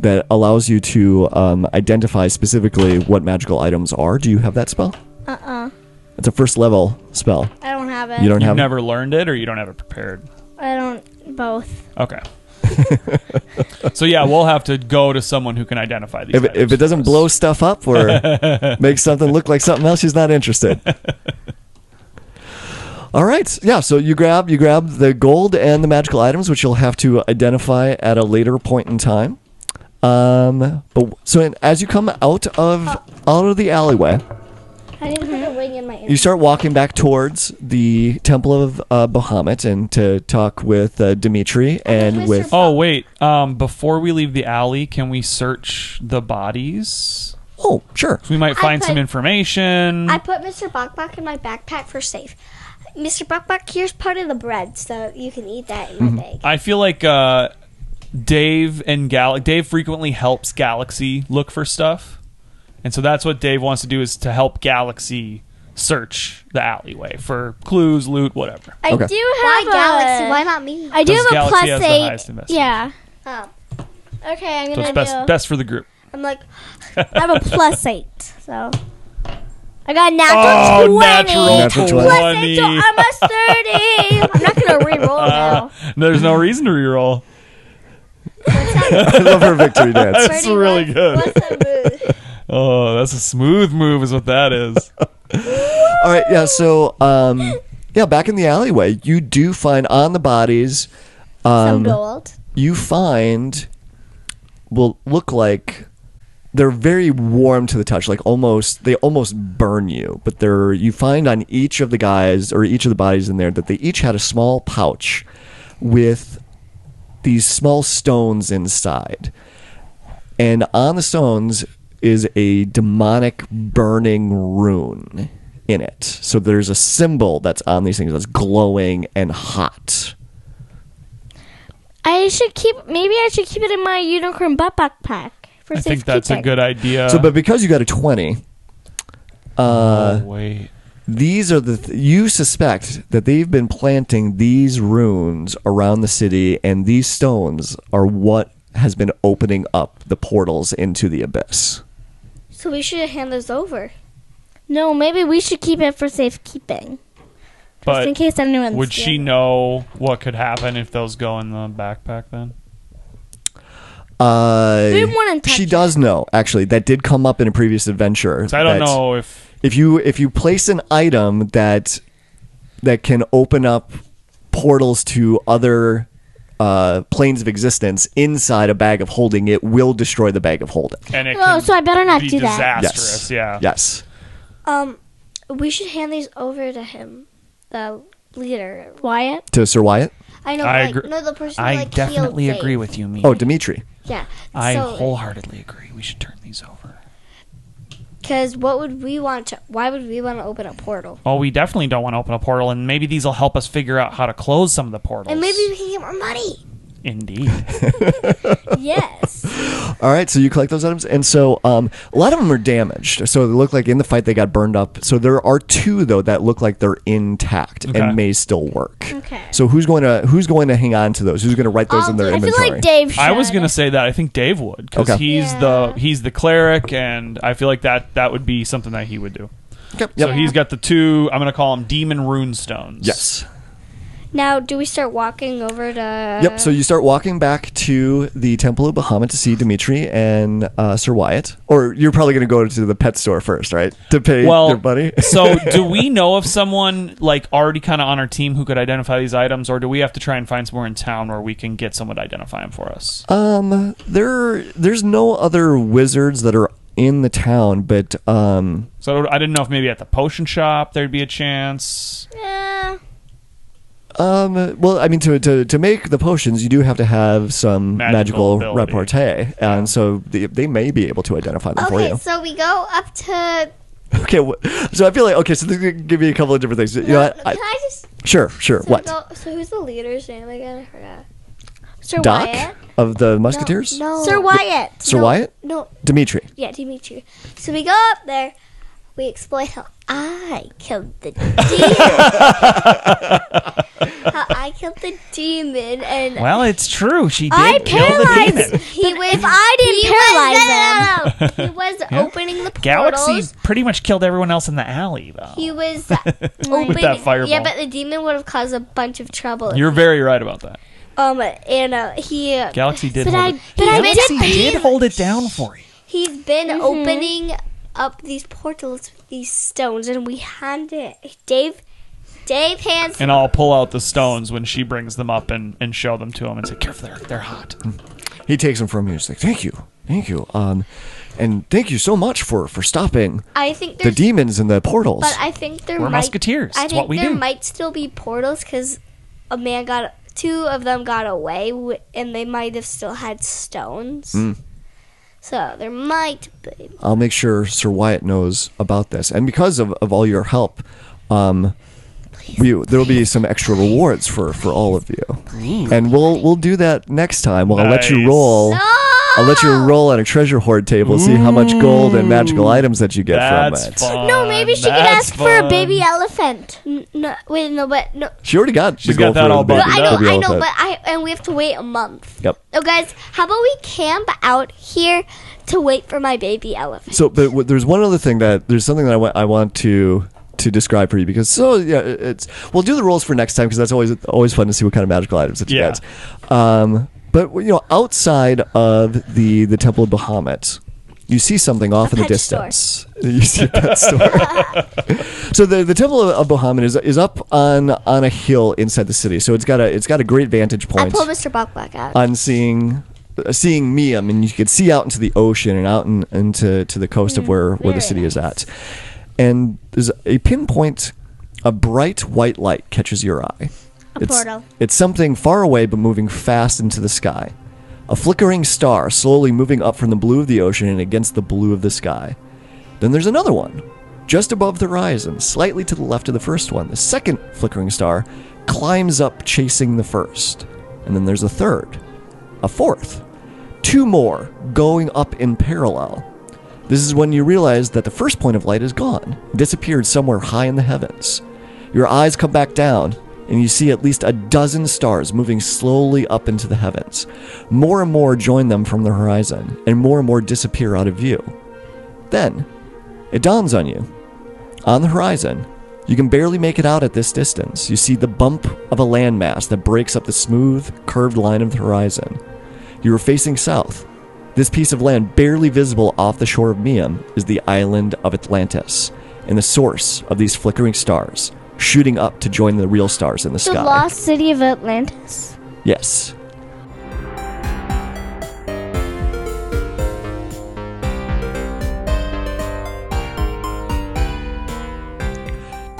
S1: that allows you to um, identify specifically what magical items are. Do you have that spell?
S4: Uh uh
S1: It's a first level spell.
S4: I don't have it.
S1: You don't
S5: you've
S1: have. it?
S5: never learned it, or you don't have it prepared.
S4: I don't both.
S5: Okay. so yeah, we'll have to go to someone who can identify these.
S1: If, it- if
S5: items
S1: it doesn't
S5: for us.
S1: blow stuff up or make something look like something else, she's not interested. All right, yeah. So you grab you grab the gold and the magical items, which you'll have to identify at a later point in time. Um, but so in, as you come out of out of the alleyway,
S6: I didn't put a wing in my inventory.
S1: you start walking back towards the Temple of uh, Bahamut and to talk with uh, Dimitri and
S6: Mr.
S1: with.
S5: Oh wait, um, before we leave the alley, can we search the bodies?
S1: Oh, sure.
S5: We might
S6: I
S5: find some
S6: put-
S5: information.
S6: I put Mr. Bokbok in my backpack for safe. Mr. Bokbok, here's part of the bread, so you can eat that in my bag.
S5: I feel like uh, Dave and Gal. Dave frequently helps Galaxy look for stuff, and so that's what Dave wants to do is to help Galaxy search the alleyway for clues, loot, whatever.
S4: I
S1: Okay.
S4: do have
S6: Why
S4: a,
S6: Galaxy? Why not me?
S4: I do
S5: Does
S4: have a
S5: Galaxy
S4: plus
S5: has the
S4: eight.
S5: highest investment?
S4: yeah.
S6: Oh.
S4: Okay, I'm
S5: So
S4: gonna
S5: it's
S4: do.
S5: best best for the group.
S6: I'm like,
S4: I have a plus eight, so I got a natural
S5: Oh,
S4: 20.
S5: natural,
S1: Natural 20.
S4: Plus eight, so
S5: twenty.
S4: I'm a 30. I'm not gonna re-roll now.
S5: There's no reason to reroll.
S1: I love her victory dance.
S5: That's really good.
S6: what's the move?
S5: Oh, that's a smooth move, is what that is.
S1: All right, yeah. So, um, yeah, back in the alleyway, you do find on the bodies,
S6: Some
S1: um,
S6: gold.
S1: you find will look like they're very warm to the touch, like almost they almost burn you. But they're you find on each of the guys or each of the bodies in there that they each had a small pouch with these small stones inside. And on the stones is a demonic burning rune in it. So there's a symbol that's on these things that's glowing and hot.
S4: I should keep. Maybe I should keep it in my unicorn butt backpack for
S5: I think
S4: safekeeping.
S5: that's a good idea.
S1: So, but because you got a 20,
S5: oh, wait.
S1: these are the th- you suspect that they've been planting these runes around the city and these stones are what has been opening up the portals into the abyss
S6: So we should hand those over.
S4: No, maybe we should keep it for safekeeping, just in
S5: But
S4: case anyone.
S5: would
S4: steals
S5: she
S4: it.
S5: know what could happen if those go in the backpack then?
S1: uh,
S4: We wouldn't touch
S1: she does know actually that did come up in a previous adventure
S5: 'Cause I don't
S1: that
S5: know if
S1: if you if you place an item that that can open up portals to other uh, planes of existence inside a bag of holding it will destroy the bag of holding
S5: and it
S4: Oh,
S5: can
S4: so I better not
S5: be
S4: do that.
S5: disastrous. Yeah.
S1: yes
S6: Um, we should hand these over to him, the leader.
S4: Wyatt.
S1: to sir wyatt
S6: I know,
S5: I
S6: like,
S5: agree-
S6: no, the person who,
S7: I
S6: like,
S7: definitely
S6: healed
S7: agree
S6: Dave.
S7: with you, me.
S1: Oh, Dimitri.
S6: Yeah.
S7: I
S6: so,
S7: wholeheartedly agree. We should turn these over.
S6: Because what would we want to? Why would we want to open a portal?
S5: Well, we definitely don't want to open a portal, and maybe these will help us figure out how to close some of the portals.
S6: And maybe we can get more money.
S5: Indeed.
S6: Yes.
S1: All right, so you collect those items, and so um, a lot of them are damaged. So they look like in the fight they got burned up. So there are two though that look like they're intact
S5: Okay.
S1: and may still work.
S4: Okay. Um,
S1: So who's going to who's going to hang on to those? Who's going to write those in their
S6: Um,
S4: I feel
S1: inventory?
S4: like Dave. Should.
S5: I was gonna say that I think Dave would because
S1: Okay.
S5: he's the he's the cleric, and I feel like that that would be something that he would do.
S1: Okay, yep.
S5: So he's got the two. I'm gonna call them demon rune stones.
S1: yes.
S6: Now, do we start walking over to?
S1: Yep. So you start walking back to the Temple of Bahamut to see Dimitri and uh, Sir Wyatt, or you're probably going to go to the pet store first, right? To pay
S5: well,
S1: your buddy.
S5: so do we know of someone like already kind of on our team who could identify these items, or do we have to try and find somewhere in town where we can get someone to identify them for us?
S1: um, there, there's no other wizards that are in the town, but um,
S5: so I didn't know if maybe at the potion shop there'd be a chance.
S6: Uh,
S4: Yeah.
S1: um, well, I mean, to, to to make the potions, you do have to have some
S5: Magical
S1: magical,
S5: ability.
S1: repartee, and so they, they may be able to identify them for
S4: Okay,
S1: you.
S4: so we go up to.
S1: Okay, wh- so I feel like okay, so this is gonna give me a couple of different things. You know what? I-
S4: Can I just?
S1: sure, sure.
S6: So,
S1: what?
S6: go- so who's the leader's name again? I forgot.
S4: Sir
S1: Doc
S4: Wyatt.
S1: of the Musketeers?
S6: No.
S4: Sir Wyatt.
S1: Sir Wyatt?
S6: No.
S1: Dimitri.
S6: Yeah, Dimitri. So we go up there. We explain how I killed the demon. how I killed the demon, and
S7: Well, it's true. She did
S4: I
S7: kill the demon.
S4: paralyzed. He was. If I didn't paralyze
S6: paralyze
S4: them, he was opening the portals.
S7: Galaxy pretty much killed everyone else in the alley, though.
S6: he was opening.
S5: With that fireball.
S6: Yeah, but the demon would have caused a bunch of trouble.
S5: You're very right about that.
S6: um, and uh, he uh,
S5: Galaxy did.
S4: But
S5: hold
S4: I,
S5: it-
S4: but I did.
S7: Galaxy did hold it down for you.
S6: he's been opening up these portals with these stones, and we hand it Dave. Dave hands
S5: And I'll pull out the stones when she brings them up and, and show them to him and say, careful, they're, they're hot.
S1: He takes him from you. He's like, thank you. Thank you. Um, and thank you so much for, for stopping
S6: I think
S1: the
S6: there's,
S1: demons and the portals.
S6: but I think there
S7: We're
S6: might.
S7: musketeers.
S6: I
S7: It's what
S6: think
S7: we
S6: there
S7: do.
S6: might still be portals because a man got two of them got away, wi- and they might have still had stones. So there might be.
S1: I'll make sure Sir Wyatt knows about this. And because of, of all your help, um, we, there'll be some extra rewards for, for all of you. And we'll we'll do that next time. Well, I'll let you
S5: Nice.
S1: roll. I'll let you roll on a treasure hoard table, see how much gold and magical
S6: Mm.
S1: items that you get
S5: That's
S1: from it.
S5: fun.
S4: No, maybe she could
S5: That's
S4: ask for a
S5: fun.
S4: baby elephant.
S6: N- no, wait, no, but no.
S1: She already got
S5: She's
S1: the gold
S5: got that
S1: for
S5: all
S1: the baby,
S5: buttoned
S6: I
S5: up.
S1: baby
S6: know, I know,
S1: elephant.
S6: but I and we have to wait a month.
S1: Yep.
S6: Oh, guys, how about we camp out here to wait for my baby elephant?
S1: So, but w- there's one other thing that there's something that I wa- I want to to describe for you because so yeah, it- it's we'll do the rolls for next time because that's always always fun to see what kind of magical items that you
S5: Yeah.
S1: get. Um, but you know, outside of the the Temple of Bahamut, you see something off in the
S6: pet store.
S1: distance. You see a pet store. so the the Temple of, of Bahamut is is up on on a hill inside the city. So it's got a it's got a great vantage
S6: I
S1: point
S6: pulled Mr. Buck back out.
S1: on seeing uh, seeing me. I mean, you could see out into the ocean and out in, into to the coast of where where the city is at. And there's a pinpoint, a bright white light catches your eye. it's,
S4: portal.
S1: It's something far away but moving fast into the sky. A flickering star slowly moving up from the blue of the ocean and against the blue of the sky. Then there's another one, just above the horizon, slightly to the left of the first one. The second flickering star climbs up, chasing the first. And then there's a third, a fourth, two more going up in parallel. This is when you realize that the first point of light is gone, disappeared somewhere high in the heavens. Your eyes come back down, and you see at least a dozen stars moving slowly up into the heavens. More and more join them from the horizon, and more and more disappear out of view. Then, it dawns on you. On the horizon, you can barely make it out at this distance. You see the bump of a landmass that breaks up the smooth, curved line of the horizon. You are facing south. This piece of land, barely visible off the shore of Miam, is the island of Atlantis and the source of these flickering stars, shooting up to join the real stars in the
S4: The
S1: sky.
S4: lost city of Atlantis.
S1: Yes.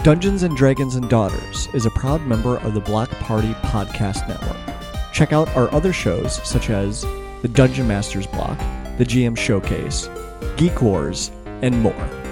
S1: Dungeons and Dragons and Daughters is a proud member of the Block Party Podcast Network. Check out our other shows such as The Dungeon Masters Block, The GM Showcase, Geek Wars, and more.